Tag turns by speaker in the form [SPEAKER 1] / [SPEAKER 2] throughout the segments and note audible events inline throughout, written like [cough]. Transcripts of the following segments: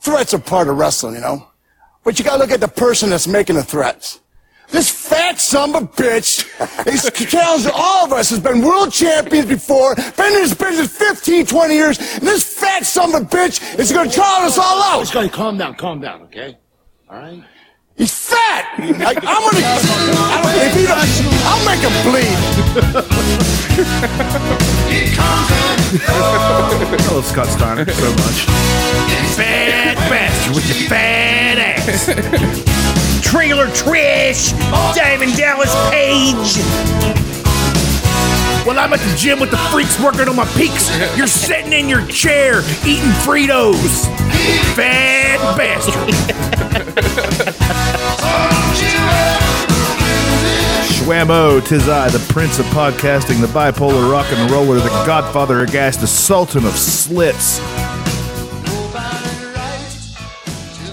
[SPEAKER 1] threats are part of wrestling, you know. But you gotta look at the person that's making the threats. This fat son of a bitch [laughs] is challenging all of us, has been world champions before, been in this business 15, 20 years, and this fat son of a bitch is gonna challenge us all out.
[SPEAKER 2] Just gotta calm down, calm down, okay? All right.
[SPEAKER 1] He's fat. Like, I'm gonna. I don't, if he don't, I'll make him bleed.
[SPEAKER 3] I love Scott Steiner so much.
[SPEAKER 4] Bad bastard with your fat ass. Trailer Trish, Diamond Dallas Page. Well, I'm at the gym with the freaks working on my peaks. You're sitting in your chair eating Fritos. Fat bastard.
[SPEAKER 3] Schwammo, tis I, the prince of podcasting, the bipolar rock and roller, the godfather of gas, the sultan of slits,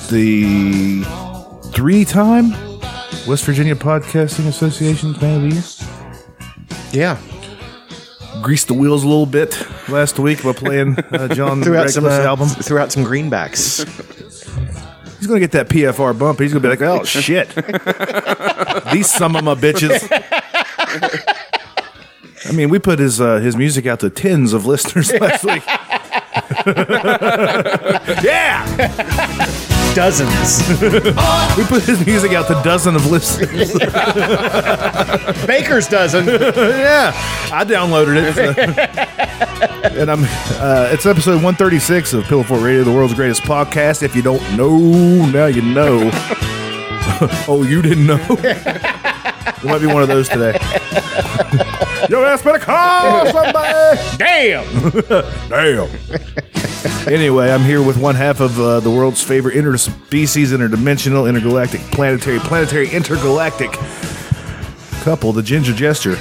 [SPEAKER 3] the three-time West Virginia Podcasting Association's man of the year.
[SPEAKER 5] Yeah.
[SPEAKER 3] Greased the wheels a little bit last week by playing
[SPEAKER 5] [laughs]
[SPEAKER 3] uh, John
[SPEAKER 5] Threw out
[SPEAKER 3] Radcliffe's
[SPEAKER 5] some uh,
[SPEAKER 3] album.
[SPEAKER 5] Threw out some greenbacks.
[SPEAKER 3] He's gonna get that PFR bump. He's gonna be like, "Oh shit, these some of my bitches." I mean, we put his uh, his music out to tens of listeners [laughs] last week. yeah,
[SPEAKER 5] [laughs] Dozens.
[SPEAKER 3] we put his music out to dozen of listeners.
[SPEAKER 5] [laughs] Baker's dozen.
[SPEAKER 3] [laughs] yeah, I downloaded it, so- and I'm. Uh, it's episode 136 of Pillow Fort Radio, the world's greatest podcast. If you don't know, now you know. [laughs] oh, you didn't know. it might be one of those today. [laughs] Your ass better call somebody.
[SPEAKER 4] Damn.
[SPEAKER 3] [laughs] Damn. anyway, I'm here with one half of uh, the world's favorite interspecies, interdimensional, intergalactic, planetary, planetary, intergalactic couple, the Ginger Jester,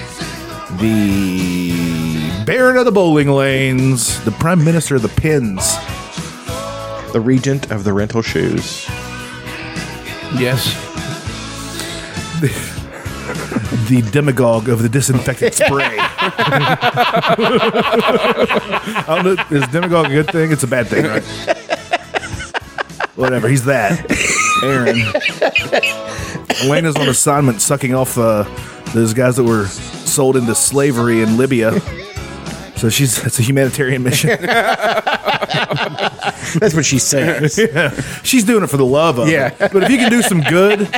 [SPEAKER 3] the Baron of the Bowling Lanes, the Prime Minister of the Pins.
[SPEAKER 5] the regent of the rental shoes.
[SPEAKER 6] Yes.
[SPEAKER 3] [laughs] the demagogue of the disinfectant spray. I don't know. Is demagogue a good thing? It's a bad thing, right? Whatever. He's that. Aaron. Elena's on assignment sucking off uh, those guys that were sold into slavery in Libya. So she's it's a humanitarian mission.
[SPEAKER 5] [laughs] That's what she says.
[SPEAKER 3] She's doing it for the love of
[SPEAKER 5] Yeah.
[SPEAKER 3] it. But if you can do some good,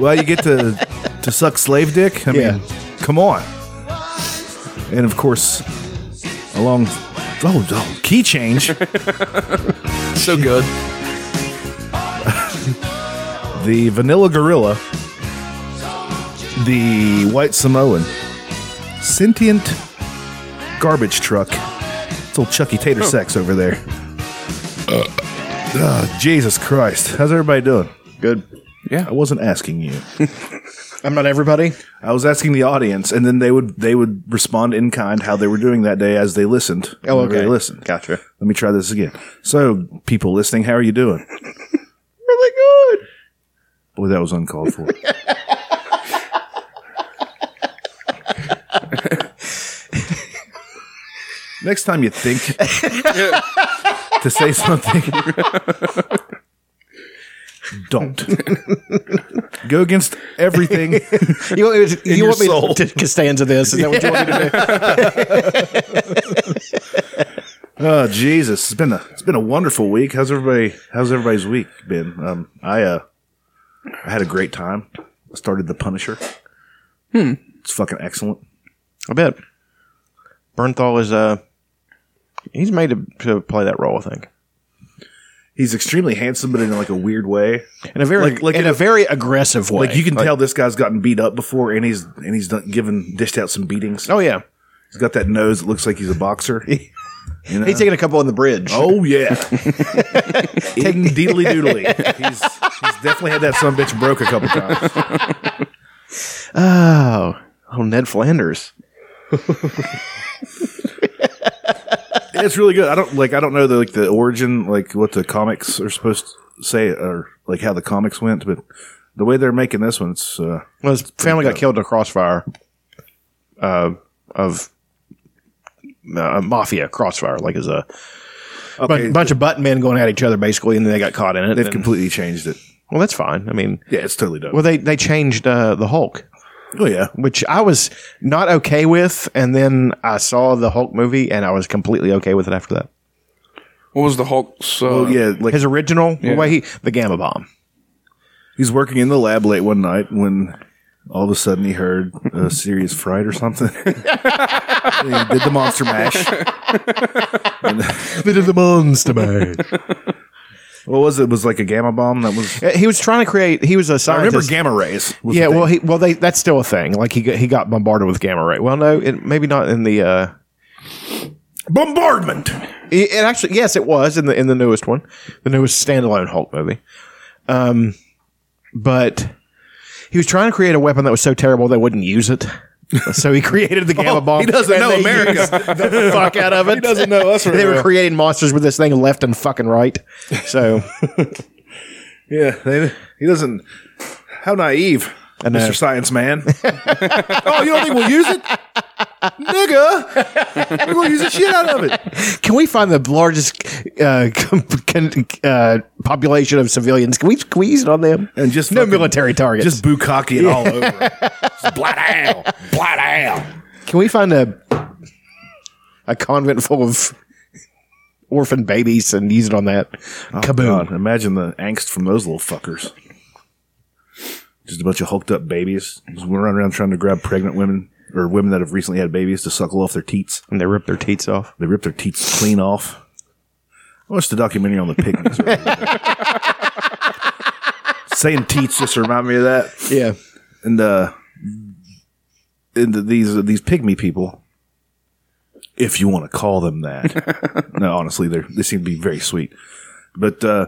[SPEAKER 3] well, you get to to suck slave dick. I
[SPEAKER 5] Yeah.
[SPEAKER 3] mean, come on. And of course, along oh, oh key change
[SPEAKER 6] So good.
[SPEAKER 3] [laughs] the vanilla gorilla, the white Samoan, sentient garbage truck. It's old Chucky Tater sex over there. Ah, Jesus Christ, how's everybody doing?
[SPEAKER 5] Good.
[SPEAKER 3] I wasn't asking you.
[SPEAKER 5] I'm not everybody.
[SPEAKER 3] I was asking the audience, and then they would they would respond in kind how they were doing that day as they listened.
[SPEAKER 5] Oh,
[SPEAKER 3] whenever
[SPEAKER 5] okay.
[SPEAKER 3] They listened.
[SPEAKER 5] Gotcha.
[SPEAKER 3] Let me try this again. So, people listening, how are you doing?
[SPEAKER 5] Really good.
[SPEAKER 3] Boy, that was uncalled for. Next time you think to say something, don't go against everything.
[SPEAKER 5] You want me to, you
[SPEAKER 3] your
[SPEAKER 5] want me
[SPEAKER 3] soul.
[SPEAKER 5] to Costanza this? Is that what you want me to do?
[SPEAKER 3] Oh Jesus, it's been a it's been a wonderful week. How's everybody? How's everybody's week been? Um, I uh, I had a great time. I started The Punisher. Hmm, it's fucking excellent.
[SPEAKER 5] [laughs] I bet. Bernthal is uh he's made to, to play that role, I think.
[SPEAKER 3] He's extremely handsome, but in like a weird way.
[SPEAKER 5] In a very
[SPEAKER 3] Like- like
[SPEAKER 5] in
[SPEAKER 3] in
[SPEAKER 5] a,
[SPEAKER 3] a-
[SPEAKER 5] very aggressive way.
[SPEAKER 3] Like you can tell this guy's gotten beat up before, and he's and he's done, given dished out some beatings.
[SPEAKER 5] Oh yeah.
[SPEAKER 3] He's got that nose that looks like he's a
[SPEAKER 5] [laughs]
[SPEAKER 3] boxer. You know?
[SPEAKER 5] He's taking a couple on the bridge.
[SPEAKER 3] oh
[SPEAKER 5] [laughs]
[SPEAKER 3] yeah, taking deedly doodly. He's he's definitely had that son bitch broke a couple times.
[SPEAKER 5] Oh. Oh, Ned Flanders.
[SPEAKER 3] it's really good. I don't like. I don't know the like the origin, like what the comics are supposed to say, or like how the comics went, but the way they're making this one, it's uh,
[SPEAKER 5] Well, his family got killed in a crossfire uh, of uh, mafia crossfire, like as a
[SPEAKER 3] Okay.
[SPEAKER 5] a bunch of button men going at each other basically, and then they got caught in it.
[SPEAKER 3] They've
[SPEAKER 5] and-
[SPEAKER 3] completely changed it.
[SPEAKER 5] well, that's fine. I mean,
[SPEAKER 3] Yeah, it's totally done.
[SPEAKER 5] well, they they changed uh, the Hulk,
[SPEAKER 3] oh yeah,
[SPEAKER 5] which I was not okay with, and then I saw the Hulk movie, and I was completely okay with it after that.
[SPEAKER 6] What was the Hulk's? Uh,
[SPEAKER 3] well, Oh, yeah. Like
[SPEAKER 5] His original, the way he, the gamma bomb.
[SPEAKER 3] he's working in the lab late one night when all of a sudden he heard a serious fright or something. [laughs] And he did the monster mash.
[SPEAKER 5] [laughs]
[SPEAKER 3] [laughs]
[SPEAKER 5] They did the monster
[SPEAKER 3] [laughs]
[SPEAKER 5] man.
[SPEAKER 3] What was it? it? Was like a gamma bomb that was.
[SPEAKER 5] he was trying to create. He was a
[SPEAKER 3] I
[SPEAKER 5] scientist.
[SPEAKER 3] remember gamma rays. was
[SPEAKER 5] yeah,
[SPEAKER 3] the
[SPEAKER 5] well,
[SPEAKER 3] thing.
[SPEAKER 5] he well they that's still a thing. Like he got, he got bombarded with gamma ray. Well, no, it, maybe not in the. uh
[SPEAKER 3] bombardment.
[SPEAKER 5] It, it actually, yes, it was in the in the newest one, the newest standalone Hulk movie. Um, but he was trying to create a weapon that was so terrible they wouldn't use
[SPEAKER 3] [laughs]
[SPEAKER 5] it. So he created the gamma bomb.
[SPEAKER 3] Oh, he doesn't
[SPEAKER 5] and
[SPEAKER 3] know
[SPEAKER 5] they
[SPEAKER 3] America.
[SPEAKER 5] used
[SPEAKER 3] [laughs]
[SPEAKER 5] The fuck out of it. He
[SPEAKER 3] doesn't know us
[SPEAKER 5] [laughs]
[SPEAKER 3] very
[SPEAKER 5] they were
[SPEAKER 3] well.
[SPEAKER 5] creating monsters with this thing left and fucking right. So
[SPEAKER 3] Yeah, they, he doesn't. How naive,
[SPEAKER 5] know.
[SPEAKER 3] Mister Science Man. [laughs]
[SPEAKER 5] [laughs]
[SPEAKER 3] oh, you don't think we'll use it, nigga? We're gonna use the shit out of
[SPEAKER 5] [laughs]
[SPEAKER 3] it.
[SPEAKER 5] Can we find the largest uh, com- con- uh, population of civilians? Can we squeeze it on them?
[SPEAKER 3] And just
[SPEAKER 5] no
[SPEAKER 3] fucking-
[SPEAKER 5] military targets.
[SPEAKER 3] Just bukkake it all over.
[SPEAKER 5] [laughs]
[SPEAKER 3] Just blah down, blah down.
[SPEAKER 5] Can we find a a convent full of orphan babies and use it on that? Kaboom!
[SPEAKER 3] Oh, God, imagine the angst from those little fuckers. Just a bunch of hulked up babies. Just running around trying to grab pregnant women or women that have recently had babies to suckle off their teats.
[SPEAKER 5] And they rip their teats off.
[SPEAKER 3] They rip their teats clean off. I watched the documentary on the
[SPEAKER 5] [laughs]
[SPEAKER 3] pygmies. earlier. Saying teats just remind me of that.
[SPEAKER 5] Yeah,
[SPEAKER 3] And uh, and the, these these pygmy people, if you want to call them that. no, honestly, they they seem to be very sweet, but uh,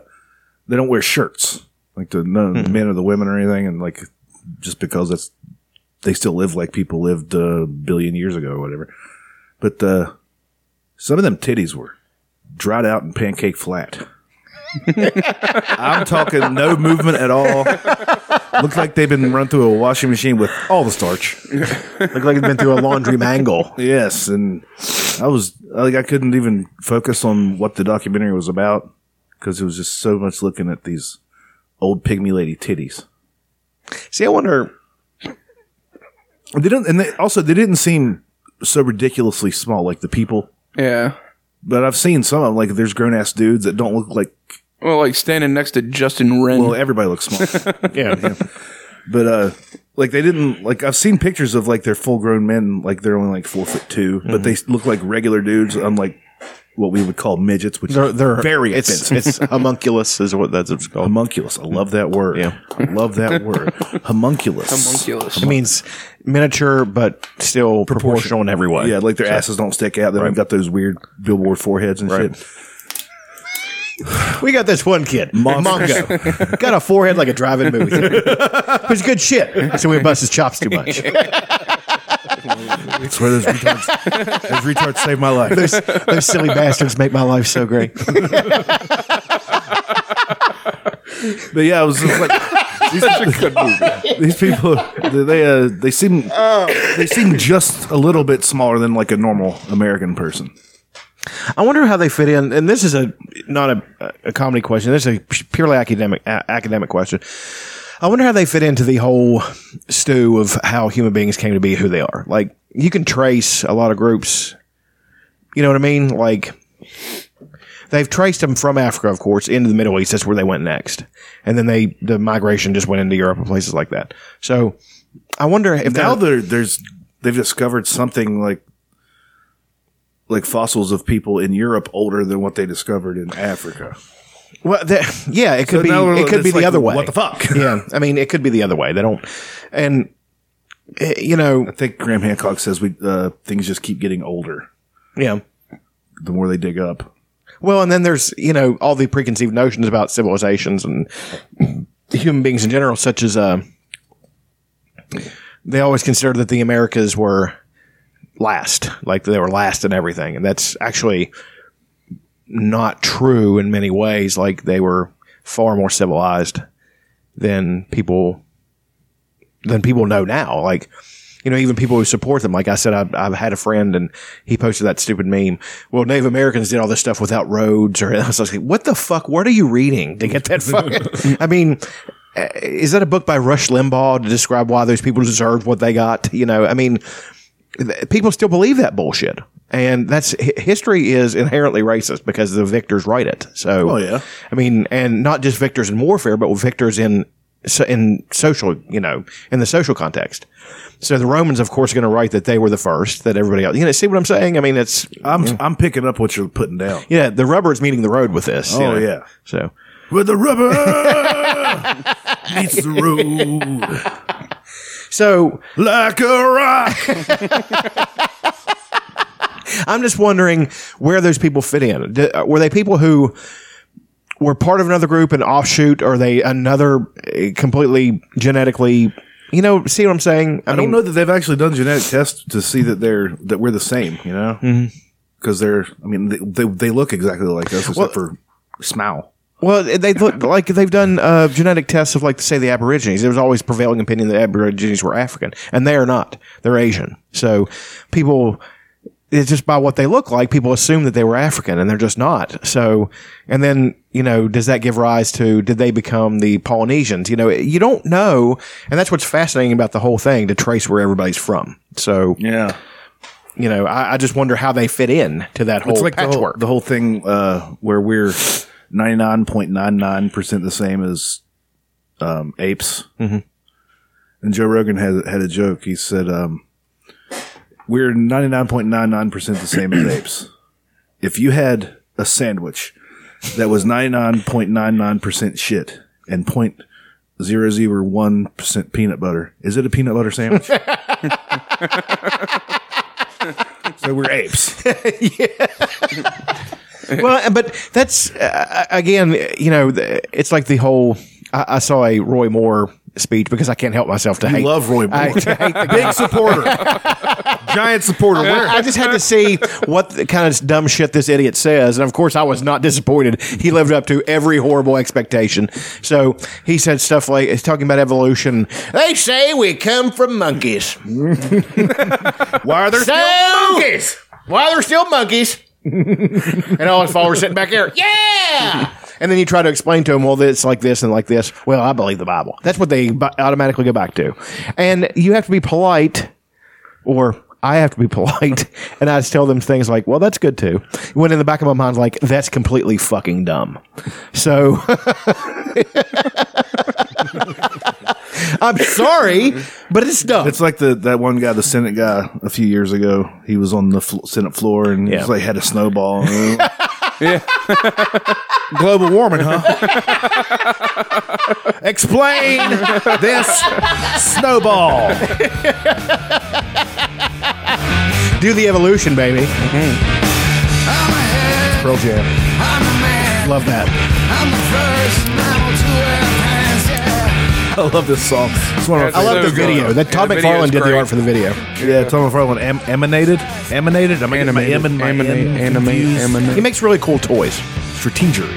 [SPEAKER 3] they don't wear shirts like the, none of the men or the women or anything, and like just because that's they still live like people lived a billion years ago or whatever. But uh, some of them titties were dried out and pancake flat. I'm talking no movement at all. Looked like they've been run through a washing machine with all the starch.
[SPEAKER 5] look like it's been through a laundry [laughs] mangle.
[SPEAKER 3] Yes, and I was like I couldn't even focus on what the documentary was about because it was just so much looking at these old pygmy lady titties.
[SPEAKER 5] See, I wonder.
[SPEAKER 3] And they don't, and they, also they didn't seem so ridiculously small like the people.
[SPEAKER 6] yeah.
[SPEAKER 3] But I've seen some of them, like there's grown ass dudes that don't look like
[SPEAKER 6] Well, like standing next to Justin Wren.
[SPEAKER 3] well everybody looks [laughs] small.
[SPEAKER 5] Yeah,
[SPEAKER 3] but uh like they didn't like I've seen pictures of like they're full grown men like they're only like four foot 2
[SPEAKER 5] Mhm.
[SPEAKER 3] but they look like regular dudes unlike what we would call midgets, which
[SPEAKER 5] they're,
[SPEAKER 3] are
[SPEAKER 5] they're
[SPEAKER 3] very
[SPEAKER 5] it's,
[SPEAKER 3] offensive.
[SPEAKER 5] It's homunculus is what that's it's called.
[SPEAKER 3] Homunculus. I love that word.
[SPEAKER 5] Yeah.
[SPEAKER 3] I
[SPEAKER 5] [laughs]
[SPEAKER 3] love that word. Homunculus.
[SPEAKER 6] Homunculus.
[SPEAKER 5] It means miniature, but still proportional in every way.
[SPEAKER 3] Yeah, like their asses don't stick out. They don't got those weird billboard foreheads and
[SPEAKER 5] Right.
[SPEAKER 3] shit.
[SPEAKER 5] We got this one kid, Mongo. [laughs] got a forehead like a drive-in movie theater. He's good shit, so we bust his chops too much.
[SPEAKER 3] I swear those retards, those retards saved my life.
[SPEAKER 5] Those, those silly bastards make my life so great.
[SPEAKER 3] But yeah, I was just like these, these people. They uh, they seem they seem just a little bit smaller than like a normal American person.
[SPEAKER 5] I wonder how they fit in. And this is a not a, a comedy question. This is a purely academic a- academic question. I wonder how they fit into the whole stew of how human beings came to be who they are. Like you can trace a lot of groups. You know what I mean? Like they've traced them from Africa, of course, into the Middle East. That's where they went next, and then they the migration just went into Europe and places like that. So I wonder if
[SPEAKER 3] Now
[SPEAKER 5] they're-
[SPEAKER 3] there there's they've discovered something like like fossils of people in Europe older than what they discovered in Africa.
[SPEAKER 5] Well, the, [laughs] yeah, it could be.
[SPEAKER 3] now
[SPEAKER 5] It could
[SPEAKER 3] it's
[SPEAKER 5] be the
[SPEAKER 3] like,
[SPEAKER 5] other way.
[SPEAKER 3] what the fuck?
[SPEAKER 5] yeah, [laughs] I mean, it could be the other way. They don't, and eh, you know,
[SPEAKER 3] I think Graham Hancock says we uh, things just keep getting older
[SPEAKER 5] yeah.
[SPEAKER 3] the more they dig up.
[SPEAKER 5] Well, and then there's you know all the preconceived notions about civilizations and human beings in general, such as uh, they always considered that the Americas were last, like they were last in everything, and that's actually not true in many ways. Like they were far more civilized than people than people know now. Like you know, even people who support them. Like I said, I've, I've had a friend and he posted that stupid meme. Well, Native Americans did all this stuff without roads, or [laughs] I was like, what the fuck? What are you reading to get that fucking? I mean. eh, Is that a book by Rush Limbaugh to describe why those people deserved what they got? You know, I mean, th- people still believe that bullshit. And that's hi- history is inherently racist because the victors write it. So,
[SPEAKER 3] Oh, yeah.
[SPEAKER 5] I mean, and not just victors in warfare, but victors in so- in social, you know, in the social context. So the Romans, of course, are going to write that they were the first. That everybody else, you know, see what I'm saying? I mean, it's
[SPEAKER 3] I'm I'm picking up what you're putting down.
[SPEAKER 5] yeah, the rubber is meeting the road with this. you know.
[SPEAKER 3] Oh, yeah.
[SPEAKER 5] So
[SPEAKER 3] Where the rubber [laughs] meets the road
[SPEAKER 5] so
[SPEAKER 3] like a rock.
[SPEAKER 5] I'm just wondering where those people fit in. D- uh, were they people who were part of another group, an offshoot? Or are they another uh, completely genetically? You know, see what I'm saying?
[SPEAKER 3] I don't know that they've actually done genetic tests to see that they're that we're the same. You know, because they're. I mean, they, they they look exactly like us except for smile.
[SPEAKER 5] Well, they look like they've done uh, genetic tests of, like, say, the Aborigines. There was always prevailing opinion that Aborigines were African, and they are not. They're Asian. So people, it's just by what they look like, people assume that they were African, and they're just not. So, and then, you know, does that give rise to, did they become the Polynesians? You know, you don't know. And that's what's fascinating about the whole thing to trace where everybody's from. So,
[SPEAKER 3] Yeah,
[SPEAKER 5] you know, I, I just wonder how they fit in to that whole
[SPEAKER 3] it's like the whole,
[SPEAKER 5] patchwork.
[SPEAKER 3] the whole thing uh, where we're ninety nine point nine nine percent the same as um, apes. Mm-hmm. And Joe Rogan had had a joke. He said, um, "We're ninety nine point nine nine percent the
[SPEAKER 5] [clears throat]
[SPEAKER 3] same as apes. If you had a sandwich that was ninety nine point nine nine percent shit and point zero zero one percent peanut butter, is it a peanut
[SPEAKER 5] [laughs]
[SPEAKER 3] butter sandwich?" So we're apes.
[SPEAKER 5] well, but that's uh, again, you know, th- it's like the whole. I, I saw a Roy Moore speech because I can't help myself to
[SPEAKER 3] I
[SPEAKER 5] hate.
[SPEAKER 3] love Roy Moore.
[SPEAKER 5] I, I hate
[SPEAKER 3] [laughs]
[SPEAKER 5] the guy.
[SPEAKER 3] Big supporter. Giant supporter. Where-
[SPEAKER 5] I just had to see what the kind of dumb shit this idiot says, and of course, I was not disappointed. He lived up to every horrible expectation. So he said stuff like, "He's talking about evolution." They say we come from
[SPEAKER 3] [laughs]
[SPEAKER 5] monkeys.
[SPEAKER 3] Why are there
[SPEAKER 5] So monkeys. Why they're still monkeys? [laughs] and all his followers sitting back here, yeah. And then you try to explain to them, well, it's like this and like this. Well, I believe the Bible. That's what they bi- automatically go back to, and you have to be polite, or I have to be [laughs] polite, and I just tell them things like, well, that's good too. When in the back of my mind's like, that's completely fucking dumb. So. [laughs] I'm sorry, but it's dumb.
[SPEAKER 3] It's like the that one guy, the Senate guy, a few years ago. He was on the fl- Senate floor and he
[SPEAKER 5] Yeah.
[SPEAKER 3] was like had a snowball. yeah. [laughs] Global warming, huh? Explain this snowball.
[SPEAKER 5] Do the evolution, baby.
[SPEAKER 3] Pearl Jam.
[SPEAKER 5] Love that.
[SPEAKER 3] I love this song. It's one of my
[SPEAKER 5] I love
[SPEAKER 6] So
[SPEAKER 5] the
[SPEAKER 6] good.
[SPEAKER 5] video. That Todd
[SPEAKER 6] Yeah, the video
[SPEAKER 5] McFarlane
[SPEAKER 6] is
[SPEAKER 5] did the
[SPEAKER 6] great.
[SPEAKER 5] art for the video.
[SPEAKER 3] yeah, Tom McFarlane em- emanated, emanated. I'm gonna get my em and my
[SPEAKER 6] Animate,
[SPEAKER 3] em
[SPEAKER 6] animate,
[SPEAKER 3] confused.
[SPEAKER 5] He
[SPEAKER 6] animate.
[SPEAKER 5] makes really cool toys.
[SPEAKER 3] strategery.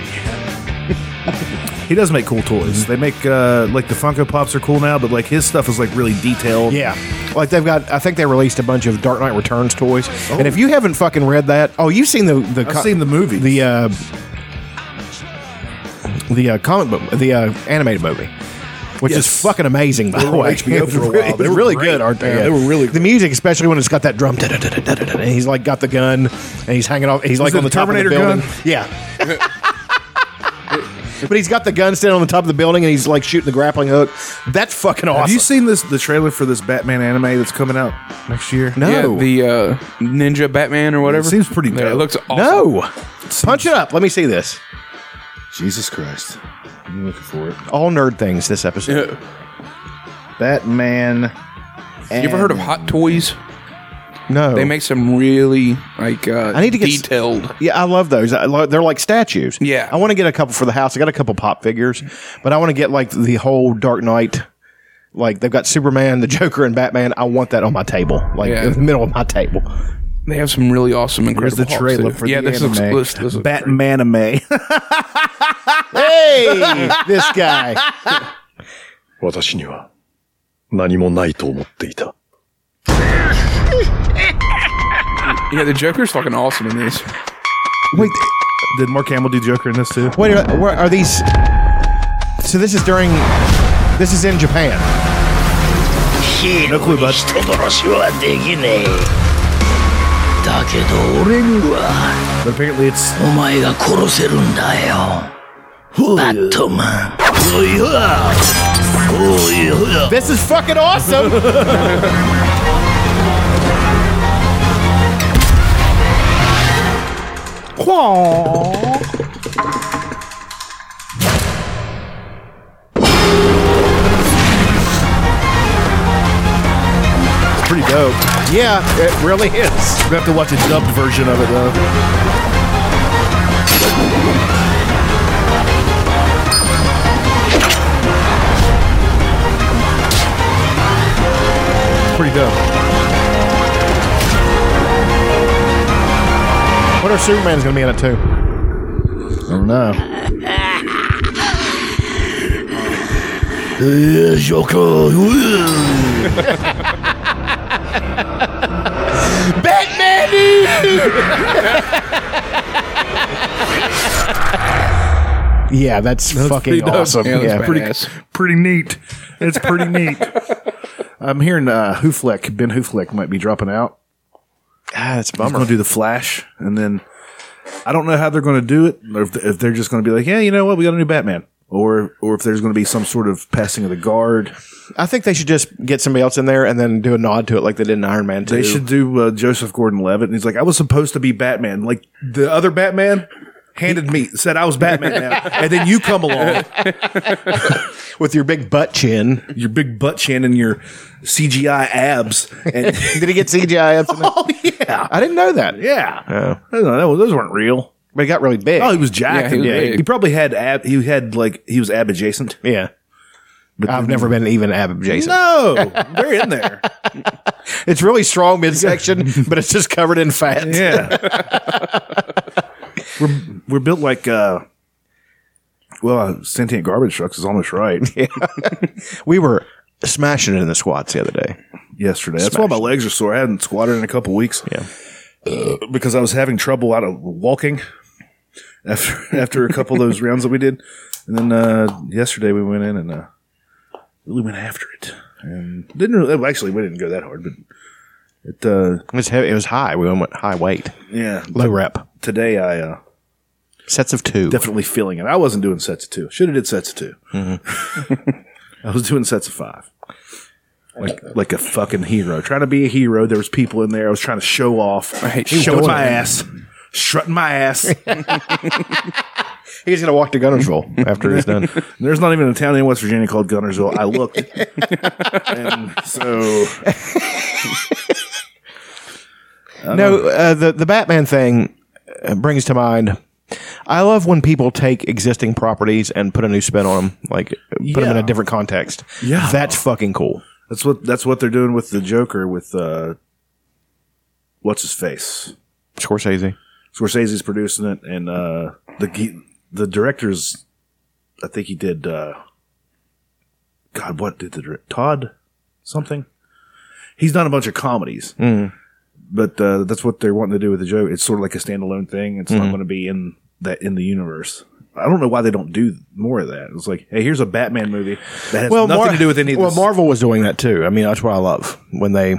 [SPEAKER 3] [laughs] he does make cool toys. They make uh, like the Funko Pops are cool now, but like his stuff is like really detailed.
[SPEAKER 5] Yeah. Like they've got, I think they released a bunch of Dark Knight Returns toys. And if you haven't fucking read that, oh, you've seen the the
[SPEAKER 3] Oh. I've seen the movie.
[SPEAKER 5] the uh, the uh, comic book, the uh, animated movie, which
[SPEAKER 3] Yes.
[SPEAKER 5] is fucking amazing. By
[SPEAKER 3] They
[SPEAKER 5] the
[SPEAKER 3] were on
[SPEAKER 5] way,
[SPEAKER 3] HBO for a while.
[SPEAKER 5] It
[SPEAKER 3] They
[SPEAKER 5] was
[SPEAKER 3] were
[SPEAKER 5] really
[SPEAKER 3] great.
[SPEAKER 5] good, aren't they?
[SPEAKER 3] Yeah, they were really
[SPEAKER 5] The music, especially when it's got that drum, da-da-da-da-da-da, and he's like got the gun, and he's hanging off. He's like
[SPEAKER 3] it
[SPEAKER 5] on the
[SPEAKER 3] a
[SPEAKER 5] top of the
[SPEAKER 3] Terminator
[SPEAKER 5] building.
[SPEAKER 3] gun?
[SPEAKER 5] Yeah. But he's got the gun standing on the top of the building, and he's like shooting the grappling hook. That's fucking awesome.
[SPEAKER 3] Have you seen this the trailer for this Batman anime that's coming out next year?
[SPEAKER 6] Yeah,
[SPEAKER 5] no,
[SPEAKER 6] the uh, Ninja Batman or whatever.
[SPEAKER 3] seems pretty
[SPEAKER 6] Yeah, It
[SPEAKER 3] dope.
[SPEAKER 6] looks awesome.
[SPEAKER 5] no. Punch it up. Let me see this.
[SPEAKER 3] Jesus Christ. I'm looking for it.
[SPEAKER 5] All nerd things this episode.
[SPEAKER 6] Yeah.
[SPEAKER 3] Batman.
[SPEAKER 6] You ever heard of Hot Toys?
[SPEAKER 5] No,
[SPEAKER 6] They make some really like uh,
[SPEAKER 5] I need to get s-
[SPEAKER 6] detailed.
[SPEAKER 5] Yeah, I love those. I lo- they're like statues.
[SPEAKER 6] Yeah.
[SPEAKER 5] I want to get a couple for the house. I got a couple pop figures, but I want to get like the whole Dark Knight. Like they've got Superman, the Joker, and Batman. I want that on my table, like
[SPEAKER 6] Yeah.
[SPEAKER 5] in the middle of my table.
[SPEAKER 6] They have some really awesome,
[SPEAKER 3] Here's
[SPEAKER 6] incredible.
[SPEAKER 3] the
[SPEAKER 6] Hulks,
[SPEAKER 3] trailer
[SPEAKER 6] too.
[SPEAKER 3] for
[SPEAKER 6] yeah,
[SPEAKER 3] the
[SPEAKER 6] this
[SPEAKER 3] anime.
[SPEAKER 6] looks, this, this looks
[SPEAKER 3] Batman anime.
[SPEAKER 5] Hey, [laughs] this guy.
[SPEAKER 7] 私には何もないと思っていた。
[SPEAKER 6] Yeah, the Joker's fucking awesome in this.
[SPEAKER 5] Wait,
[SPEAKER 3] Did Mark Hamill do Joker in this too?
[SPEAKER 5] wait, are, where are these? So this is during. This is in Japan.
[SPEAKER 3] No clue, bud.
[SPEAKER 7] だけど俺には
[SPEAKER 3] But apparently it's
[SPEAKER 7] お前が殺せるんだよバットマンおいほらおいほら
[SPEAKER 5] This is fucking awesome.
[SPEAKER 3] pretty dope.
[SPEAKER 5] yeah, it really is.
[SPEAKER 3] We have to watch a dubbed version of it though. Pretty dope.
[SPEAKER 5] What if Superman's gonna be in it too?
[SPEAKER 3] I don't know.
[SPEAKER 7] よいしょかうわ
[SPEAKER 5] Yeah, that's, fucking awesome.
[SPEAKER 6] Yeah, that's
[SPEAKER 5] pretty-
[SPEAKER 6] badass.
[SPEAKER 3] Pretty neat. It's pretty neat. I'm hearing uh, Hoofleck, Ben Hoofleck might be dropping out.
[SPEAKER 5] Ah, that's a
[SPEAKER 3] I'm
[SPEAKER 5] bummer.
[SPEAKER 3] going to do the Flash, and then I don't know how they're going to do it, or if, if they're just going to be like, "Yeah, you know what? We got a new Batman," or or if there's going to be some sort of passing of the guard.
[SPEAKER 5] I think they should just get somebody else in there and then do a nod to it like they did in Iron Man 2.
[SPEAKER 3] They should do uh, Joseph Gordon-Levitt, and he's like, "I was supposed to be Batman. Like the other Batman handed me said I was Batman now, and then you come along,
[SPEAKER 5] with your big butt chin.
[SPEAKER 3] your big butt chin and your CGI abs, and
[SPEAKER 5] [laughs] Did he get [laughs] CGI up? to-
[SPEAKER 3] oh yeah,
[SPEAKER 5] I didn't know that.
[SPEAKER 3] yeah, I don't know, those weren't real."
[SPEAKER 5] But he got really big.
[SPEAKER 3] Oh, he was jacked.
[SPEAKER 6] Yeah,
[SPEAKER 3] Yeah,
[SPEAKER 6] he
[SPEAKER 3] he,
[SPEAKER 6] was big.
[SPEAKER 3] probably had ab. He had like he was ab adjacent.
[SPEAKER 5] yeah. But I've never been even ab adjacent.
[SPEAKER 3] No, they're in there.
[SPEAKER 5] It's really strong midsection, but it's just covered in fat.
[SPEAKER 3] Yeah. we're we're built like uh well, uh, sentient garbage trucks is almost right.
[SPEAKER 5] We were smashing it in the squats the other day.
[SPEAKER 3] Yesterday, that's why my legs are sore. I hadn't squatted in a couple weeks. Yeah, because I was having trouble out of walking after [laughs] after a couple of those rounds that we did, and then uh, yesterday we went in and uh, really went after it, and didn't really, well, actually we didn't go that hard, but it uh,
[SPEAKER 5] It was heavy. It was high. We went high weight,
[SPEAKER 3] yeah.
[SPEAKER 5] low rep,
[SPEAKER 3] Today I uh,
[SPEAKER 5] sets of two.
[SPEAKER 3] definitely feeling it. I wasn't doing sets of two. Should have did sets of 2 [laughs] I was doing sets of five. Like like a fucking hero. Trying to be a hero. There was people in there. I was trying to show off.
[SPEAKER 6] Right,
[SPEAKER 3] showing
[SPEAKER 6] showing
[SPEAKER 3] my ass. Strutting my ass.
[SPEAKER 5] He's gonna walk to Gunnersville after he's done.
[SPEAKER 3] There's not even a town in West Virginia called Gunnersville. I looked. and so
[SPEAKER 5] no, uh, the the Batman thing uh, brings to mind. I love when people take existing properties and put a new spin on them, like put them in
[SPEAKER 3] Yeah.
[SPEAKER 5] a different context.
[SPEAKER 3] Yeah.
[SPEAKER 5] that's fucking cool.
[SPEAKER 3] that's what that's what they're doing with the Joker with uh what's his face?
[SPEAKER 5] Scorsese.
[SPEAKER 3] Scorsese's producing it, and uh, the ge- the directors, I think he did. Uh, God, what did the dir- Todd something? He's done a bunch of comedies, but uh, that's what they're wanting to do with the joke. It's sort of like a standalone thing. It's not going to be in that in the universe. I don't know why they don't do more of that. It's like, hey, here's a Batman movie that has nothing
[SPEAKER 5] Mar-
[SPEAKER 3] to do with any of
[SPEAKER 5] Well,
[SPEAKER 3] this.
[SPEAKER 5] Marvel was doing that too. I mean, that's what I love when they.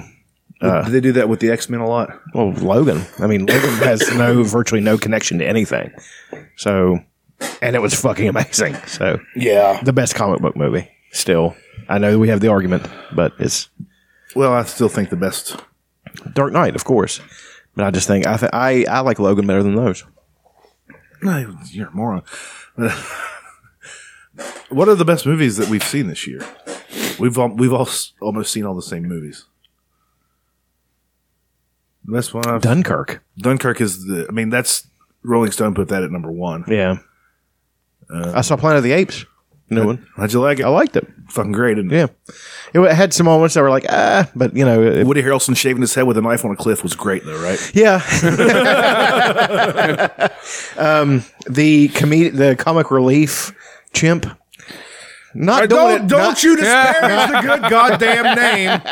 [SPEAKER 3] do they do that with the X Men a lot?
[SPEAKER 5] Well, Logan. I mean, [laughs] Logan has no virtually no connection to anything. So, and it was fucking amazing. So,
[SPEAKER 3] Yeah.
[SPEAKER 5] the best comic book movie. Still, I know we have the argument, but it's
[SPEAKER 3] Well, I still think the best
[SPEAKER 5] Dark Knight, of course. But I just think I th- I I like Logan better than those.
[SPEAKER 3] No, you're a moron. [laughs] what are the best movies that we've seen this year? We've all, we've all s- almost seen all the same movies. The best one I've,
[SPEAKER 5] Dunkirk.
[SPEAKER 3] Dunkirk is the. I mean, that's Rolling Stone put that at number one.
[SPEAKER 5] Yeah. I saw Planet of the Apes. New one.
[SPEAKER 3] How'd you like it?
[SPEAKER 5] I liked it.
[SPEAKER 3] Fucking great. Didn't it?
[SPEAKER 5] Yeah. It had some moments that were like, ah, but you know, it,
[SPEAKER 3] Woody Harrelson shaving his head with a knife on a cliff was great though, right?
[SPEAKER 5] yeah. [laughs] um, the comedic, the comic relief chimp. Not
[SPEAKER 3] Uh,
[SPEAKER 5] doing it.
[SPEAKER 3] don't don't
[SPEAKER 5] not, [laughs]
[SPEAKER 3] you disparage the good goddamn name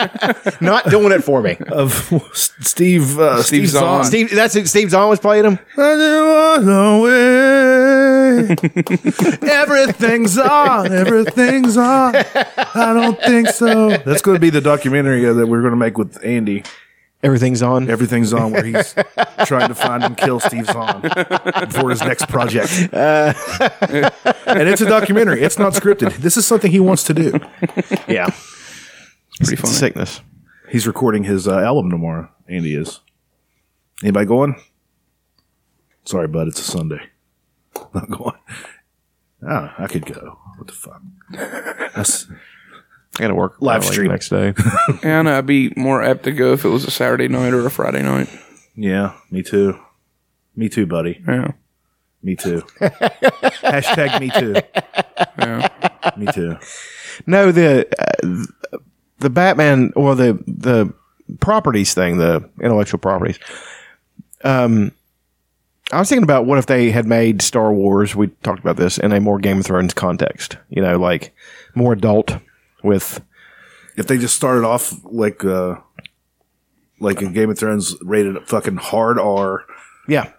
[SPEAKER 5] Not doing it for me.
[SPEAKER 3] of [laughs] Steve uh, Steve,
[SPEAKER 6] Steve Zahn.
[SPEAKER 3] Zahn.
[SPEAKER 5] Steve, that's it. Steve Zahn was playing him.
[SPEAKER 3] I just wanna [laughs] wait. everything's on. Everything's on. I don't think so. That's going to be the documentary uh, that we're going to make with Andy.
[SPEAKER 5] Everything's on.
[SPEAKER 3] Everything's on, where [laughs] he's trying to find and kill Steve Zahn for his next project. and it's a documentary. It's not scripted. This is something he wants to do.
[SPEAKER 5] yeah.
[SPEAKER 6] Pretty funny.
[SPEAKER 5] Sickness.
[SPEAKER 3] He's recording his uh, album tomorrow. Andy is. Anybody going? Sorry, bud. It's a Sunday. [laughs] Not going. Oh, I could go. What the fuck? That's,
[SPEAKER 5] I got to work
[SPEAKER 3] Live
[SPEAKER 5] early
[SPEAKER 3] stream.
[SPEAKER 5] next day. [laughs]
[SPEAKER 6] And I'd be more apt to go if it was a Saturday night or a Friday night.
[SPEAKER 3] yeah, me too. Me too, buddy.
[SPEAKER 6] Yeah.
[SPEAKER 3] Me too. Hashtag me too.
[SPEAKER 6] Yeah.
[SPEAKER 3] Me too.
[SPEAKER 5] No, the uh, the Batman or the the properties thing, the intellectual properties. Um, I was thinking about what if they had made Star Wars. We talked about this in a more Game of Thrones context. You know, like more adult with
[SPEAKER 3] If they just started off like uh like in Game of Thrones rated fucking hard R.
[SPEAKER 5] yeah.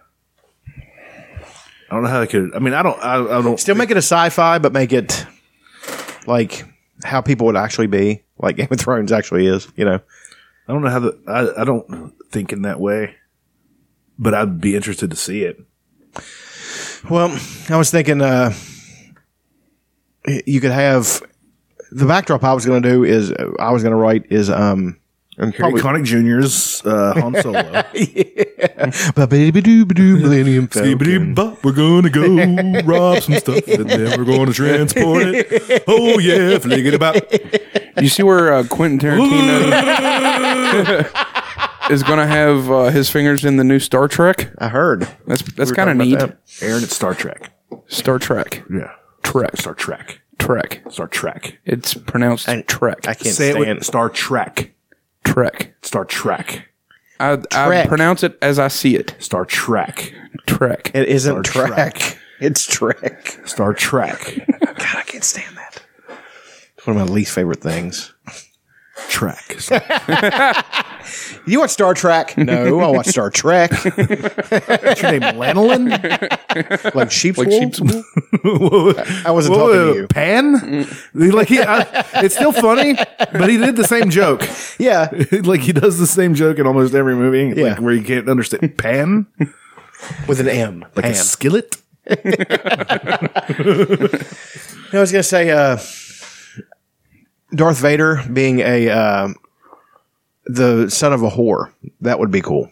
[SPEAKER 3] I don't know how they could I mean I don't I, I don't
[SPEAKER 5] Still make it a sci-fi, but make it like how people would actually be, like Game of Thrones actually is. You know,
[SPEAKER 3] I don't know how the I, I don't think in that way, but I'd be interested to see it.
[SPEAKER 5] Well, I was thinking uh, you could have the backdrop. I was going to do is I was going to write is um. And
[SPEAKER 3] Harry
[SPEAKER 5] [laughs]
[SPEAKER 3] Connick Jr.'s uh, Han [laughs] Solo.
[SPEAKER 5] Millennium Falcon.
[SPEAKER 3] Skibidi-bop, we're gonna [laughs] go rob some stuff, and then we're gonna transport it. Oh yeah, flick it about.
[SPEAKER 6] You see where uh, Quentin Tarantino is going to have uh, his fingers in the new Star Trek?
[SPEAKER 5] I heard.
[SPEAKER 6] That's that's kind of neat.
[SPEAKER 3] Aaron, it's Star Trek.
[SPEAKER 6] Star Trek.
[SPEAKER 3] Yeah,
[SPEAKER 6] Trek.
[SPEAKER 3] Star Trek.
[SPEAKER 6] Trek.
[SPEAKER 3] Star Trek.
[SPEAKER 6] It's pronounced Trek.
[SPEAKER 5] I can't
[SPEAKER 3] Say it
[SPEAKER 5] stand.
[SPEAKER 3] with Star Trek.
[SPEAKER 6] Trek.
[SPEAKER 3] Star Trek.
[SPEAKER 6] I, I
[SPEAKER 5] Trek.
[SPEAKER 6] pronounce it as I see it.
[SPEAKER 3] Star Trek.
[SPEAKER 6] Trek.
[SPEAKER 5] it isn't
[SPEAKER 3] Star
[SPEAKER 5] track. [laughs]
[SPEAKER 3] Trek.
[SPEAKER 5] It's track.
[SPEAKER 3] Star Trek.
[SPEAKER 5] God, I can't stand that. It's one of my least favorite things.
[SPEAKER 3] Trek.
[SPEAKER 5] You watch Star Trek? No, I watch Star
[SPEAKER 3] [laughs]
[SPEAKER 5] Trek.
[SPEAKER 3] What's your name? [laughs] Lanolin?
[SPEAKER 5] Like sheep's
[SPEAKER 6] Like
[SPEAKER 5] wool?
[SPEAKER 6] sheep's wool?
[SPEAKER 5] I wasn't
[SPEAKER 3] Whoa,
[SPEAKER 5] talking to you.
[SPEAKER 3] Pan? Like he, I, it's still funny, but he did the same joke.
[SPEAKER 5] Yeah,
[SPEAKER 3] [laughs] like he does the same joke in almost every movie,
[SPEAKER 5] Yeah.
[SPEAKER 3] like where you can't understand pan,
[SPEAKER 5] with an M.
[SPEAKER 3] like a
[SPEAKER 5] Pan.
[SPEAKER 3] skillet.
[SPEAKER 5] No, I was gonna say uh, Darth Vader being a uh, the son of a whore. That would be cool.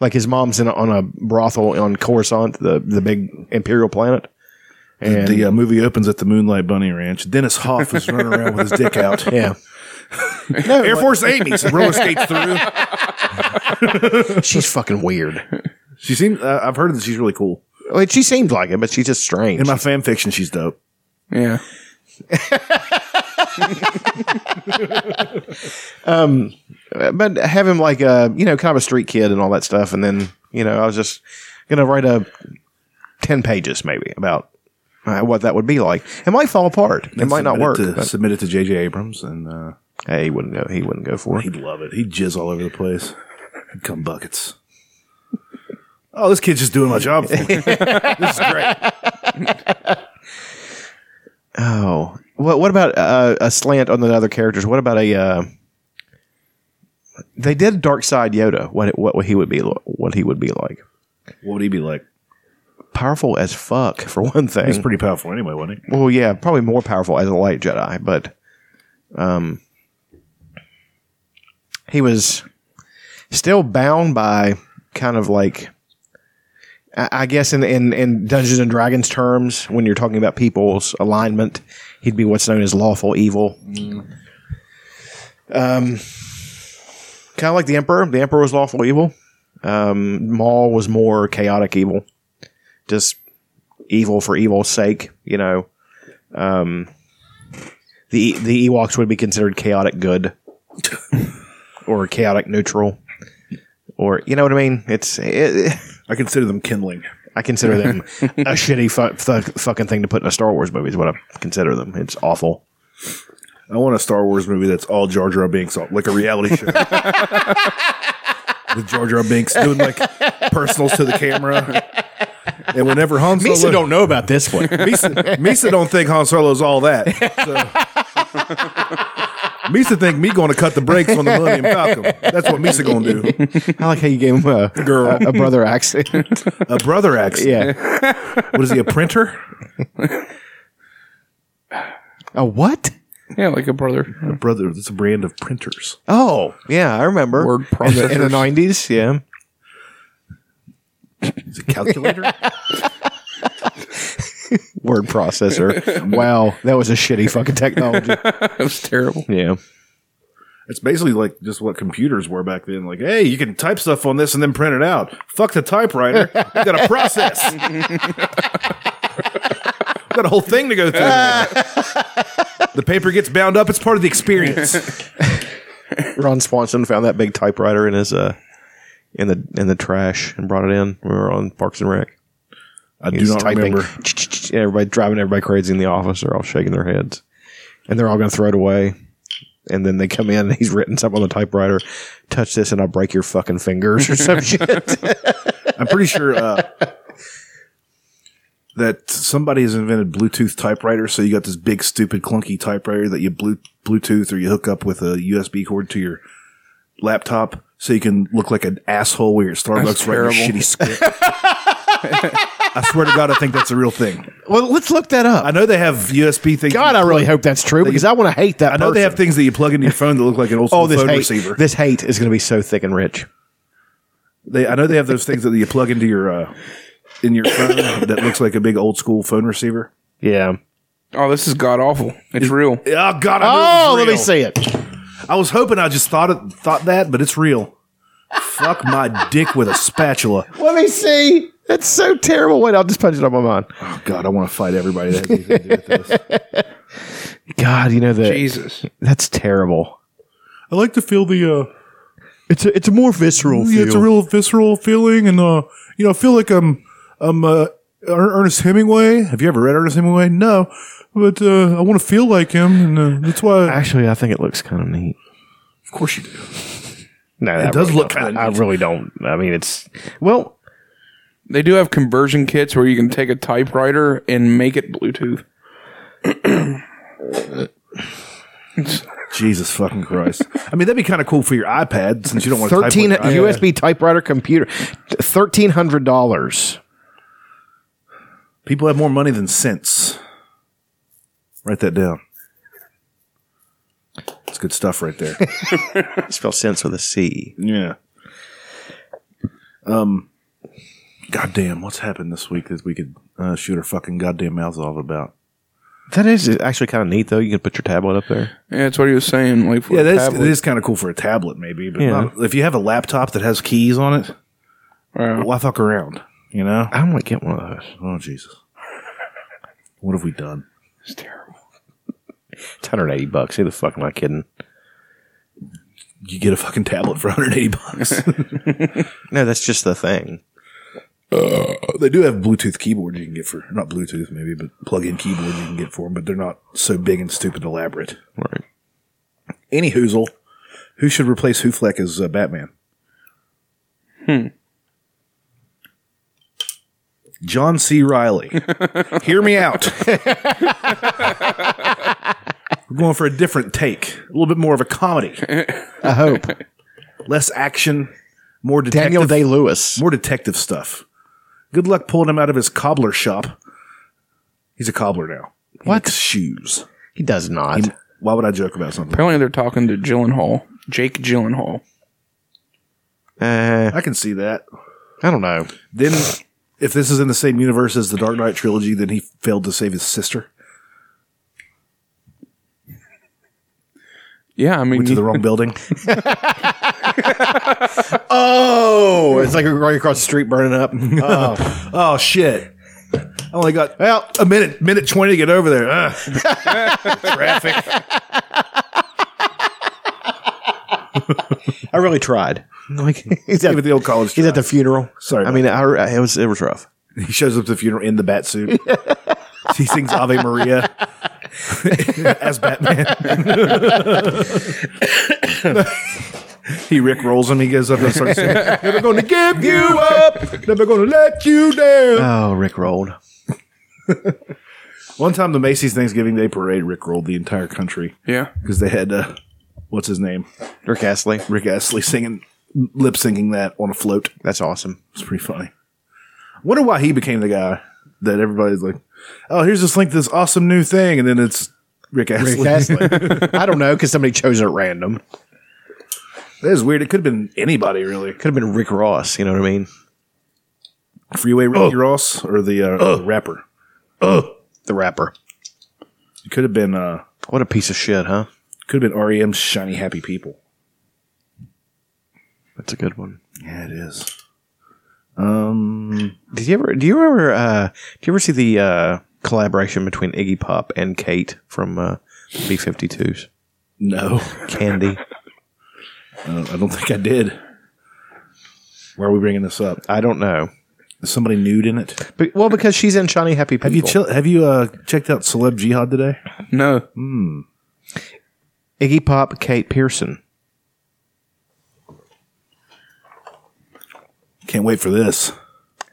[SPEAKER 5] Like his mom's in a, on a brothel on Coruscant, the the big imperial planet. And
[SPEAKER 3] The uh, movie opens at the Moonlight Bunny Ranch. Dennis Hoff is running around with his dick out.
[SPEAKER 5] yeah,
[SPEAKER 3] [laughs] Air Force Amy's roller skates through.
[SPEAKER 5] she's fucking weird.
[SPEAKER 3] She seems. Uh, I've heard that she's really cool.
[SPEAKER 5] I mean, she seemed like it, but she's just strange.
[SPEAKER 3] In my fan fiction, she's dope.
[SPEAKER 6] Yeah.
[SPEAKER 5] but have him like a you know kind of a street kid and all that stuff, and then you know I was just gonna write a ten pages maybe about uh, what that would be like. It might fall apart. It might not
[SPEAKER 3] Submit
[SPEAKER 5] work.
[SPEAKER 3] To,
[SPEAKER 5] but-
[SPEAKER 3] submit it to J.J. Abrams, and uh,
[SPEAKER 5] Hey, he wouldn't go. He wouldn't go for it.
[SPEAKER 3] he'd love it. He'd jizz all over the place. He'd come buckets. Oh, this kid's just doing my job. For me. this is great.
[SPEAKER 5] Oh, what? What about uh, a slant on the other characters? What about a? Uh, they did Dark Side Yoda. What? it- What he would be? lo- What he would be like?
[SPEAKER 3] What would he be like?
[SPEAKER 5] Powerful as fuck for one thing.
[SPEAKER 3] He's pretty powerful anyway, wasn't he?
[SPEAKER 5] well, yeah, probably more powerful as a light Jedi, but um, he was still bound by kind of like I I guess in, in, in Dungeons and Dragons terms, when you're talking about people's alignment, he'd be what's known as lawful evil. Um, kind of like the Emperor. The Emperor was lawful evil. Um, Maul was more chaotic evil, just evil for evil's sake. You know, um, the E, the Ewoks would be considered chaotic [laughs] good, or chaotic neutral, or you know what I mean. It's it,
[SPEAKER 3] I consider them kindling.
[SPEAKER 5] I consider [laughs] them a shitty fu- fu- fucking thing to put in a Star Wars movie. Is what I consider them. It's awful.
[SPEAKER 3] I want a Star Wars movie that's all Jar Jar Binks, all- like a
[SPEAKER 5] [laughs]
[SPEAKER 3] reality show. With Jar Jar Binks doing like personals to the camera. And whenever Han Solo.
[SPEAKER 5] Misa don't know about this one.
[SPEAKER 3] Misa, Misa don't think Han Solo's all that. So. Misa think me going to cut the brakes on the Millennium Falcon. That's what Misa going to do.
[SPEAKER 5] I like how you gave him a girl a, a brother [laughs] accent.
[SPEAKER 3] A brother accent.
[SPEAKER 5] yeah.
[SPEAKER 3] What is he, a printer?
[SPEAKER 5] A what?
[SPEAKER 6] Yeah, like a brother.
[SPEAKER 3] Brother, it's a brand of printers.
[SPEAKER 5] Oh yeah, I remember.
[SPEAKER 6] Word
[SPEAKER 5] in the- in the
[SPEAKER 6] processors.
[SPEAKER 5] nineties. Yeah.
[SPEAKER 3] Is it a calculator?
[SPEAKER 5] Word processor. [laughs] wow, that was a shitty fucking technology.
[SPEAKER 6] It's terrible.
[SPEAKER 5] Yeah.
[SPEAKER 3] It's basically like just what computers were back then. Like, hey, you can type stuff on this and then print it out. Fuck the typewriter. We got a process. we got a whole thing to go through. the paper gets bound up. It's part of the experience.
[SPEAKER 5] Ron Swanson found that big typewriter in his uh in the in the trash and brought it in. We were on Parks and Rec.
[SPEAKER 3] I do
[SPEAKER 5] He's
[SPEAKER 3] not
[SPEAKER 5] typing.
[SPEAKER 3] remember.
[SPEAKER 5] [laughs] Everybody driving everybody crazy in the office. They're all shaking their heads, and they're all going to throw it away. And then they come in, and he's written something on the typewriter. Touch this, and I'll break your fucking fingers or
[SPEAKER 3] [laughs]
[SPEAKER 5] some shit.
[SPEAKER 3] I'm pretty sure uh, [laughs] that somebody has invented Bluetooth typewriter. So you got this big, stupid, clunky typewriter that you blu- Bluetooth or you hook up with a USB cord to your laptop, so you can look like an asshole when you're at Starbucks writing a
[SPEAKER 6] terrible.
[SPEAKER 3] shitty script. [laughs] I swear to God, I think that's a real thing.
[SPEAKER 5] well, let's look that up.
[SPEAKER 3] I know they have USB things.
[SPEAKER 5] God, I really hope that's true because I want to hate that.
[SPEAKER 3] I know they have
[SPEAKER 5] person.
[SPEAKER 3] things that you plug into your phone that look like an old school
[SPEAKER 5] Oh, this
[SPEAKER 3] phone
[SPEAKER 5] hate,
[SPEAKER 3] receiver.
[SPEAKER 5] this hate is going to be so thick and rich.
[SPEAKER 3] They, I know they have those things that you plug into your uh, in your phone that looks like a big old school phone receiver.
[SPEAKER 5] Yeah.
[SPEAKER 6] Oh, this is god awful. It's real.
[SPEAKER 3] Oh God! I knew it
[SPEAKER 5] Oh,
[SPEAKER 3] was
[SPEAKER 5] let me
[SPEAKER 3] real.
[SPEAKER 5] see it.
[SPEAKER 3] I was hoping I just thought it, thought that, but it's real. Fuck my dick with a spatula.
[SPEAKER 5] Let me see. That's so terrible. Wait, I'll just punch it on my mind.
[SPEAKER 3] Oh God, I want to fight everybody that has anything to do with this.
[SPEAKER 5] God, you know that
[SPEAKER 6] Jesus.
[SPEAKER 5] that's terrible.
[SPEAKER 3] I like to feel the. Uh,
[SPEAKER 5] It's a, it's a more visceral
[SPEAKER 3] yeah, it's a real visceral feeling, and uh, you know, I feel like I'm I'm uh, Er- Ernest Hemingway. Have you ever read Ernest Hemingway? No, but uh, I want to feel like him, and uh, that's why.
[SPEAKER 5] Actually, I think it looks kind of neat.
[SPEAKER 3] of course you do.
[SPEAKER 5] No,
[SPEAKER 3] It does look kinda
[SPEAKER 5] I
[SPEAKER 3] neat.
[SPEAKER 5] really don't. I mean, it's well,
[SPEAKER 6] They do have conversion kits where you can take a typewriter and make it Bluetooth.
[SPEAKER 3] Jesus fucking Christ! I mean, that'd be kind of cool for your iPad since you don't want to
[SPEAKER 5] thirteen
[SPEAKER 3] type on your iPad.
[SPEAKER 5] USB typewriter computer, thirteen hundred dollars.
[SPEAKER 3] People have more money than sense. Write that down. It's good stuff right there.
[SPEAKER 5] Spell sense with a C.
[SPEAKER 3] yeah. Um. Goddamn, what's happened this week that we could uh, shoot our fucking goddamn mouths off about?
[SPEAKER 5] That is actually kind of neat, though. You can put your tablet up there.
[SPEAKER 6] Yeah, that's what he was saying. Like for
[SPEAKER 3] Yeah,
[SPEAKER 6] a
[SPEAKER 3] that is,
[SPEAKER 6] tablet.
[SPEAKER 3] it is kind of cool for a tablet, maybe. But
[SPEAKER 5] Yeah.
[SPEAKER 3] not- if you have a laptop that has keys on it,
[SPEAKER 6] Wow.
[SPEAKER 3] why fuck around? You know?
[SPEAKER 5] I want to get one of those.
[SPEAKER 3] Oh Jesus! What have we done?
[SPEAKER 6] It's terrible.
[SPEAKER 5] It's hundred eighty bucks. Who the fuck am I kidding?
[SPEAKER 3] You get a fucking tablet for 180 bucks.
[SPEAKER 5] No, that's just the thing.
[SPEAKER 3] They do have Bluetooth keyboards you can get for not Bluetooth maybe, but plug-in keyboards you can get for them. But they're not so big and stupid elaborate.
[SPEAKER 5] Right.
[SPEAKER 3] Any hoozle, who should replace Hoofleck as uh, Batman? Hmm. John C. Riley. Hear me out. We're going for a different take, a little bit more of a comedy,
[SPEAKER 5] I hope
[SPEAKER 3] less action, more detective.
[SPEAKER 5] Daniel Day Lewis.
[SPEAKER 3] more detective stuff. Good luck pulling him out of his cobbler shop. He's a cobbler now. He
[SPEAKER 5] What?
[SPEAKER 3] makes shoes?
[SPEAKER 5] He does not.
[SPEAKER 3] Why would I joke about something?
[SPEAKER 6] Apparently they're talking to Gyllenhaal, Jake Gyllenhaal.
[SPEAKER 5] Uh,
[SPEAKER 3] I can see that.
[SPEAKER 5] I don't know.
[SPEAKER 3] Then, if this is in the same universe as the Dark Knight trilogy, then he failed to save his sister
[SPEAKER 6] Yeah, I mean,
[SPEAKER 3] to the
[SPEAKER 5] [laughs]
[SPEAKER 3] wrong building.
[SPEAKER 5] Oh, it's like right across the street burning [laughs] up.
[SPEAKER 3] Oh shit! I only got well a minute, minute twenty to get over there. Uh, Ugh. Traffic.
[SPEAKER 5] I really tried. Like [laughs] he's at,
[SPEAKER 3] Even the old college
[SPEAKER 5] he's at
[SPEAKER 3] tried.
[SPEAKER 5] the funeral.
[SPEAKER 3] Sorry
[SPEAKER 5] I mean, I, it was it was rough.
[SPEAKER 3] He shows up to the funeral in the bat suit. he sings Ave Maria as Batman. he Rick rolls him. He goes up and starts singing. Never gonna give you up. Never gonna let you down.
[SPEAKER 5] Oh, Rick rolled.
[SPEAKER 3] One time, the Macy's Thanksgiving Day Parade, Rick rolled the entire country.
[SPEAKER 6] Yeah.
[SPEAKER 3] because they had uh, what's his name,
[SPEAKER 5] Rick Astley.
[SPEAKER 3] Rick Astley singing, lip syncing that on a float.
[SPEAKER 5] That's awesome.
[SPEAKER 3] It's pretty funny. Wonder why he became the guy that everybody's like, oh, here's this link to this awesome new thing, and then it's Rick Astley.
[SPEAKER 5] Rick Astley.
[SPEAKER 3] [laughs]
[SPEAKER 5] I don't know because somebody chose it at random.
[SPEAKER 3] That is weird. It could have been anybody really.
[SPEAKER 5] Could have been Rick Ross. You know what I mean?
[SPEAKER 3] Freeway Ricky Ross or the, uh, the rapper.
[SPEAKER 5] The rapper.
[SPEAKER 3] It could have been uh,
[SPEAKER 5] What a piece of shit, huh?
[SPEAKER 3] could have been REM's Shiny Happy People.
[SPEAKER 5] That's a good one.
[SPEAKER 3] Yeah, it is. Um,
[SPEAKER 5] Did you ever? Do you ever? Uh, do you ever see the uh, collaboration between Iggy Pop and Kate from uh, B52s?
[SPEAKER 3] No, [laughs]
[SPEAKER 5] Candy.
[SPEAKER 3] I don't, I don't think I did. Why are we bringing this up? Uh,
[SPEAKER 5] I don't know.
[SPEAKER 3] Is somebody nude in it?
[SPEAKER 5] But, well, because she's in Shiny Happy People.
[SPEAKER 3] Have you chill, have you uh, checked out Celeb Jihad today?
[SPEAKER 6] No.
[SPEAKER 5] Iggy Pop, Kate Pearson.
[SPEAKER 3] Can't wait for this.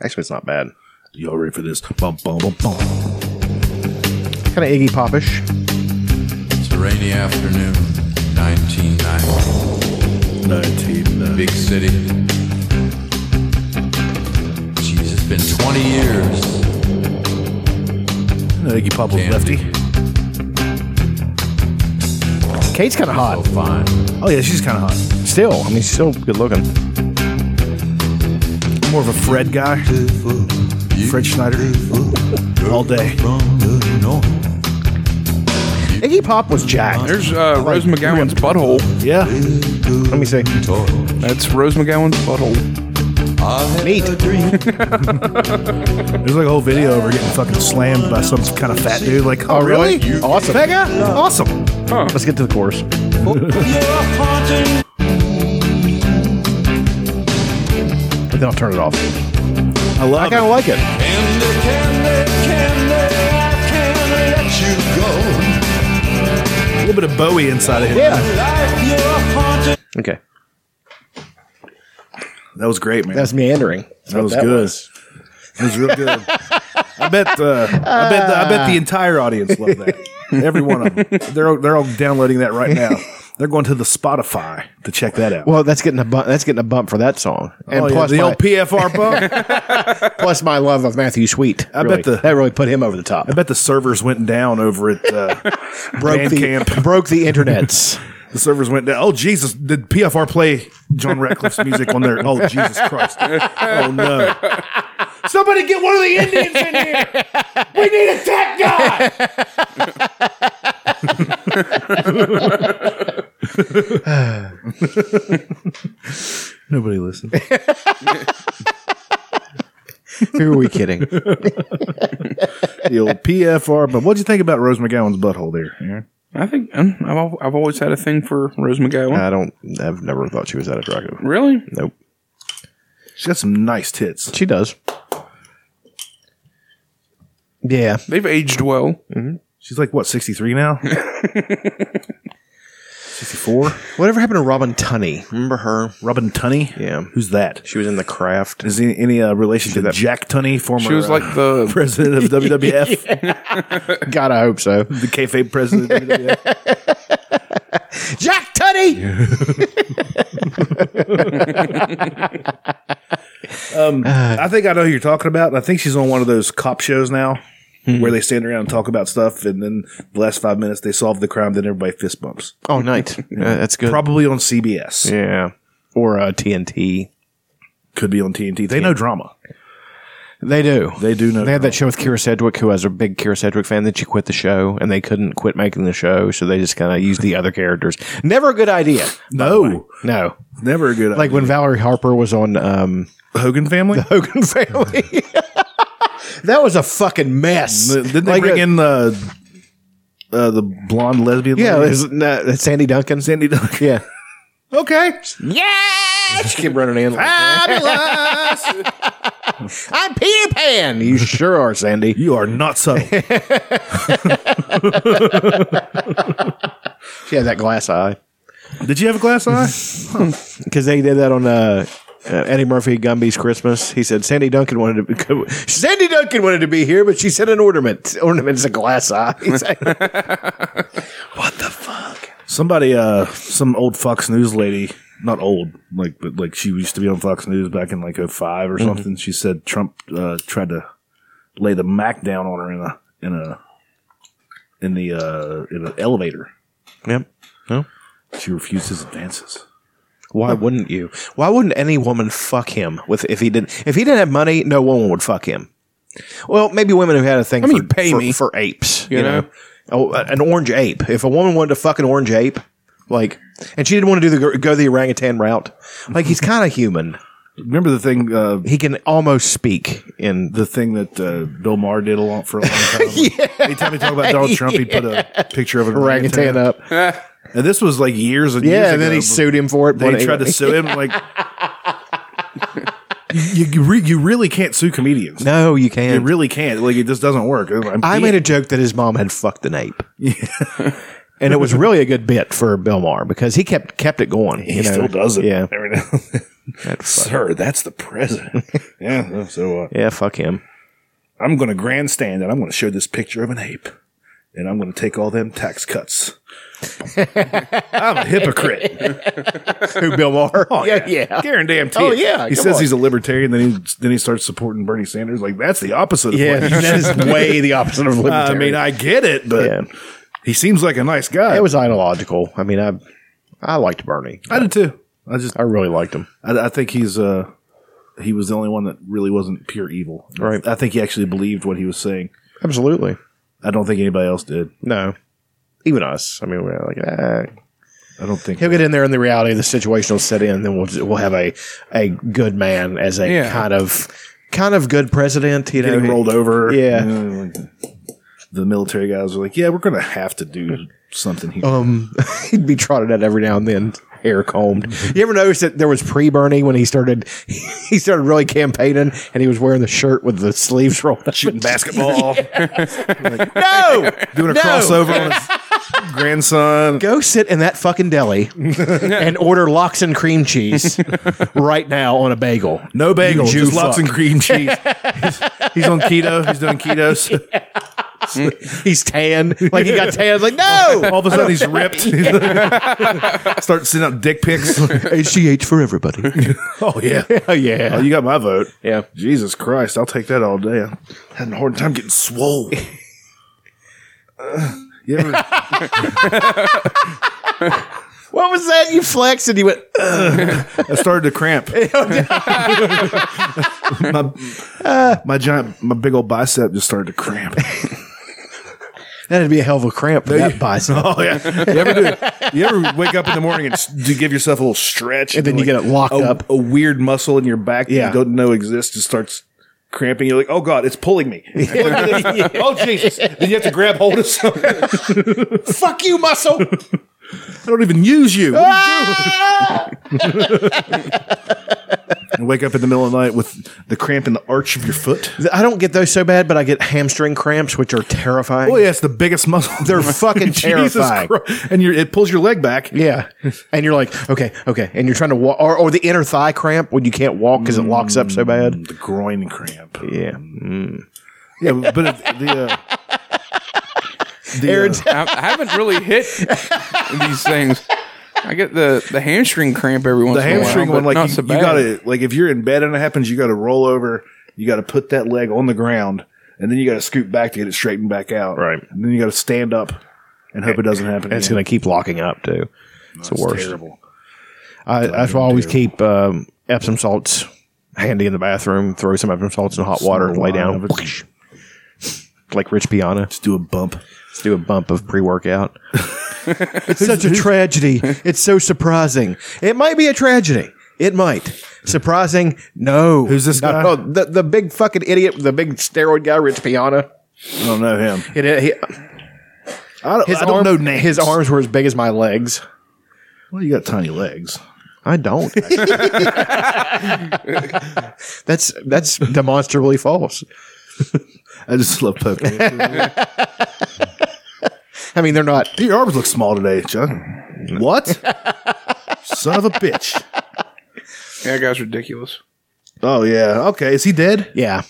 [SPEAKER 5] Actually, it's not bad.
[SPEAKER 3] Y'all ready for this? Bum, bum, bum, bum.
[SPEAKER 5] Kind of Iggy Popish.
[SPEAKER 8] It's a rainy afternoon, 1990,
[SPEAKER 3] 1990.
[SPEAKER 8] big city. Jeez, it's been 20 years.
[SPEAKER 3] I think he probably
[SPEAKER 8] Damn.
[SPEAKER 3] lefty.
[SPEAKER 5] Kate's kind of
[SPEAKER 8] Oh,
[SPEAKER 5] hot
[SPEAKER 8] fine.
[SPEAKER 3] Oh yeah, she's kind of hot.
[SPEAKER 5] still. I mean, she's still good looking.
[SPEAKER 3] More of a Fred guy. Fred Schneider. All day.
[SPEAKER 5] Iggy Pop was jacked.
[SPEAKER 6] There's uh, Rose McGowan's butthole.
[SPEAKER 3] Yeah.
[SPEAKER 5] Let me see.
[SPEAKER 6] That's Rose McGowan's butthole.
[SPEAKER 5] Neat.
[SPEAKER 3] There's like a whole video of her getting fucking slammed by some kind of fat dude. Like, oh, really?
[SPEAKER 5] Awesome.
[SPEAKER 3] Pega? Awesome.
[SPEAKER 5] Let's get to the
[SPEAKER 3] [laughs]
[SPEAKER 5] chorus. But then I'll turn it off.
[SPEAKER 3] I love
[SPEAKER 5] I kind of like it.
[SPEAKER 3] it. A little bit of Bowie inside of him.
[SPEAKER 5] Yeah. Okay.
[SPEAKER 3] That was great, man.
[SPEAKER 5] That's meandering. That's
[SPEAKER 3] that
[SPEAKER 5] what
[SPEAKER 3] was good. It was real good. I bet. Uh, I bet. The, I bet the entire audience loved that. Every one of them. They're they're all downloading that right now. They're going to the Spotify to check that out.
[SPEAKER 5] Well, that's getting a bump. That's getting a bump for that song, and
[SPEAKER 3] Oh, yeah,
[SPEAKER 5] plus
[SPEAKER 3] the
[SPEAKER 5] my,
[SPEAKER 3] old PFR bump.
[SPEAKER 5] plus my love of Matthew Sweet. I
[SPEAKER 3] bet the-
[SPEAKER 5] that really put him over the top.
[SPEAKER 3] I bet the servers went down over at uh,
[SPEAKER 5] [laughs] broke the
[SPEAKER 3] [laughs] Bandcamp.
[SPEAKER 5] broke the internets.
[SPEAKER 3] The servers went down. Oh Jesus! Did PFR play John Ratcliffe's music on there? Oh Jesus Christ! Oh no! Somebody get one of the Indians in here. We need a tech guy. [laughs] Nobody listened.
[SPEAKER 5] [laughs] Who are we kidding?
[SPEAKER 3] The old PFR. But what'd you think about Rose McGowan's butthole there? Aaron?
[SPEAKER 6] I think um, I've, al- I've always had a thing for Rose McGowan.
[SPEAKER 3] Uh,
[SPEAKER 5] I don't. I've never thought she was that attractive.
[SPEAKER 6] really?
[SPEAKER 5] Nope.
[SPEAKER 3] She got some nice tits.
[SPEAKER 5] She does. Yeah.
[SPEAKER 6] They've aged well.
[SPEAKER 3] She's like what, sixty three
[SPEAKER 5] [laughs]
[SPEAKER 3] now? Sixty four.
[SPEAKER 5] Whatever happened to Robin Tunney? Remember her?
[SPEAKER 3] Robin Tunney.
[SPEAKER 5] Yeah.
[SPEAKER 3] Who's that?
[SPEAKER 5] She was in The Craft.
[SPEAKER 3] Is any, any uh, relation to
[SPEAKER 5] that-
[SPEAKER 3] Jack Tunney, former
[SPEAKER 6] She was
[SPEAKER 3] uh,
[SPEAKER 6] like the
[SPEAKER 3] [laughs] president of WWF,
[SPEAKER 5] God, I hope so.
[SPEAKER 3] the kayfabe president of WWF?
[SPEAKER 5] Jack Tunney.
[SPEAKER 3] [laughs] I think I know who you're talking about. and I think she's on one of those cop shows now where they stand around and talk about stuff, and then the last five minutes they solve the crime, then everybody fist bumps.
[SPEAKER 5] Oh, night.
[SPEAKER 3] [laughs]
[SPEAKER 5] Uh, that's good.
[SPEAKER 3] Probably on CBS.
[SPEAKER 5] Yeah. Or uh, TNT.
[SPEAKER 3] Could be on TNT. They know drama.
[SPEAKER 5] They do.
[SPEAKER 3] They do know.
[SPEAKER 5] They had that show with Kira Sedgwick, who was a big Kira Sedgwick fan. Then she quit the show, and they couldn't quit making the show, so they just kind of used the other characters. Never a good idea.
[SPEAKER 3] no,
[SPEAKER 5] No,
[SPEAKER 3] never a good
[SPEAKER 5] like when Valerie Harper was on um, [laughs]
[SPEAKER 3] Hogan [laughs] family.
[SPEAKER 5] Hogan Family.
[SPEAKER 3] [laughs]
[SPEAKER 5] that was a fucking mess.
[SPEAKER 3] Didn't they
[SPEAKER 5] Like,
[SPEAKER 3] bring
[SPEAKER 5] uh,
[SPEAKER 3] in the uh, the blonde lesbian?
[SPEAKER 5] Yeah,
[SPEAKER 3] lady?
[SPEAKER 5] it was, uh, Sandy Duncan.
[SPEAKER 3] Sandy Duncan.
[SPEAKER 5] yeah.
[SPEAKER 3] Okay.
[SPEAKER 5] Yeah. Just keep running in. Like, Fabulous! [laughs] I'm Peter Pan. You sure are, Sandy.
[SPEAKER 3] You are
[SPEAKER 5] [laughs]
[SPEAKER 3] not subtle.
[SPEAKER 5] She had that glass eye
[SPEAKER 3] Did you have a glass eye?
[SPEAKER 5] because they did that on uh, uh, Eddie Murphy Gumby's Christmas. He said Sandy Duncan wanted to be, [laughs] Sandy Duncan wanted to be here, but she said an ornament. Ornament's a glass eye. [laughs] He's like, what the fuck?
[SPEAKER 3] Somebody, uh, some old Fox News lady, not old, like, but like she used to be on Fox News back in like 05 or something. She said Trump, uh, tried to lay the Mac down on her in a, in a, in the, uh, in an elevator.
[SPEAKER 5] Yep.
[SPEAKER 3] She refused his advances. [laughs]
[SPEAKER 5] Why wouldn't you? Why wouldn't any woman fuck him with if he didn't if he didn't have money? No woman would fuck him. Well, maybe women who had a thing.
[SPEAKER 6] I
[SPEAKER 5] for,
[SPEAKER 6] mean, pay
[SPEAKER 5] for,
[SPEAKER 6] me.
[SPEAKER 5] for apes, you,
[SPEAKER 6] You
[SPEAKER 5] know,
[SPEAKER 6] know?
[SPEAKER 5] Oh, a- an orange ape. If a woman wanted to fuck an orange ape, like, and she didn't want to do the go the orangutan route, like he's kind of human.
[SPEAKER 3] Remember the thing, uh,
[SPEAKER 5] He can almost speak in the
[SPEAKER 3] the thing that uh, Bill Maher did a lot for a long time. [laughs] Anytime he talked about Donald Trump, he put a picture of an
[SPEAKER 5] orangutan up.
[SPEAKER 3] [laughs] And this was like years and years
[SPEAKER 5] Yeah, and then
[SPEAKER 3] ago,
[SPEAKER 5] he
[SPEAKER 3] but-
[SPEAKER 5] sued him for it.
[SPEAKER 3] they
[SPEAKER 5] but-
[SPEAKER 3] tried to sue him like [laughs] you you, re, you really can't sue comedians
[SPEAKER 5] No, you
[SPEAKER 3] you
[SPEAKER 5] can't.
[SPEAKER 3] really can't like it just doesn't work I'm
[SPEAKER 5] I
[SPEAKER 3] being-
[SPEAKER 5] made a joke that his mom had fucked an ape.
[SPEAKER 3] [laughs]
[SPEAKER 5] and it was really a good bit for Bill Maher because he kept kept it going.
[SPEAKER 3] he
[SPEAKER 5] you know?
[SPEAKER 3] still does it
[SPEAKER 5] Yeah.
[SPEAKER 3] every now and then. [laughs] sir that's
[SPEAKER 5] [laughs]
[SPEAKER 3] the president yeah so uh,
[SPEAKER 5] Yeah, fuck him.
[SPEAKER 3] I'm gonna grandstand and I'm gonna show this picture of an ape and I'm gonna take all them
[SPEAKER 5] [laughs]
[SPEAKER 3] tax cuts I'm a hypocrite
[SPEAKER 5] Who Bill Maher? Oh, yeah, yeah.
[SPEAKER 3] guaranteed
[SPEAKER 5] Oh, yeah,
[SPEAKER 3] he
[SPEAKER 5] come
[SPEAKER 3] says
[SPEAKER 5] on.
[SPEAKER 3] he's a libertarian then he then he starts supporting Bernie Sanders like that's the opposite of
[SPEAKER 5] Yeah,
[SPEAKER 3] what
[SPEAKER 5] [laughs] that is way the opposite of
[SPEAKER 3] I
[SPEAKER 5] libertarian.
[SPEAKER 3] mean, I get it, but
[SPEAKER 5] Yeah.
[SPEAKER 3] he seems like a nice guy.
[SPEAKER 5] it was ideological. I mean, I I liked Bernie.
[SPEAKER 3] I did too. I just,
[SPEAKER 5] I really liked him.
[SPEAKER 3] I, I think he's, uh, he was the only one that really wasn't pure evil.
[SPEAKER 5] Right.
[SPEAKER 3] I think he actually believed what he was saying.
[SPEAKER 5] Absolutely.
[SPEAKER 3] I don't think anybody else did.
[SPEAKER 5] No. Even us. I mean, we're like, eh.
[SPEAKER 3] I don't think.
[SPEAKER 5] he'll get in there, and the reality of the situation will set in. Then we'll we'll have a a good man as a
[SPEAKER 6] Yeah.
[SPEAKER 5] kind of kind of good president. You know,
[SPEAKER 3] Getting rolled over.
[SPEAKER 5] Yeah.
[SPEAKER 3] you know, like, the military guys were like, yeah, we're going to have to do something here.
[SPEAKER 5] um, he'd be trotted out every now and then, hair combed. You ever notice that there was pre Bernie when he started? [laughs] He started really campaigning, and he was wearing the shirt with the sleeves rolled up. [laughs]
[SPEAKER 3] Shooting [laughs] basketball,
[SPEAKER 5] No,
[SPEAKER 3] doing a
[SPEAKER 5] No.
[SPEAKER 3] crossover on his [laughs] grandson.
[SPEAKER 5] go sit in that fucking
[SPEAKER 3] [laughs]
[SPEAKER 5] deli and order lox and cream cheese right now on a bagel.
[SPEAKER 3] No bagel,
[SPEAKER 5] You Jew
[SPEAKER 3] just lots
[SPEAKER 5] fuck.
[SPEAKER 3] and [laughs] cream cheese. he's, he's on keto. He's doing [laughs] keto. so-
[SPEAKER 5] He's tan, like he got tan. Like
[SPEAKER 3] [laughs]
[SPEAKER 5] no,
[SPEAKER 3] All of a sudden, he's ripped. [laughs] Start sending out dick pics.
[SPEAKER 5] HGH for everybody.
[SPEAKER 3] [laughs] oh [laughs] yeah,
[SPEAKER 5] [laughs] oh yeah.
[SPEAKER 3] Oh, you got my vote.
[SPEAKER 5] Yeah.
[SPEAKER 3] Jesus Christ, I'll take that all day. I'm having a hard time getting swole. Uh, you ever-
[SPEAKER 5] What was that? You flexed and you went. "Ugh."
[SPEAKER 3] I started to [laughs] cramp. my, [laughs] my giant, my big old bicep just started to cramp.
[SPEAKER 5] That'd be a hell of a cramp for that bicep.
[SPEAKER 3] [laughs] Oh yeah,
[SPEAKER 5] [laughs]
[SPEAKER 3] you ever do? You ever wake up in the morning and s- do give yourself a little stretch,
[SPEAKER 5] And then you get it locked
[SPEAKER 3] a,
[SPEAKER 5] up.
[SPEAKER 3] A weird muscle in your back that
[SPEAKER 5] Yeah.
[SPEAKER 3] you don't know exists just starts cramping. You're like, oh god, it's
[SPEAKER 5] [laughs]
[SPEAKER 3] pulling me. [laughs] oh Jesus! Then you have to grab hold of something.
[SPEAKER 5] [laughs] Fuck you, muscle.
[SPEAKER 3] I don't even use you. What are you doing? [laughs] and wake up in the middle of the night with the cramp in the arch of your foot.
[SPEAKER 5] I don't get those so bad, but I get hamstring cramps, which are terrifying.
[SPEAKER 3] Oh yeah, it's the biggest [laughs] muscle.
[SPEAKER 5] They're fucking terrifying.
[SPEAKER 3] Christ. And you're, it pulls your leg back.
[SPEAKER 5] Yeah. And you're like, okay, okay. And you're trying to walk, or, or the inner thigh cramp when you can't walk because it locks up so bad.
[SPEAKER 3] The groin cramp.
[SPEAKER 5] Yeah.
[SPEAKER 3] Yeah, but it, the. Uh, the,
[SPEAKER 5] Aaron's-
[SPEAKER 6] I, I haven't really hit these things. I get the, the hamstring cramp every once
[SPEAKER 3] the
[SPEAKER 6] in a while.
[SPEAKER 3] hamstring
[SPEAKER 6] but
[SPEAKER 3] one, like
[SPEAKER 6] not
[SPEAKER 3] you,
[SPEAKER 6] so
[SPEAKER 3] you
[SPEAKER 6] bad.
[SPEAKER 3] gotta like if you're in bed and it happens, you gotta roll over, you gotta put that leg on the ground, and then you gotta scoot back to get it straightened back out.
[SPEAKER 5] Right.
[SPEAKER 3] And then you gotta stand up and hope it doesn't happen.
[SPEAKER 5] And it's
[SPEAKER 3] again.
[SPEAKER 5] going to keep locking up, too. It's the worst.
[SPEAKER 3] terrible.
[SPEAKER 5] I, that's why I always keep um, Epsom salts handy in the bathroom, throw some Epsom salts in hot water, and lay down. Like Rich Piana.
[SPEAKER 3] Just do a bump.
[SPEAKER 5] Let's do a bump of pre [laughs] workout. it's such a tragedy. It's so surprising. It might be a tragedy. It might. Surprising? No.
[SPEAKER 3] Who's this
[SPEAKER 5] No,
[SPEAKER 3] guy?
[SPEAKER 5] no, the, the big fucking idiot, the big steroid guy, Rich Piana.
[SPEAKER 3] I don't know him.
[SPEAKER 5] It, he,
[SPEAKER 3] I don't,
[SPEAKER 5] his
[SPEAKER 3] I don't
[SPEAKER 5] arm-
[SPEAKER 3] know names.
[SPEAKER 5] His arms were as big as my legs.
[SPEAKER 3] Well, you got tiny legs.
[SPEAKER 5] I [laughs] don't. that's that's demonstrably false.
[SPEAKER 3] I just love poking.
[SPEAKER 5] [laughs] I mean, they're not.
[SPEAKER 3] Your arms look small today, Chuck.
[SPEAKER 5] [laughs]
[SPEAKER 3] What? Son of a bitch.
[SPEAKER 6] Yeah, that guy's ridiculous.
[SPEAKER 3] Oh yeah. Okay. Is he dead?
[SPEAKER 5] Yeah,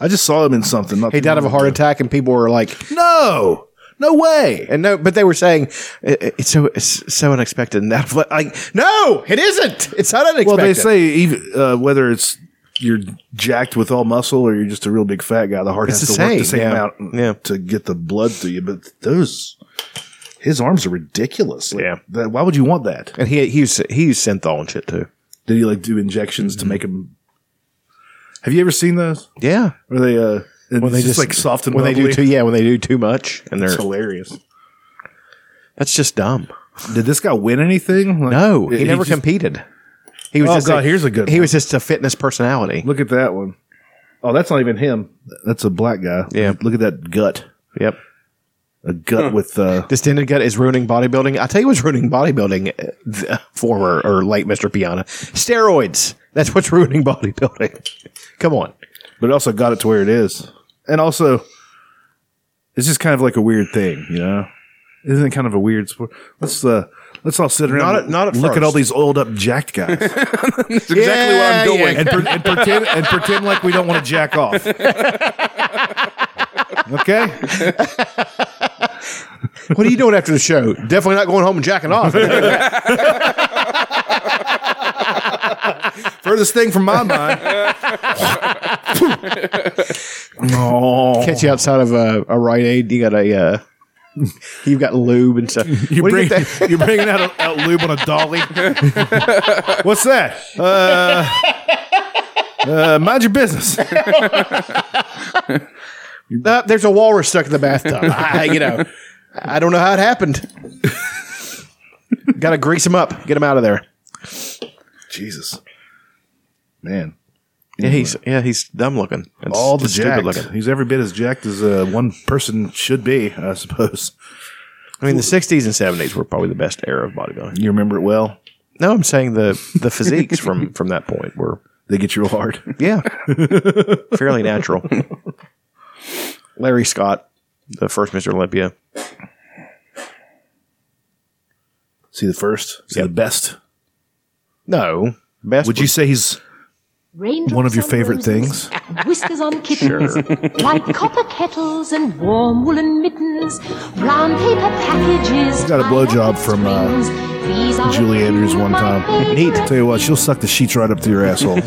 [SPEAKER 3] I just saw him in something. not
[SPEAKER 5] he
[SPEAKER 3] too
[SPEAKER 5] died of a
[SPEAKER 3] long
[SPEAKER 5] heart
[SPEAKER 3] ago.
[SPEAKER 5] attack, and people were like,
[SPEAKER 3] No. No way.
[SPEAKER 5] and no, but they were saying "It- it- it's so it's so unexpected, and that's what- like, no, it isn't. It's not unexpected.
[SPEAKER 3] Well, they say even uh, whether it's you're jacked with all muscle or you're just a real big fat guy, the heart
[SPEAKER 5] It's
[SPEAKER 3] has
[SPEAKER 5] the
[SPEAKER 3] to work the
[SPEAKER 5] same,
[SPEAKER 3] same
[SPEAKER 5] yeah.
[SPEAKER 3] amount
[SPEAKER 5] Yeah.
[SPEAKER 3] to get the blood to you. But those, his arms are ridiculous. Like,
[SPEAKER 5] Yeah.
[SPEAKER 3] that- why would you want that?
[SPEAKER 5] and he he used, he used synthol and shit too.
[SPEAKER 3] Did he like do injections
[SPEAKER 5] Mm-hmm.
[SPEAKER 3] to make him? Have you ever seen those?
[SPEAKER 5] Yeah,
[SPEAKER 3] Where they uh, when they just, like soft and
[SPEAKER 5] when they do
[SPEAKER 3] bubbly?
[SPEAKER 5] too yeah when they do too much, and
[SPEAKER 3] [laughs] It's
[SPEAKER 5] they're
[SPEAKER 3] hilarious.
[SPEAKER 5] that's just dumb.
[SPEAKER 3] Did this guy win anything? Like,
[SPEAKER 5] No, he, never
[SPEAKER 3] just-
[SPEAKER 5] competed. He was
[SPEAKER 3] Oh,
[SPEAKER 5] just
[SPEAKER 3] God, here's a good
[SPEAKER 5] He
[SPEAKER 3] one.
[SPEAKER 5] was just a fitness personality.
[SPEAKER 3] Look at that one. Oh, that's not even him. That's a black guy.
[SPEAKER 5] Yeah.
[SPEAKER 3] Look at that gut.
[SPEAKER 5] Yep.
[SPEAKER 3] A gut with uh,
[SPEAKER 5] Distended gut is ruining bodybuilding. I tell you what's ruining bodybuilding, uh, the former or late Mr. Piana. Steroids. That's what's ruining [laughs] bodybuilding. Come on.
[SPEAKER 3] but it also got it to where it is. And also, it's just kind of like a weird thing, you know? Isn't it kind of a weird sport? Let's uh, let's all sit around.
[SPEAKER 5] Not at-
[SPEAKER 3] and
[SPEAKER 5] not at
[SPEAKER 3] look at all
[SPEAKER 5] first.
[SPEAKER 3] these oiled up
[SPEAKER 5] [laughs]
[SPEAKER 3] jacked guys and,
[SPEAKER 6] That's exactly what
[SPEAKER 5] Uh,
[SPEAKER 6] I'm doing.
[SPEAKER 3] pre- and pretend and pretend like we don't want to jack off. Okay,
[SPEAKER 5] What are you doing after the show? Definitely not going home and jacking [laughs] off.
[SPEAKER 3] furthest thing from
[SPEAKER 5] [laughs]
[SPEAKER 3] my mind. oh,
[SPEAKER 5] Catch you outside of a, a Rite Aid. You got a, uh, [laughs] you've got lube and stuff.
[SPEAKER 3] you
[SPEAKER 5] What do
[SPEAKER 3] bring,
[SPEAKER 5] you get [laughs] that-
[SPEAKER 3] you're bringing out, a, out lube on a dolly. [laughs] What's that? Uh, uh, mind your business.
[SPEAKER 5] Uh, there's a walrus stuck in the [laughs] bathtub. I, you know, I don't know how it happened. got to grease him up. Get him out of there.
[SPEAKER 3] Jesus, man.
[SPEAKER 5] Yeah, he's yeah, he's dumb looking. It's-
[SPEAKER 3] all the
[SPEAKER 5] it's stupid
[SPEAKER 3] jacked. He's every bit as jacked as uh, one person should be, I suppose.
[SPEAKER 5] I mean, the '60s and '70s were probably the best era of bodybuilding.
[SPEAKER 3] You remember it well.
[SPEAKER 5] No, I'm saying the the physiques from from that point were
[SPEAKER 3] They get you hard.
[SPEAKER 5] [laughs] yeah, fairly natural. Larry Scott, the first Mr. Olympia.
[SPEAKER 3] See the first. See the best.
[SPEAKER 5] No, best.
[SPEAKER 3] Would you say he's
[SPEAKER 9] Raindrops
[SPEAKER 3] one of your
[SPEAKER 9] on
[SPEAKER 3] favorite
[SPEAKER 9] roses,
[SPEAKER 3] things?
[SPEAKER 9] Whiskers on kittens, white copper kettles and warm woolen mittens, brown paper packages.
[SPEAKER 3] Got a blowjob from, uh, Julie Andrews one time. Tell you what, she'll suck the sheets right up to your asshole.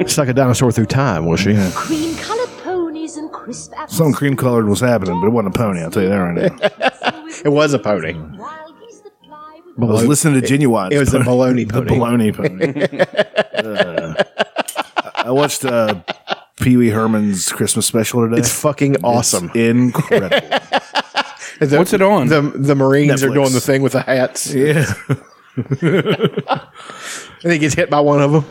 [SPEAKER 5] It's like a dinosaur through time, will she?
[SPEAKER 9] Cream colored ponies and crisp apples.
[SPEAKER 3] Something cream colored was happening, but it wasn't a pony. I'll tell you that right now.
[SPEAKER 5] It was a pony.
[SPEAKER 9] Wild geese that fly with-
[SPEAKER 3] I was listening to Genuine.
[SPEAKER 5] It was a baloney
[SPEAKER 3] [laughs] The
[SPEAKER 5] pony.
[SPEAKER 3] baloney pony. Uh, I watched uh, Pee Wee Herman's Christmas special today.
[SPEAKER 5] It's fucking awesome. [laughs]
[SPEAKER 3] incredible.
[SPEAKER 5] The-
[SPEAKER 6] What's it on?
[SPEAKER 5] The the Marines are
[SPEAKER 3] Netflix.
[SPEAKER 5] doing the thing with the hats,
[SPEAKER 3] yeah.
[SPEAKER 5] and he gets hit by one of them.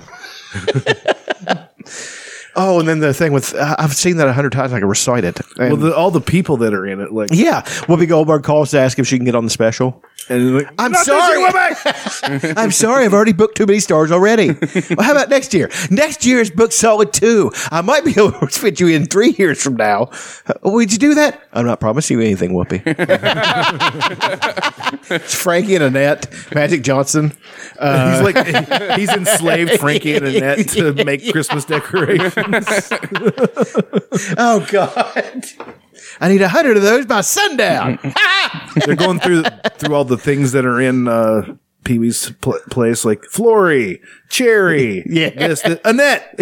[SPEAKER 5] [laughs] oh, and then the thing with I- I've seen that a hundred times. I can recite it. And-
[SPEAKER 3] Well, the, all the people that are in it, like,
[SPEAKER 5] yeah, Whoopi Goldberg calls to ask if she can get on the special.
[SPEAKER 3] and like
[SPEAKER 5] I'm
[SPEAKER 3] "Not this
[SPEAKER 5] sorry.
[SPEAKER 3] year, Whoopi!"
[SPEAKER 5] [laughs] I'm sorry, I've already booked too many stars
[SPEAKER 3] [laughs]
[SPEAKER 5] already. well, how about next year? Next year's booked solid two. I might be able to fit you in three years from now. Uh, would you do that? I'm not promising you anything,
[SPEAKER 3] [laughs]
[SPEAKER 5] Whoopi. it's Frankie and Annette, Magic Johnson.
[SPEAKER 3] he's
[SPEAKER 5] [laughs]
[SPEAKER 3] like he's enslaved Frankie and Annette to make Christmas decorations.
[SPEAKER 5] Oh God. I need a hundred of those by
[SPEAKER 3] [laughs]
[SPEAKER 5] sundown.
[SPEAKER 3] They're going through through all the things that are in uh, Pee Wee's pl- place, like Flory, Cherry,
[SPEAKER 5] Yeah.
[SPEAKER 3] this, th- Annette,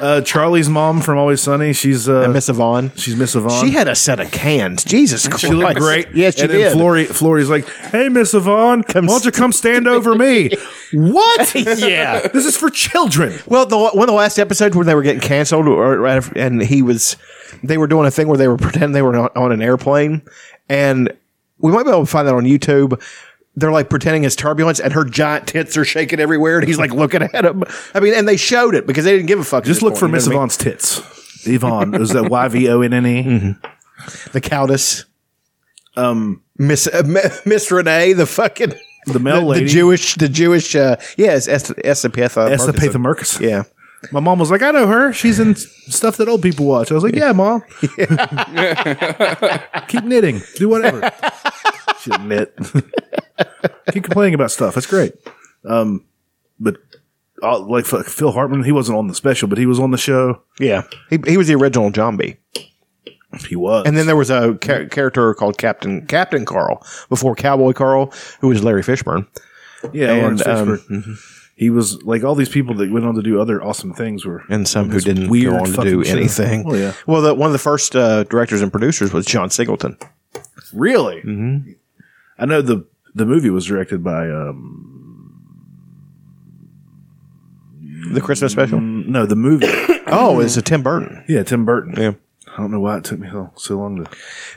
[SPEAKER 5] [laughs]
[SPEAKER 3] [laughs] uh, Charlie's mom from Always Sunny. She's uh,
[SPEAKER 5] Miss Yvonne.
[SPEAKER 3] she's Miss Yvonne.
[SPEAKER 5] She had a set of cans. Jesus Christ.
[SPEAKER 3] She looked great.
[SPEAKER 5] Yes, she
[SPEAKER 3] and
[SPEAKER 5] did.
[SPEAKER 3] Then Flory, Flory's like, "Hey, Miss Yvonne, why don't you come stand over me? [laughs] what?
[SPEAKER 5] [laughs] yeah.
[SPEAKER 3] This is for children.
[SPEAKER 5] Well, the, one of the last episodes where they were getting canceled, or, right af- and he was, they were doing a thing where they were [laughs] pretending they were on, on an airplane, and we might be able to find that on YouTube. They're like pretending it's turbulence, and her giant tits are shaking everywhere, and he's like looking at him. I mean, and they showed it because they didn't give a fuck. at
[SPEAKER 3] Just
[SPEAKER 5] this
[SPEAKER 3] look
[SPEAKER 5] point,
[SPEAKER 3] for
[SPEAKER 5] you know
[SPEAKER 3] Miss
[SPEAKER 5] what I mean?
[SPEAKER 3] Yvonne's tits. Yvonne is that Y V O N
[SPEAKER 5] [laughs]
[SPEAKER 3] N E?
[SPEAKER 5] Mm-hmm. [laughs] the countess, um, Miss uh, Mi- Miss Renee, the fucking
[SPEAKER 3] the male
[SPEAKER 5] the
[SPEAKER 3] lady.
[SPEAKER 5] Jewish, the Jewish, uh, yeah, it's es- Esapetha.
[SPEAKER 3] Esapatha
[SPEAKER 5] Murkison.
[SPEAKER 3] Merkus.
[SPEAKER 5] Yeah.
[SPEAKER 3] My mom was like, I know her. She's in s- stuff that old people watch. I was like, Yeah, mom. [laughs] Keep knitting.
[SPEAKER 5] [laughs]
[SPEAKER 3] Do whatever. she knit. [laughs] Keep complaining about stuff. That's great. Um, but uh, like fuck, Phil Hartman, he wasn't on the special, but he was on the show.
[SPEAKER 5] Yeah. He, he was the original zombie.
[SPEAKER 3] He was.
[SPEAKER 5] And then there was a cha- character called Captain Captain Carl before Cowboy Carl, who was Larry Fishburne.
[SPEAKER 3] yeah,
[SPEAKER 5] and,
[SPEAKER 3] Lawrence
[SPEAKER 5] um,
[SPEAKER 3] Fishburne. He was like all these people that went on to do other awesome things were
[SPEAKER 5] and some who
[SPEAKER 3] this
[SPEAKER 5] didn't
[SPEAKER 3] weird
[SPEAKER 5] go on to
[SPEAKER 3] fucking
[SPEAKER 5] do
[SPEAKER 3] show.
[SPEAKER 5] anything.
[SPEAKER 3] Oh, yeah.
[SPEAKER 5] Well, the, one of the first uh, directors and producers was John Singleton.
[SPEAKER 3] Really? Mm-hmm. I know the the movie was directed by um
[SPEAKER 5] The Christmas special.
[SPEAKER 3] no
[SPEAKER 5] [coughs]
[SPEAKER 3] the movie
[SPEAKER 5] Oh, it's a Tim Burton.
[SPEAKER 3] yeah Tim Burton
[SPEAKER 5] Yeah.
[SPEAKER 3] I don't know why it took me so, so long to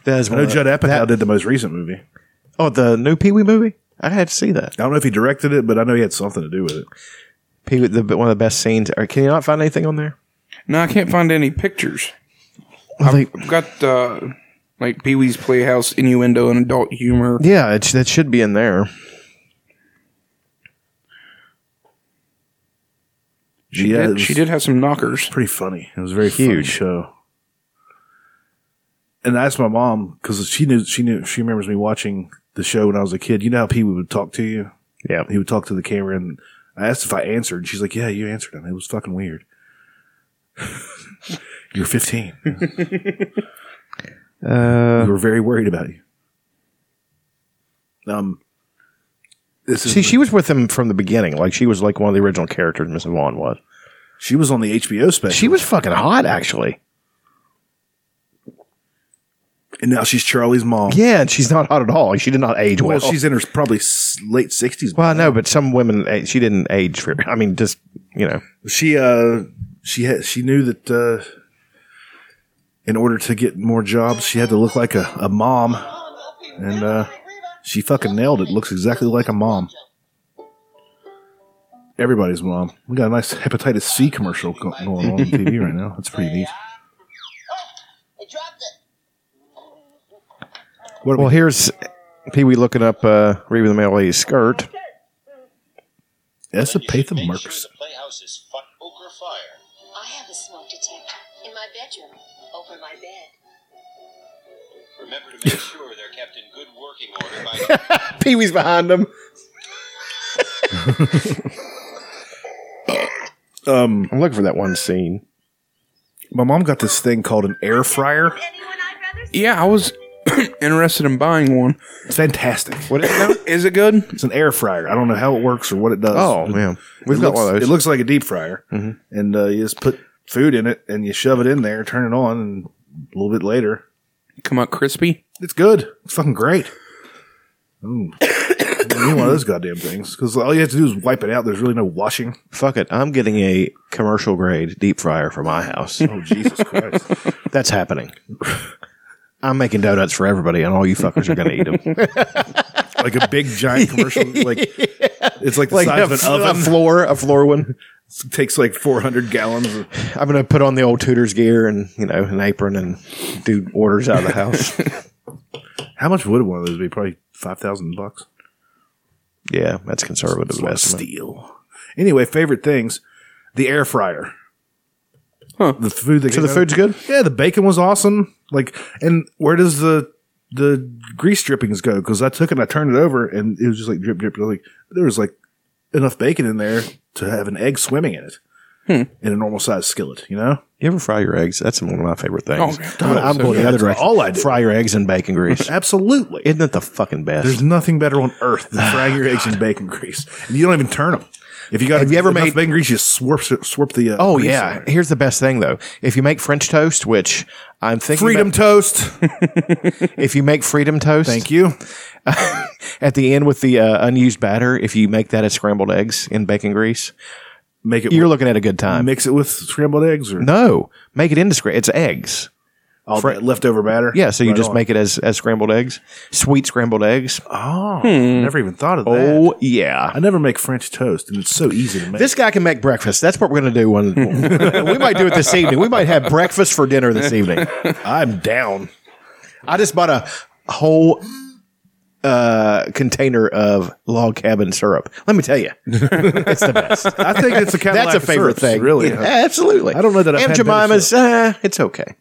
[SPEAKER 5] That is
[SPEAKER 3] I
[SPEAKER 5] one
[SPEAKER 3] know
[SPEAKER 5] of the-
[SPEAKER 3] Judd Apatow
[SPEAKER 5] Uh, that-
[SPEAKER 3] did the most recent movie I
[SPEAKER 5] Oh, the new Pee Wee movie. I had to see that.
[SPEAKER 3] don't know if he directed it but I know he had something to do with it
[SPEAKER 5] Pee Wee, the one of the best scenes. Or can you not find anything on there?
[SPEAKER 6] No, I can't find any pictures.
[SPEAKER 5] Like,
[SPEAKER 6] I've got uh, like Pee Wee's Playhouse innuendo and adult humor.
[SPEAKER 5] yeah, it, that should be in there.
[SPEAKER 6] She,
[SPEAKER 3] Yeah, it
[SPEAKER 6] did,
[SPEAKER 3] was
[SPEAKER 6] she did have some knockers.
[SPEAKER 3] pretty funny it was a very huge
[SPEAKER 5] Huge.
[SPEAKER 3] show and I asked my mom because she knew she knew she remembers me watching the show when I was a kid you know how Pee Wee would talk to you
[SPEAKER 5] Yeah.
[SPEAKER 3] he would talk to the camera and I asked if I answered and she's like, Yeah, you answered him. It was fucking weird. [laughs]
[SPEAKER 5] [laughs]
[SPEAKER 3] You're fifteen.
[SPEAKER 5] Uh,
[SPEAKER 3] we were very worried about you. Um this is
[SPEAKER 5] See, she was with him from the beginning. Like she was like one of the original characters. Miss Vaughn was.
[SPEAKER 3] she was on the HBO special
[SPEAKER 5] She was fucking hot, actually.
[SPEAKER 3] and now she's Charlie's mom.
[SPEAKER 5] Yeah, and she's not hot at all. She did not age well.
[SPEAKER 3] Well, she's in her probably s- late sixties.
[SPEAKER 5] Well, I know, but some women eh, she didn't age very. I mean, just you know,
[SPEAKER 3] She uh she had she knew that uh in order to get more jobs she had to look like a, a mom. And uh she fucking nailed it. Looks exactly like a mom. Everybody's mom. We got a nice hepatitis C commercial go- going on on TV right now. That's pretty neat. What
[SPEAKER 5] Well,
[SPEAKER 3] well,
[SPEAKER 5] here's Pee Wee looking up uh, Reba the Male Lady's skirt.
[SPEAKER 3] Esapatha Marcus.
[SPEAKER 10] I have a smoke detector in my bedroom, over my bed.
[SPEAKER 11] Remember to make sure they're kept in good working order by
[SPEAKER 5] Pee Wee's behind them. um, I'm looking for that one scene.
[SPEAKER 3] My mom got this thing called an air fryer.
[SPEAKER 10] Anyone I'd rather see?
[SPEAKER 6] Yeah, I was [clears throat] interested in buying one.
[SPEAKER 3] It's fantastic.
[SPEAKER 5] What is it now?
[SPEAKER 6] Is it good?
[SPEAKER 3] It's an air fryer. I don't know how it works or what it does.
[SPEAKER 5] Oh,
[SPEAKER 3] It-
[SPEAKER 5] yeah.
[SPEAKER 3] it
[SPEAKER 5] We've got
[SPEAKER 3] looks,
[SPEAKER 5] one of those. Mm-hmm.
[SPEAKER 3] It looks like a deep fryer, and uh, you just put food in it and you shove it in there, turn it on, and a little bit later,
[SPEAKER 6] Come out crispy.
[SPEAKER 3] it's good. It's fucking great. Ooh. [coughs] I need one of those goddamn things because all you have to do is wipe it out. There's really no washing.
[SPEAKER 5] Fuck it. I'm getting a commercial grade deep fryer for my house.
[SPEAKER 3] Oh Jesus
[SPEAKER 5] [laughs]
[SPEAKER 3] Christ!
[SPEAKER 5] That's happening. I'm making donuts for everybody, and all you fuckers are going to eat [laughs] them.
[SPEAKER 3] like a big giant commercial, like it's like the size of an
[SPEAKER 5] [laughs]
[SPEAKER 3] oven.
[SPEAKER 5] floor, a floor one.
[SPEAKER 3] It takes like 400 gallons. Of,
[SPEAKER 5] I'm going to put on the old tutor's gear and you know an apron and do orders out of the house.
[SPEAKER 3] how much would one of those be? Probably five thousand bucks.
[SPEAKER 5] [laughs] yeah, that's conservative estimate.
[SPEAKER 3] Steel. Anyway, favorite things: the air fryer.
[SPEAKER 6] Huh.
[SPEAKER 3] The food that
[SPEAKER 5] So the
[SPEAKER 3] came out-
[SPEAKER 5] food's good.
[SPEAKER 3] Yeah, the bacon was awesome. Like, and where does the the grease drippings go? Because I took it, and I turned it over, and it was just like drip, drip. Like there was like enough bacon in there to have an egg swimming in it in a normal sized skillet. You know,
[SPEAKER 5] You ever fry your eggs? That's one of my favorite things.
[SPEAKER 6] Oh,
[SPEAKER 5] I'm, I'm going the other
[SPEAKER 3] That's
[SPEAKER 5] direction.
[SPEAKER 3] all I do.
[SPEAKER 5] Fry your eggs in bacon [laughs] grease.
[SPEAKER 3] absolutely.
[SPEAKER 5] Isn't that the fucking best?
[SPEAKER 3] There's nothing better on earth than frying your
[SPEAKER 5] [sighs]
[SPEAKER 3] eggs in bacon grease, and you don't even turn them. If you got
[SPEAKER 5] Have you ever
[SPEAKER 3] enough
[SPEAKER 5] made-
[SPEAKER 3] bacon grease, you swerp it- swerp the. Uh,
[SPEAKER 5] oh
[SPEAKER 3] grease in
[SPEAKER 5] yeah.
[SPEAKER 3] there.
[SPEAKER 5] Here's the best thing though. If you make French toast, which I'm thinking
[SPEAKER 3] freedom
[SPEAKER 5] about- [laughs]
[SPEAKER 3] toast.
[SPEAKER 5] if you make freedom toast,
[SPEAKER 3] Thank you.
[SPEAKER 5] [laughs] At the end with the uh, unused batter, if you make that as scrambled eggs in bacon grease,
[SPEAKER 3] Make it.
[SPEAKER 5] you're looking at a good time.
[SPEAKER 3] mix it with scrambled eggs or
[SPEAKER 5] no, make it into scrambled. It's eggs.
[SPEAKER 3] all that leftover batter.
[SPEAKER 5] Yeah, so you
[SPEAKER 3] Right
[SPEAKER 5] just
[SPEAKER 3] on.
[SPEAKER 5] make it as as scrambled eggs, sweet scrambled eggs.
[SPEAKER 3] Oh, never even thought of that.
[SPEAKER 5] Oh yeah.
[SPEAKER 3] I never make French toast, and it's so easy to make.
[SPEAKER 5] This guy can make breakfast. That's what we're going to do. One, [laughs] we might do it this evening. We might have breakfast for dinner this evening.
[SPEAKER 3] I'm down.
[SPEAKER 5] I just bought a whole uh, container of log cabin syrup. Let me tell you, it's the best.
[SPEAKER 3] I
[SPEAKER 5] [laughs]
[SPEAKER 3] think it's a Cadillac
[SPEAKER 5] that's a
[SPEAKER 3] of
[SPEAKER 5] favorite
[SPEAKER 3] syrups,
[SPEAKER 5] thing,
[SPEAKER 3] really.
[SPEAKER 5] Yeah, absolutely.
[SPEAKER 3] I don't know that I've
[SPEAKER 5] Aunt
[SPEAKER 3] had better
[SPEAKER 5] Jemima's. Uh, it's okay.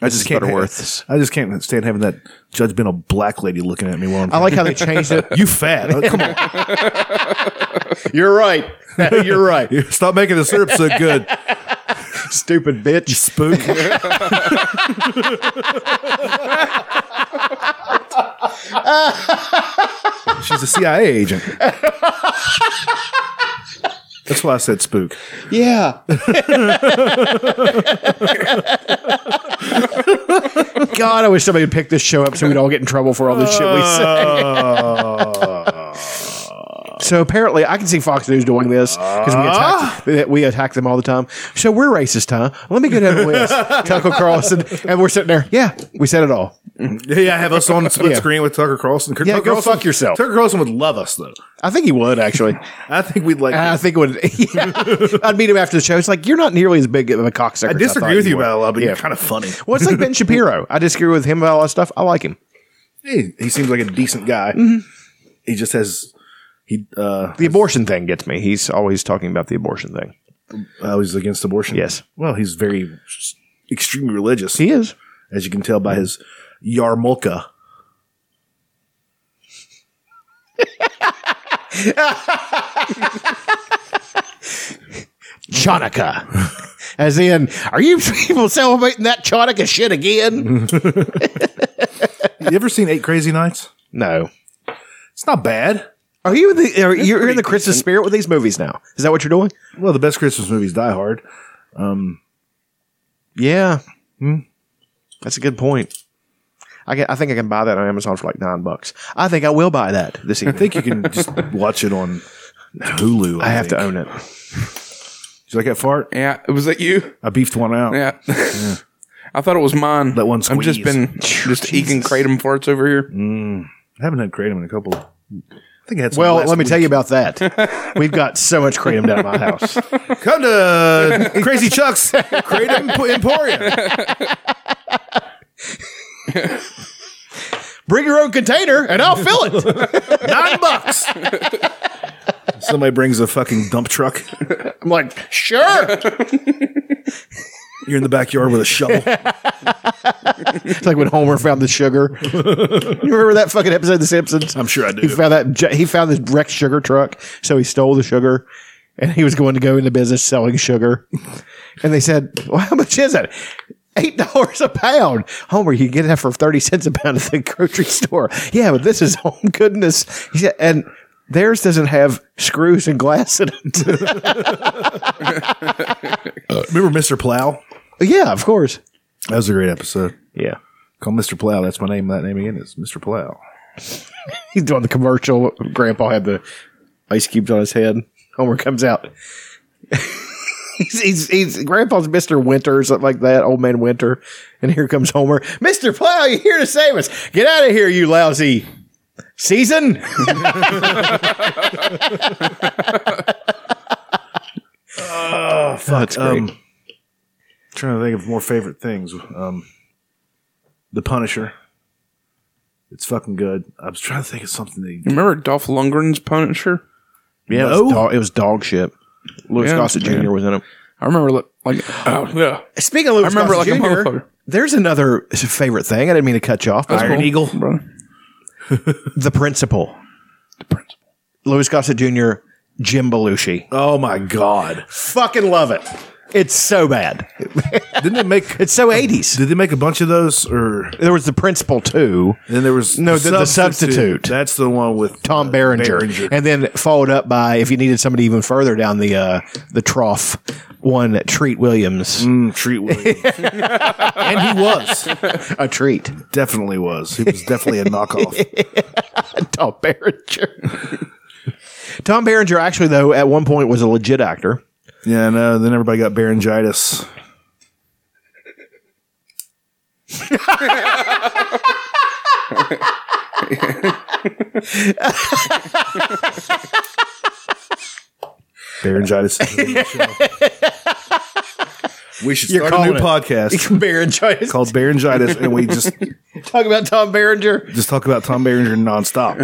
[SPEAKER 3] I just can't.
[SPEAKER 5] Butterworth's.
[SPEAKER 3] I just can't stand having that judgmental black lady looking at me while I'm.
[SPEAKER 5] I like how they changed [laughs] it.
[SPEAKER 3] You fat? Oh, come on,
[SPEAKER 5] You're [laughs] right. You're right. [laughs]
[SPEAKER 3] stop making the syrup so good.
[SPEAKER 5] Stupid bitch.
[SPEAKER 3] Spook. She's a CIA agent. That's why I said spook.
[SPEAKER 5] Yeah. [laughs] God, I wish somebody would pick this show up so we'd all get in trouble for all this shit we [laughs] say. so apparently, I can see Fox News doing this because we attack that we attack them all the time. So we're racist, huh? Let me go down the [laughs] list. Tucker Carlson, and we're sitting there. Yeah, we said it all.
[SPEAKER 3] Yeah, have us on the split
[SPEAKER 5] Yeah.
[SPEAKER 3] screen with Tucker Carlson.
[SPEAKER 5] Yeah,
[SPEAKER 3] Tucker
[SPEAKER 5] go
[SPEAKER 3] Carlson-
[SPEAKER 5] fuck yourself.
[SPEAKER 3] Tucker Carlson would love us though.
[SPEAKER 5] I think he would actually.
[SPEAKER 3] I think we'd like.
[SPEAKER 5] I think it would. [laughs] yeah. I'd meet him after the show. It's like you're not nearly as big of a cocksucker.
[SPEAKER 3] I
[SPEAKER 5] as
[SPEAKER 3] disagree
[SPEAKER 5] thought
[SPEAKER 3] with you
[SPEAKER 5] were.
[SPEAKER 3] about a lot, but
[SPEAKER 5] Yeah.
[SPEAKER 3] you're kind of funny.
[SPEAKER 5] Well, it's like [laughs] Ben Shapiro. I disagree with him about a lot of stuff. I like him.
[SPEAKER 3] Hey, he seems like a decent guy.
[SPEAKER 5] Mm-hmm.
[SPEAKER 3] He just has he uh
[SPEAKER 5] The abortion thing gets me. He's always talking about the abortion thing.
[SPEAKER 3] uh, he's against abortion.
[SPEAKER 5] Yes.
[SPEAKER 3] Well, he's very s- extremely religious,
[SPEAKER 5] He is.
[SPEAKER 3] as you can tell by his yarmulke.
[SPEAKER 5] Chanukah. [laughs] As in, are you people celebrating that Chanukah shit again?
[SPEAKER 3] You ever seen Eight Crazy Nights?
[SPEAKER 5] [laughs] No.
[SPEAKER 3] It's not bad.
[SPEAKER 5] Are you in the, are, you're in the Christmas spirit with these movies now? Is that what you're doing?
[SPEAKER 3] Well, the best Christmas movie is Die Hard.
[SPEAKER 5] Yeah. Hmm. That's a good point. I, get, I think I can buy that on Amazon for like nine bucks. I think I will buy that this
[SPEAKER 3] I
[SPEAKER 5] evening.
[SPEAKER 3] think you can
[SPEAKER 5] [laughs]
[SPEAKER 3] just watch it on Hulu.
[SPEAKER 5] I have to
[SPEAKER 3] think.
[SPEAKER 5] own it.
[SPEAKER 3] Did you like that fart?
[SPEAKER 6] Yeah, was that you?
[SPEAKER 3] I beefed one out.
[SPEAKER 6] Yeah. [laughs] I thought it was mine.
[SPEAKER 3] That one
[SPEAKER 6] I'm just
[SPEAKER 3] squeeze. Mm.
[SPEAKER 6] been [sniffs] just eking kratom farts over here.
[SPEAKER 3] I haven't had kratom in a couple. I think I had. Some
[SPEAKER 5] Well,
[SPEAKER 3] last
[SPEAKER 5] let me
[SPEAKER 3] week.
[SPEAKER 5] tell you about that. We've got so much kratom down at my house.
[SPEAKER 3] [laughs] Come to uh, Crazy Chuck's Kratom Emp- Emporium.
[SPEAKER 5] Bring your own container and I'll fill it. [laughs]
[SPEAKER 3] Nine bucks. Somebody brings a fucking dump truck.
[SPEAKER 5] I'm like, sure.
[SPEAKER 3] You're in the backyard with
[SPEAKER 5] [laughs]
[SPEAKER 3] a shovel.
[SPEAKER 5] It's like when Homer found the
[SPEAKER 3] [laughs]
[SPEAKER 5] sugar. you remember that fucking episode of The Simpsons?
[SPEAKER 3] I'm sure I do.
[SPEAKER 5] He found that ju- he found this wrecked sugar truck, so he stole the sugar, and he was going to go into business selling sugar. And they said, "Well, how much is it?" Eight dollars a pound, Homer. You can get that for thirty cents a pound at the grocery store. Yeah, but this is home goodness. He said, and theirs doesn't have screws and glass in it. [laughs]
[SPEAKER 3] Remember Mr. Plow?
[SPEAKER 5] yeah, of course.
[SPEAKER 3] That was a great episode.
[SPEAKER 5] Yeah,
[SPEAKER 3] Call Mr. Plow. That's my name. That name again is Mr. Plow.
[SPEAKER 5] he's [laughs] doing the commercial. Grandpa had the ice cubes on his head. Homer comes out. [laughs] he's, he's, he's Grandpa's Mister Winter or something like that. Old Man Winter, and here comes Homer. Mister Plow, you're here to save us. Get out of here, you lousy season.
[SPEAKER 3] Oh fuck!
[SPEAKER 5] That's great.
[SPEAKER 3] Um, trying to think of more favorite things. Um, the Punisher. It's fucking good. I was trying to think of something that.
[SPEAKER 6] You remember Dolph Lundgren's Punisher?
[SPEAKER 5] yeah, it,
[SPEAKER 3] No.
[SPEAKER 5] was dog, it was dog shit. Louis
[SPEAKER 6] Yeah,
[SPEAKER 5] Gossett
[SPEAKER 6] man.
[SPEAKER 5] Jr. was in it.
[SPEAKER 6] I remember li- like oh yeah.
[SPEAKER 5] Speaking of Louis
[SPEAKER 6] I remember it
[SPEAKER 5] Gossett
[SPEAKER 6] like a
[SPEAKER 5] Jr.,
[SPEAKER 6] motherfucker.
[SPEAKER 5] there's another favorite thing. I didn't mean to cut you off. but
[SPEAKER 6] Cool,
[SPEAKER 3] Eagle.
[SPEAKER 6] bro.
[SPEAKER 5] [laughs] The principal.
[SPEAKER 6] The principal.
[SPEAKER 5] Louis Gossett Jr., Jim Belushi.
[SPEAKER 3] Oh my god!
[SPEAKER 5] Fucking love it. It's so bad.
[SPEAKER 3] Didn't they make?
[SPEAKER 5] It's so 80s.
[SPEAKER 3] Did they make a bunch of those, or
[SPEAKER 5] There was the principal too,
[SPEAKER 3] then there was
[SPEAKER 5] No, the- the substitute.
[SPEAKER 3] That's the one with
[SPEAKER 5] Tom
[SPEAKER 3] uh,
[SPEAKER 5] Berenger, and then followed up by if you needed somebody even further down the uh, the trough, one Treat Williams,
[SPEAKER 3] Mm, Treat Williams. and he was
[SPEAKER 5] [laughs] a treat.
[SPEAKER 3] definitely was. He was definitely a knockoff.
[SPEAKER 5] Tom Berenger. [laughs] Tom Berenger actually though at one point was a legit [laughs] actor.
[SPEAKER 3] yeah, no. Then everybody got Berengitis. Berengitis. is the name of the show. We should
[SPEAKER 5] You're
[SPEAKER 3] start a new
[SPEAKER 5] calling it.
[SPEAKER 3] podcast
[SPEAKER 5] Berengitis.
[SPEAKER 3] called Berengitis, and we just
[SPEAKER 5] Talk about Tom Berenger.
[SPEAKER 3] just talk about Tom Berenger nonstop.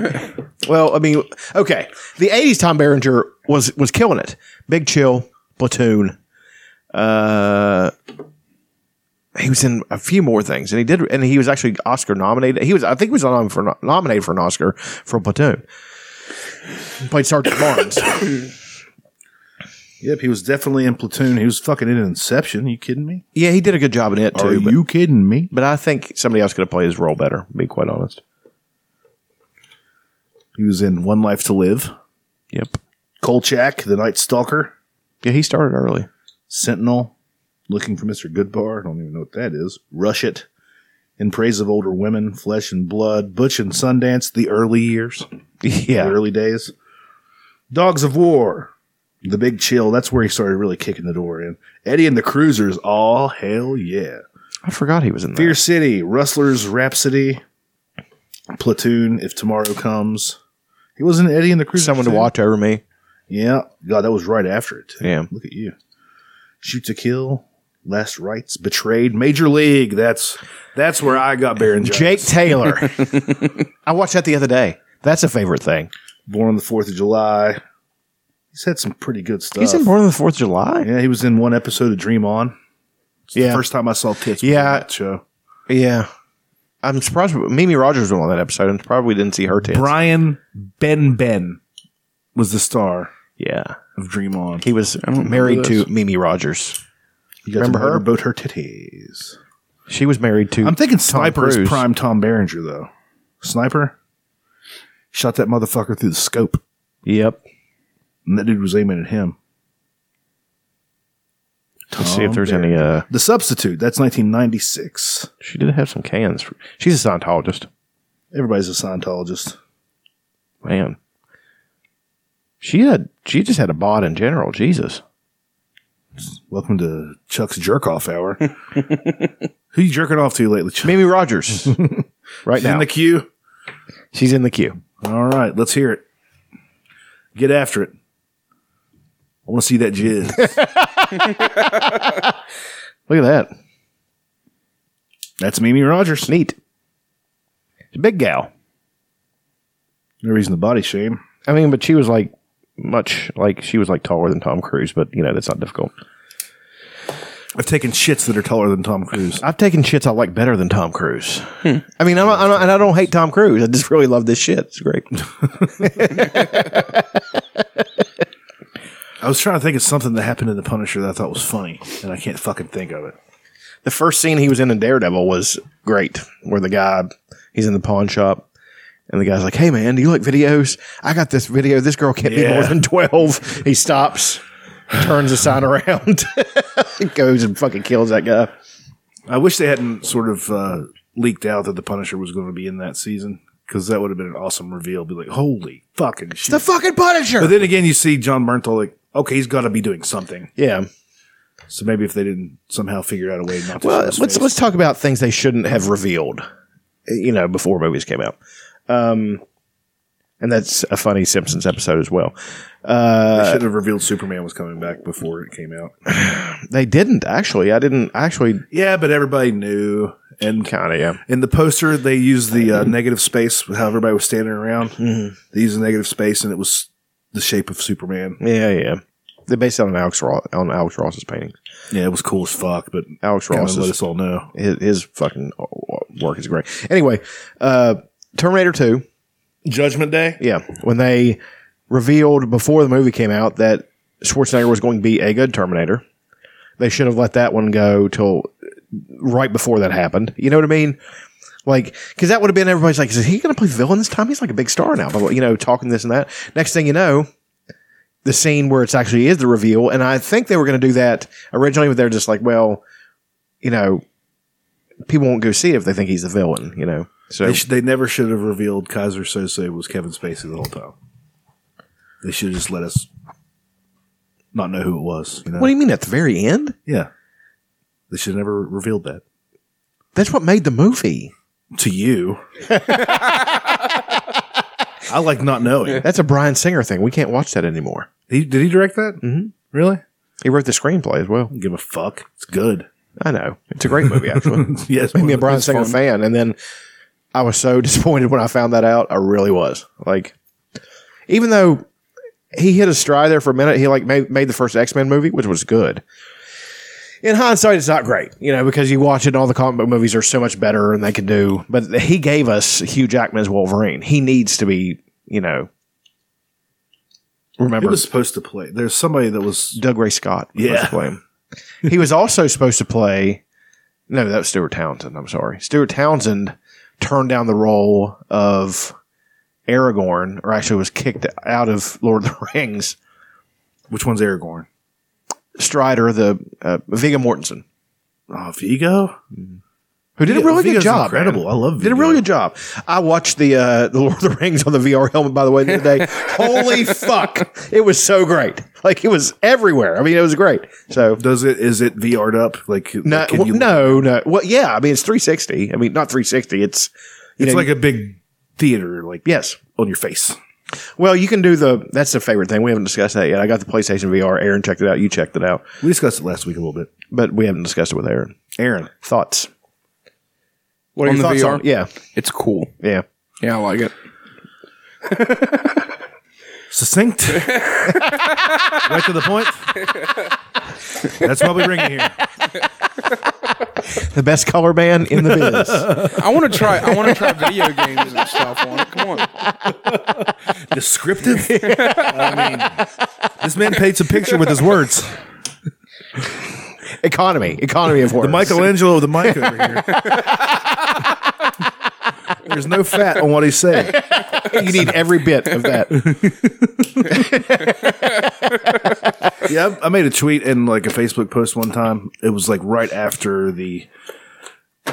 [SPEAKER 5] Well, I mean, okay. The '80s Tom Berenger was was killing it. Big Chill, Platoon. Uh, he was in a few more things, and he did, and he was actually Oscar nominated. He was, I think, he was nom- for, no- nominated for an Oscar for Platoon. Played Sergeant [coughs] Barnes.
[SPEAKER 3] Yep, he was definitely in Platoon. He was fucking in Inception. you kidding me?
[SPEAKER 5] Yeah, he did a good job in it too.
[SPEAKER 3] Are
[SPEAKER 5] but,
[SPEAKER 3] you kidding me?
[SPEAKER 5] but I think somebody else could have played his role better. to Be quite honest.
[SPEAKER 3] He was in One Life to Live.
[SPEAKER 5] Yep.
[SPEAKER 3] Kolchak, The Night Stalker,
[SPEAKER 5] Yeah, he started early.
[SPEAKER 3] Sentinel, Looking for Mr. Goodbar. I don't even know what that is. Rush It, In Praise of Older Women, Flesh and Blood, Butch and Sundance, The Early Years, The
[SPEAKER 5] [laughs] Yeah.
[SPEAKER 3] Early Days, Dogs of War, The Big Chill. That's where he started really kicking the door in. Eddie and the Cruisers. All hell yeah.
[SPEAKER 5] I forgot he was in that.
[SPEAKER 3] Fear City, Rustlers Rhapsody, Platoon, If Tomorrow Comes. He wasn't Eddie and the Cruisers.
[SPEAKER 5] Someone to
[SPEAKER 3] too?
[SPEAKER 5] watch over me.
[SPEAKER 3] Yeah. God, that was right after it. too.
[SPEAKER 5] Yeah.
[SPEAKER 3] Look at you. Shoot to kill. Last rites. Betrayed. Major League. That's that's where I got Baron
[SPEAKER 5] Jake Taylor. I watched that the other day. That's a favorite thing.
[SPEAKER 3] Born on the Fourth of July. He's had some pretty good stuff.
[SPEAKER 5] He's in Born on the Fourth of July.
[SPEAKER 3] Yeah, he was in one episode of Dream On. It's
[SPEAKER 5] Yeah.
[SPEAKER 3] The first time I saw tits. was
[SPEAKER 5] Yeah.
[SPEAKER 3] in that show.
[SPEAKER 5] Yeah. I'm surprised Mimi Rogers was on that episode. I'm surprised we didn't see her tits.
[SPEAKER 3] Brian Ben Ben was the star
[SPEAKER 5] yeah.
[SPEAKER 3] of Dream On.
[SPEAKER 5] He was married to Mimi Rogers.
[SPEAKER 3] You got
[SPEAKER 5] Remember
[SPEAKER 3] to
[SPEAKER 5] her?
[SPEAKER 3] About her titties.
[SPEAKER 5] She was married to
[SPEAKER 3] I'm thinking Sniper is
[SPEAKER 5] Cruise.
[SPEAKER 3] prime Tom Berenger though. Sniper shot that motherfucker through the scope,
[SPEAKER 5] Yep.
[SPEAKER 3] and that dude was aiming at him.
[SPEAKER 5] Let's see if there's any
[SPEAKER 3] Berenger.
[SPEAKER 5] uh
[SPEAKER 3] The substitute. That's 1996.
[SPEAKER 5] she did have some cans. She's a Scientologist.
[SPEAKER 3] Everybody's a Scientologist.
[SPEAKER 5] Man. She had she just had a bod in general, Jesus.
[SPEAKER 3] Welcome to Chuck's jerk off
[SPEAKER 5] [laughs]
[SPEAKER 3] hour. Who you jerking off to lately, Chuck?
[SPEAKER 5] Mimi
[SPEAKER 3] [laughs]
[SPEAKER 5] Rogers. right now.
[SPEAKER 3] In the queue.
[SPEAKER 5] She's in the queue.
[SPEAKER 3] All right, let's hear it. Get after it. I want to see
[SPEAKER 5] [laughs]
[SPEAKER 3] that jizz.
[SPEAKER 5] Look at that.
[SPEAKER 3] That's Mimi Rogers.
[SPEAKER 5] Neat. She's a big gal.
[SPEAKER 3] No reason to body shame.
[SPEAKER 5] I mean, but she was like much like she was like taller than Tom Cruise, but you know that's not difficult.
[SPEAKER 3] I've taken shits that are taller than Tom Cruise.
[SPEAKER 5] I've taken shits I like better than Tom Cruise. I mean, I'm, not- I'm not- and I don't hate Tom Cruise. I just really love this shit. It's [laughs] great.
[SPEAKER 3] I was trying to think of something that happened in The Punisher that I thought was funny, and I can't fucking think of it.
[SPEAKER 5] the first scene he was in in Daredevil was great, where the guy he's in the pawn shop. And the guy's like, "Hey man, do you like videos? I got this video. This girl can't be more
[SPEAKER 3] Yeah.
[SPEAKER 5] than 12. He stops, turns the sign around, [laughs] goes and fucking kills that guy.
[SPEAKER 3] I wish they hadn't sort of uh, leaked out that The Punisher was going to be in that season, because that would have been an awesome reveal. Be like, holy fucking shit.
[SPEAKER 5] The fucking Punisher.
[SPEAKER 3] but then again, you see John Bernthal like, okay, he's got to be doing something.
[SPEAKER 5] yeah.
[SPEAKER 3] So maybe if they didn't somehow figure out a way not to. show
[SPEAKER 5] Well,
[SPEAKER 3] his
[SPEAKER 5] let's
[SPEAKER 3] face.
[SPEAKER 5] let's talk about things they shouldn't have revealed, eh, you know, before movies came out. Um, and that's a funny Simpsons episode as well.
[SPEAKER 3] They should have revealed Superman was coming back before it came out.
[SPEAKER 5] They didn't actually. I didn't actually.
[SPEAKER 3] Yeah, but everybody knew. And
[SPEAKER 5] Kind of yeah.
[SPEAKER 3] in the poster, they used the uh, negative space, how everybody was standing around. They used the negative space, and it was the shape of Superman.
[SPEAKER 5] Yeah, yeah. They're based on Alex Ross on Alex Ross's painting.
[SPEAKER 3] Yeah, it was cool as fuck, but
[SPEAKER 5] Alex
[SPEAKER 3] kinda
[SPEAKER 5] Ross
[SPEAKER 3] let
[SPEAKER 5] is
[SPEAKER 3] us all know.
[SPEAKER 5] his, his fucking work is great. Anyway, uh, Terminator Two.
[SPEAKER 3] Judgment Day?
[SPEAKER 5] Yeah, when they revealed before the movie came out that Schwarzenegger was going to be a good Terminator, they should have let that one go till right before that happened. You know what I mean? Like, because that would have been everybody's like, is he going to play villain this time? He's like a big star now, but you know, talking this and that. Next thing you know, the scene where it's actually is the reveal, and I think they were going to do that originally, but they're just like, well, you know, people won't go see it if they think he's the villain, you know. So
[SPEAKER 3] They, sh- they never should have revealed Kaiser Sose was Kevin Spacey the whole time. They should have just let us not know who it was. You know?
[SPEAKER 5] uh, what do you mean at the very end?
[SPEAKER 3] yeah. They should have never revealed that.
[SPEAKER 5] That's what made the movie.
[SPEAKER 3] To
[SPEAKER 5] [laughs]
[SPEAKER 3] you. I like not knowing.
[SPEAKER 5] That's a Brian Singer thing. We can't watch that anymore.
[SPEAKER 3] He, did he direct that? Mm-hmm. Really?
[SPEAKER 5] He wrote the screenplay as well.
[SPEAKER 3] Give a fuck. It's good.
[SPEAKER 5] I know. It's a great movie,
[SPEAKER 3] [laughs]
[SPEAKER 5] actually.
[SPEAKER 3] yes,
[SPEAKER 5] made me a
[SPEAKER 3] well,
[SPEAKER 5] Brian
[SPEAKER 3] it's
[SPEAKER 5] Singer
[SPEAKER 3] fun.
[SPEAKER 5] fan, and then I was so [laughs] disappointed when I found that out. I really was. Like, even though he hit a stride there for a minute, he like made, made the first X Men movie, which was good. In hindsight, it's not great, you know, because you watch it and all the comic book movies are so much better and they can do. But he gave us Hugh Jackman as Wolverine. He needs to be, you know, remember
[SPEAKER 3] Who was supposed to play? There's somebody that was.
[SPEAKER 5] Doug Ray Scott. was supposed
[SPEAKER 3] Yeah.
[SPEAKER 5] to play him. he was also supposed to play. No, that was Stuart Townsend. I'm sorry. Stuart Townsend turned down the role of Aragorn, or actually was kicked out of Lord of the [laughs] Rings.
[SPEAKER 3] Which one's Aragorn?
[SPEAKER 5] Strider, the uh, Viggo Mortensen,
[SPEAKER 3] Oh, Vigo?
[SPEAKER 5] who did a
[SPEAKER 3] Viggo-
[SPEAKER 5] really
[SPEAKER 3] Viggo's
[SPEAKER 5] good job.
[SPEAKER 3] incredible. I love
[SPEAKER 5] Did a really good job. I watched the uh, the Lord of the Rings on the VR helmet, by the way, the other day.
[SPEAKER 3] [laughs]
[SPEAKER 5] Holy fuck! It was so great. Like it was everywhere. I mean, it was great. So
[SPEAKER 3] Does it? Is it VR'd up? Like
[SPEAKER 5] No,
[SPEAKER 3] like, can
[SPEAKER 5] well,
[SPEAKER 3] you-
[SPEAKER 5] no, no. Well, yeah. I mean, it's 360. I mean, not 360. It's you
[SPEAKER 3] It's
[SPEAKER 5] know,
[SPEAKER 3] like a big theater, like
[SPEAKER 5] yes.
[SPEAKER 3] on your face.
[SPEAKER 5] Well, you can do the. That's the favorite thing. We haven't discussed that yet. I got the PlayStation VR. Aaron checked it out. You checked it out,
[SPEAKER 3] We discussed it last week a little bit.
[SPEAKER 5] but we haven't discussed it with Aaron. Aaron, thoughts? What
[SPEAKER 6] On the VR?
[SPEAKER 5] on? Yeah,
[SPEAKER 6] It's cool.
[SPEAKER 5] yeah.
[SPEAKER 6] Yeah, I like it.
[SPEAKER 3] Succinct. right to the point. That's why we bring you here.
[SPEAKER 5] The best color band in the biz.
[SPEAKER 6] I want to try. I want to try video games and stuff on it. Come on.
[SPEAKER 3] Descriptive. [laughs] I mean, this man paints a picture with his words.
[SPEAKER 5] [laughs] economy, economy of words. [laughs]
[SPEAKER 3] The Michelangelo of the mic over [laughs] here. There's no fat on what he said.
[SPEAKER 5] you need every bit of [laughs] that.
[SPEAKER 3] Yeah, I I made a tweet and like a Facebook post one time. It was like right after the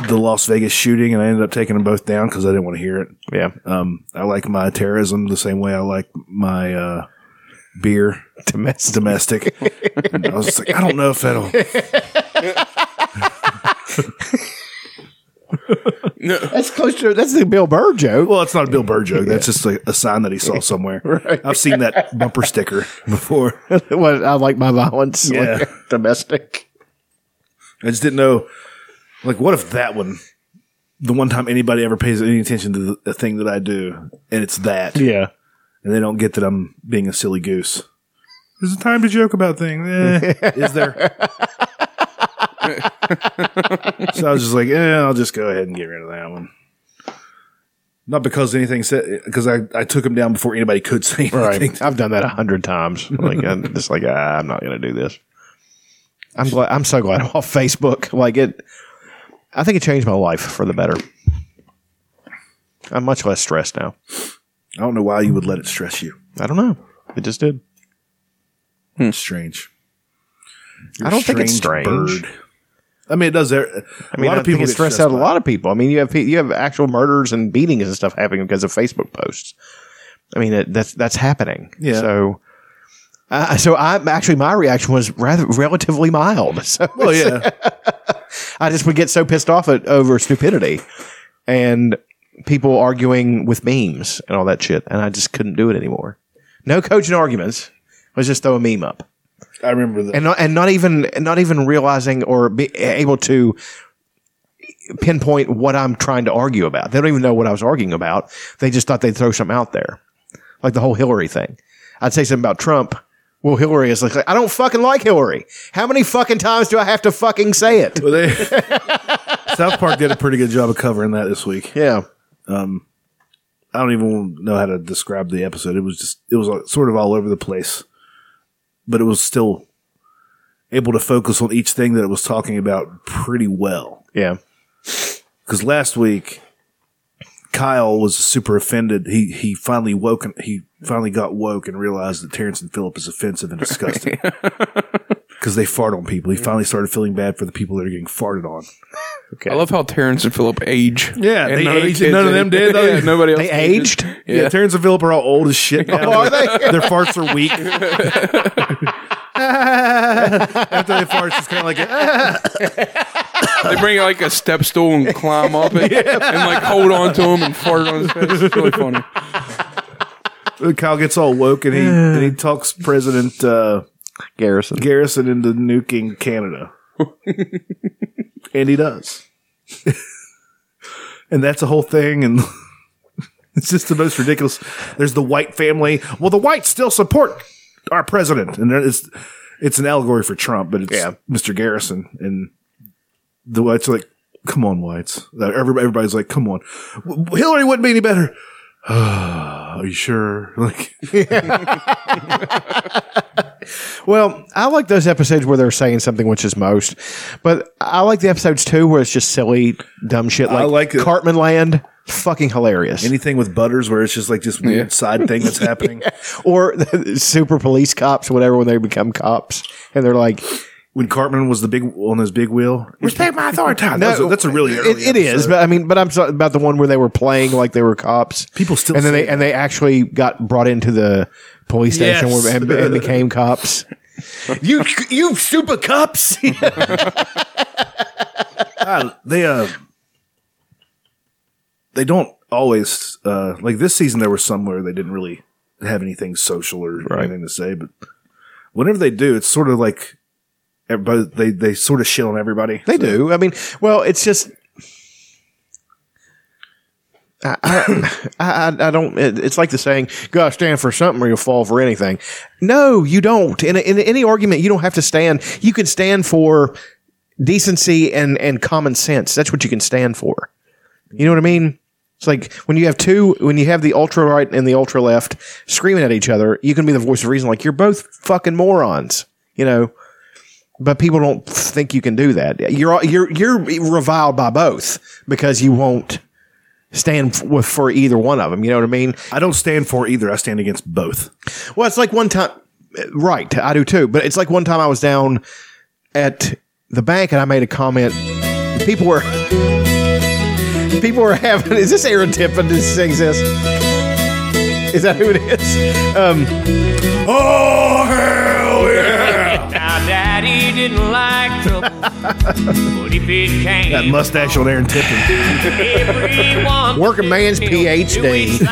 [SPEAKER 3] the Las Vegas shooting, and I ended up taking them both down because I didn't want to hear it.
[SPEAKER 5] Yeah,
[SPEAKER 3] Um, I like my terrorism the same way I like my uh, beer
[SPEAKER 5] domestic.
[SPEAKER 3] domestic. And I was just like, I don't know if that'll.
[SPEAKER 5] That's close to. That's the Bill Burr joke.
[SPEAKER 3] Well, it's not a Bill Burr joke. That's just like a sign that he saw somewhere. I've seen that bumper sticker before.
[SPEAKER 5] what I like my violence.
[SPEAKER 3] Yeah.
[SPEAKER 5] like, [laughs] domestic.
[SPEAKER 3] I just didn't know. Like, what if that one, the one time anybody ever pays any attention to the, the thing that I do, and it's that,
[SPEAKER 5] Yeah.
[SPEAKER 3] and they don't get that I'm being a silly goose. There's a time to joke about things. Eh, [laughs] is there? so I was just like, eh, I'll just go ahead and get rid of that one. Not because anything said, because I, I took him down before anybody could say
[SPEAKER 5] [laughs]
[SPEAKER 3] anything.
[SPEAKER 5] I've done that a hundred times. Like I'm just like ah, I'm not gonna do this. I'm glad. I'm so glad I'm off Facebook. [laughs] Like it, I think it changed my life for the better. I'm much less stressed now.
[SPEAKER 3] I don't know why you would let it stress you.
[SPEAKER 5] I don't know. It just did.
[SPEAKER 3] It's strange.
[SPEAKER 5] Hmm. I don't think it's strange.
[SPEAKER 3] I mean, it does. There,
[SPEAKER 5] I mean,
[SPEAKER 3] a lot
[SPEAKER 5] I
[SPEAKER 3] of people
[SPEAKER 5] think it
[SPEAKER 3] get
[SPEAKER 5] stressed
[SPEAKER 3] stressed
[SPEAKER 5] out a
[SPEAKER 3] by it.
[SPEAKER 5] lot of people. I mean, you have pe- you have actual murders and beatings and stuff happening because of Facebook posts. I mean, it, that's that's happening.
[SPEAKER 3] Yeah.
[SPEAKER 5] So. Uh, so I actually my reaction was rather relatively mild. [laughs] So
[SPEAKER 3] Well, yeah,
[SPEAKER 5] I just would get so pissed off at over stupidity and people arguing with memes and all that shit, and I just couldn't do it anymore. No coaching arguments. Let's just throw a meme up,
[SPEAKER 3] I remember
[SPEAKER 5] [laughs]
[SPEAKER 3] that.
[SPEAKER 5] and not, and not even and not even realizing or be able to pinpoint what I'm trying to argue about. They don't even know what I was arguing about. They just thought they'd throw something out there, like the whole Hillary thing. I'd say something about Trump. Well, Hillary is like, I don't fucking like Hillary. How many fucking times do I have to fucking say it?
[SPEAKER 3] Well, they, South Park did a pretty good job of covering that this week.
[SPEAKER 5] Yeah.
[SPEAKER 3] I don't even know how to describe the episode. It was just it was like sort of all over the place, but it was still able to focus on each thing that it was talking about pretty well.
[SPEAKER 5] Yeah.
[SPEAKER 3] Because last week, Kyle was super offended. He he finally woke and he finally got woke and realized that Terrence and Phillip is offensive and disgusting because they fart on people. He finally started feeling bad for the people that are getting farted on.
[SPEAKER 6] I love how Terrence and Philip age.
[SPEAKER 3] Yeah,
[SPEAKER 6] And
[SPEAKER 3] they
[SPEAKER 6] the
[SPEAKER 3] aged.
[SPEAKER 6] kids
[SPEAKER 3] None of
[SPEAKER 6] age.
[SPEAKER 3] them did.
[SPEAKER 6] [laughs] yeah, nobody else.
[SPEAKER 5] They
[SPEAKER 6] ages.
[SPEAKER 5] aged?
[SPEAKER 3] Yeah.
[SPEAKER 6] Yeah.
[SPEAKER 3] Terrence and Phillip are all old as
[SPEAKER 6] [laughs]
[SPEAKER 3] shit now.
[SPEAKER 5] Are they?
[SPEAKER 3] [laughs] Their farts are weak. After they fart, it's kind of like, [laughs] "Ah."
[SPEAKER 6] They bring like a step stool and climb up
[SPEAKER 3] [laughs]
[SPEAKER 6] it and like hold on to him and fart on his face. It's really funny.
[SPEAKER 3] Kyle gets all woke and he and he talks President uh,
[SPEAKER 5] Garrison.
[SPEAKER 3] Garrison into nuking Canada. and he does. [laughs] and that's a whole thing. And [laughs] it's just the most ridiculous. There's the white family. Well, the whites still support our president. And there- it's, it's an allegory for Trump, but it's Mr. Garrison. And the whites are like, come on, whites. Everybody, everybody's like, come on. W- Hillary wouldn't be any better. [sighs] are you sure? [laughs] Like,
[SPEAKER 5] Well, I like those episodes where they're saying something, which is most. But I like the episodes too where it's just silly, dumb shit. Like,
[SPEAKER 3] I like it.
[SPEAKER 5] Cartman Land, fucking hilarious.
[SPEAKER 3] anything with butters where it's just like this
[SPEAKER 5] Yeah.
[SPEAKER 3] weird side thing that's happening.
[SPEAKER 5] or [laughs] super police cops, whatever, when they become cops and they're like,
[SPEAKER 3] when Cartman was the big on his big wheel. Respect my authority.
[SPEAKER 5] No,
[SPEAKER 3] that's, a, that's a really early
[SPEAKER 5] it, it is,
[SPEAKER 3] episode.
[SPEAKER 5] but I mean, but I'm sorry about the one where they were playing like they were cops.
[SPEAKER 3] People still
[SPEAKER 5] and then
[SPEAKER 3] say
[SPEAKER 5] they and they actually got brought into the police station
[SPEAKER 3] Yes.
[SPEAKER 5] where, and, and became cops. you
[SPEAKER 3] [laughs]
[SPEAKER 5] you super cops.
[SPEAKER 3] Ah, they uh they don't always uh like this season there was some where they didn't really have anything social or anything to say, but whenever they do, it's sort of like everybody they they sort of shit on everybody.
[SPEAKER 5] They do. I mean, well, it's just. I, I, I, I don't. it- It's like the saying, "God, stand for something, or you'll fall for anything." No, you don't. In, in any argument, you don't have to stand. You can stand for decency and and common sense. That's what you can stand for. You know what I mean? It's like when you have two, when you have the ultra right and the ultra left screaming at each other, you can be the voice of reason. Like you're both fucking morons. You know, but people don't think you can do that. You're all- you're you're reviled by both because you won't stand f- with for either one of them. You know what I mean?
[SPEAKER 3] I don't stand for either. I stand against both.
[SPEAKER 5] Well, it's like one time, right? I do too. But it's like one time I was down at the bank and I made a comment. People were [laughs] people were having. Is this Aaron Tippin? This sings this. Is that who it is? Um, oh hell
[SPEAKER 12] Now, Daddy didn't like trouble, but if it came,
[SPEAKER 3] That mustache on Aaron Tippin.
[SPEAKER 12] everyone
[SPEAKER 5] Working man's PhD.
[SPEAKER 12] side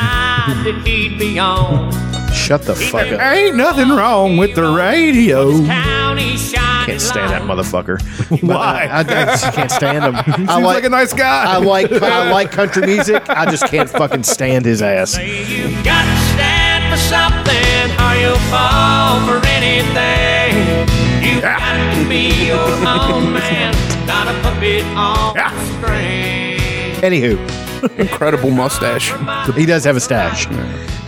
[SPEAKER 12] that he'd be on.
[SPEAKER 5] Shut the fuck up.
[SPEAKER 3] Ain't nothing wrong with the radio.
[SPEAKER 12] County shine.
[SPEAKER 5] Can't stand that motherfucker. [laughs]
[SPEAKER 3] Why?
[SPEAKER 5] I, I just can't stand him. [laughs]
[SPEAKER 3] Seems
[SPEAKER 5] I
[SPEAKER 3] like a nice guy.
[SPEAKER 5] I like I like country music. I just can't fucking stand his ass.
[SPEAKER 12] You got to stand for something, or you'll fall for anything. You got to be your own man, not a puppet on a string.
[SPEAKER 5] Anywho,
[SPEAKER 6] incredible mustache.
[SPEAKER 5] He does have a stash.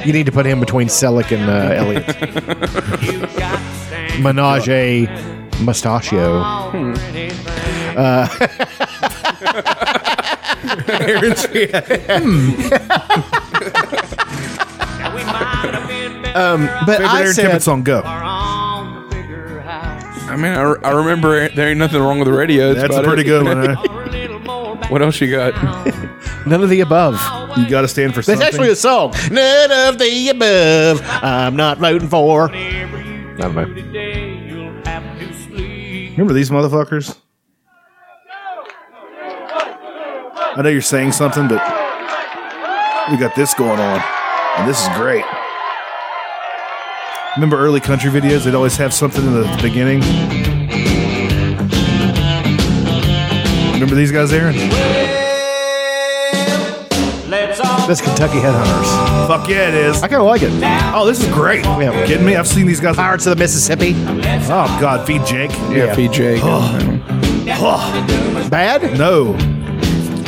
[SPEAKER 5] You need to put him between Selick and uh, [laughs] Elliot. Menage a mustachio.
[SPEAKER 3] [laughs]
[SPEAKER 5] um, but
[SPEAKER 3] Favorite
[SPEAKER 5] I
[SPEAKER 3] Aaron
[SPEAKER 5] said-
[SPEAKER 3] Tippin song, go.
[SPEAKER 6] I mean, I, I remember there ain't nothing wrong with the radio. It's
[SPEAKER 3] That's a
[SPEAKER 6] about
[SPEAKER 3] pretty
[SPEAKER 6] it.
[SPEAKER 3] good
[SPEAKER 6] [laughs]
[SPEAKER 3] one. Huh?
[SPEAKER 6] what else you got?
[SPEAKER 5] None of the above.
[SPEAKER 3] You got to stand for
[SPEAKER 5] That's
[SPEAKER 3] something.
[SPEAKER 5] actually a song. None of the above. I'm not voting for. I don't know.
[SPEAKER 3] Remember these motherfuckers? I know you're saying something, but we got this going on, and this is great. Remember early country videos? They'd always have something in the beginning. Remember these guys, Aaron?
[SPEAKER 5] That's Kentucky Headhunters.
[SPEAKER 3] Fuck yeah, it is. I
[SPEAKER 5] kind of like it.
[SPEAKER 3] Oh, this is great.
[SPEAKER 5] Yeah.
[SPEAKER 3] Kidding me? I've seen these guys.
[SPEAKER 5] Pirates of the Mississippi.
[SPEAKER 3] Oh God, feed Jake.
[SPEAKER 6] Yeah, feed Jake.
[SPEAKER 5] Bad?
[SPEAKER 3] No.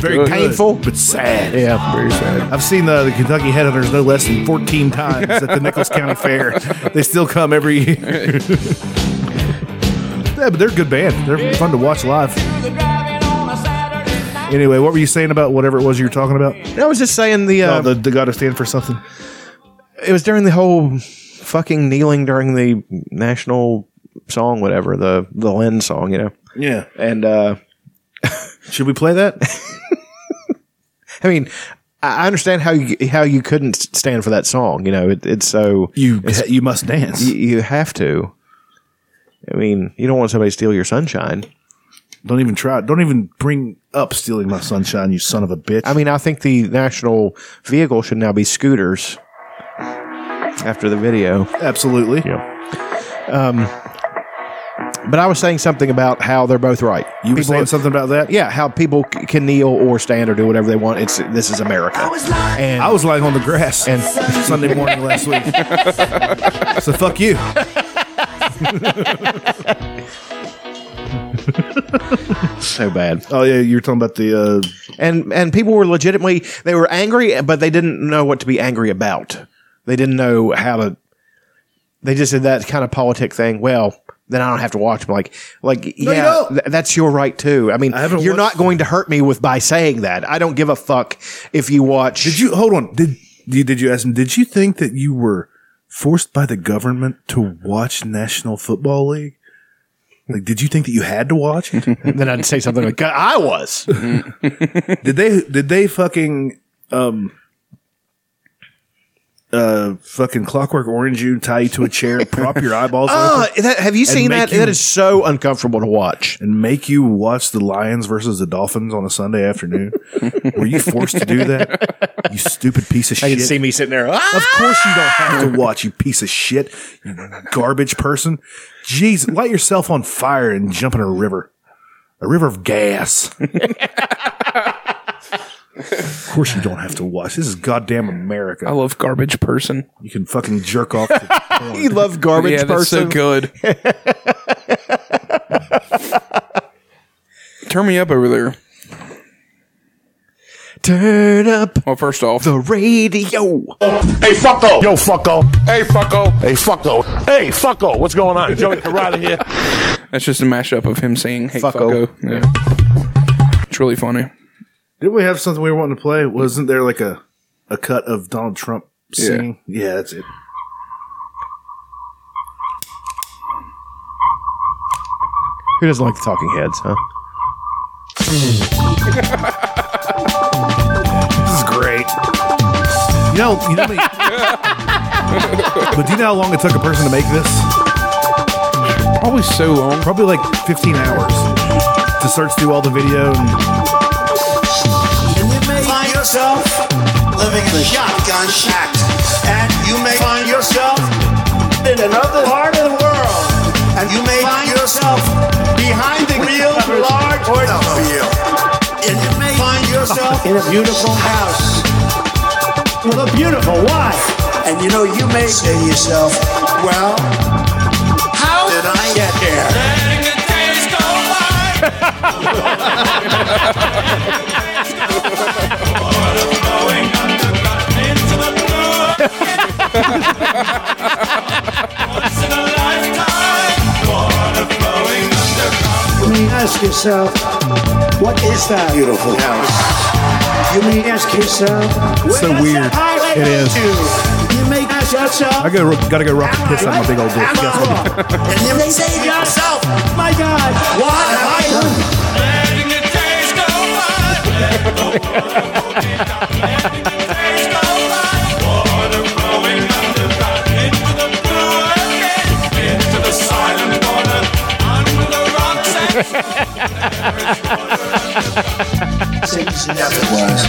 [SPEAKER 3] Very
[SPEAKER 5] Good.
[SPEAKER 3] good,
[SPEAKER 5] Painful?
[SPEAKER 3] but sad.
[SPEAKER 5] Yeah.
[SPEAKER 6] Very sad.
[SPEAKER 3] I've seen the, the Kentucky Headhunters no less than 14 times at
[SPEAKER 5] [laughs]
[SPEAKER 3] the Nichols County Fair. They still come every year. yeah, but they're a good band. They're fun to watch live. Anyway, what were you saying about whatever it was you were talking about?
[SPEAKER 5] I was just saying the, uh,
[SPEAKER 3] Oh, the, the gotta stand for something.
[SPEAKER 5] It was during the whole fucking kneeling during the national song, whatever the the Lynn song, you know.
[SPEAKER 3] Yeah.
[SPEAKER 5] And uh,
[SPEAKER 3] should we play that?
[SPEAKER 5] I mean, I I understand how you how you couldn't s- stand for that song. You know, it, it's so
[SPEAKER 3] you
[SPEAKER 5] it's,
[SPEAKER 3] you must dance.
[SPEAKER 5] You, you have to. I mean, you don't want somebody to steal your sunshine.
[SPEAKER 3] Don't even try. Don't even bring up stealing my sunshine, you son of a bitch.
[SPEAKER 5] I mean, I think the national vehicle should now be scooters. After the video,
[SPEAKER 3] Absolutely.
[SPEAKER 5] Um, But I was saying something about how they're both right. You were saying something about that? Yeah, how people c- can kneel or stand or do whatever they want. It's this is America. And I was lying on the grass and
[SPEAKER 3] Sunday morning last week.
[SPEAKER 5] [laughs] so fuck you. [laughs] so bad.
[SPEAKER 3] Oh yeah, you were talking about the. Uh,
[SPEAKER 5] and and people were legitimately they were angry, but they didn't know what to be angry about. They didn't know how to. They just did that kind of politic thing. Well, then I don't have to watch. them. Like, like
[SPEAKER 3] No, you
[SPEAKER 5] yeah,
[SPEAKER 3] don't.
[SPEAKER 5] th- that's your right too. I mean,
[SPEAKER 3] haven't
[SPEAKER 5] you're
[SPEAKER 3] watched-
[SPEAKER 5] not going to hurt me with by saying that. I don't give a fuck if you watch.
[SPEAKER 3] Did you hold on? Did you, did you ask him? Did you think that you were forced by the government to watch National Football League? Like, did you think that you had to [laughs] watch it?
[SPEAKER 5] then I'd say something like, "I [laughs] was."
[SPEAKER 3] did they? Did they fucking um, uh, fucking Clockwork Orange you tie you to a chair, prop your [laughs] eyeballs?
[SPEAKER 5] Oh,
[SPEAKER 3] open,
[SPEAKER 5] that- have you
[SPEAKER 3] and
[SPEAKER 5] seen
[SPEAKER 3] make
[SPEAKER 5] that? That is so uncomfortable to watch,
[SPEAKER 3] and make you watch the Lions versus the Dolphins on a Sunday afternoon. were you forced to do that? You stupid piece of
[SPEAKER 5] I
[SPEAKER 3] shit.
[SPEAKER 5] can see me sitting there.
[SPEAKER 3] Of course you don't have to watch, you piece of shit, you garbage person. Jeez, light yourself on fire and jump in a river. A river of gas. of course you don't have to watch. This is goddamn America. I
[SPEAKER 6] love garbage person.
[SPEAKER 3] You can fucking jerk off. To
[SPEAKER 5] you love garbage
[SPEAKER 6] yeah, that's so
[SPEAKER 5] person.
[SPEAKER 6] good.
[SPEAKER 3] [laughs]
[SPEAKER 6] Turn me up over there.
[SPEAKER 5] Turn up.
[SPEAKER 6] Well, first off,
[SPEAKER 5] the radio.
[SPEAKER 13] Hey, fucko. Yo, fucko. Hey, fucko. Hey, fucko. Hey, fucko. What's going on? Joey Carrada here.
[SPEAKER 6] That's just a mashup of him saying "Hey
[SPEAKER 3] Fucko.
[SPEAKER 6] fucko." Yeah. It's really funny.
[SPEAKER 3] [laughs] Didn't we have something we were wanting to play? Wasn't there like a, a cut of Donald Trump
[SPEAKER 6] Yeah.
[SPEAKER 3] singing? Yeah, that's it.
[SPEAKER 5] Who doesn't like the Talking Heads, huh?
[SPEAKER 3] This is great. You know, you know me. but do you know how long it took a person to make this?
[SPEAKER 6] Probably so long.
[SPEAKER 3] Probably like 15 hours to search through all the video. And
[SPEAKER 14] You may find yourself living in a shotgun shack, and you may find yourself in another part of the world, and you may find yourself behind the wheel of a large automobile, and you may find yourself in a beautiful house with a beautiful wife, and you know you may say to yourself, "Well, how did I get here?" You may ask yourself, what is that beautiful house? You may ask yourself, where
[SPEAKER 3] So
[SPEAKER 14] does the
[SPEAKER 3] weird.
[SPEAKER 14] highway
[SPEAKER 3] It is.
[SPEAKER 14] lead to? You may ask yourself,
[SPEAKER 3] I gotta, ro- gotta go rock and piss on my big old dick.
[SPEAKER 14] am
[SPEAKER 3] That's what-
[SPEAKER 14] I wrong? And you may say to yourself, my God, what have I done?
[SPEAKER 8] [laughs]
[SPEAKER 14] Say this never was.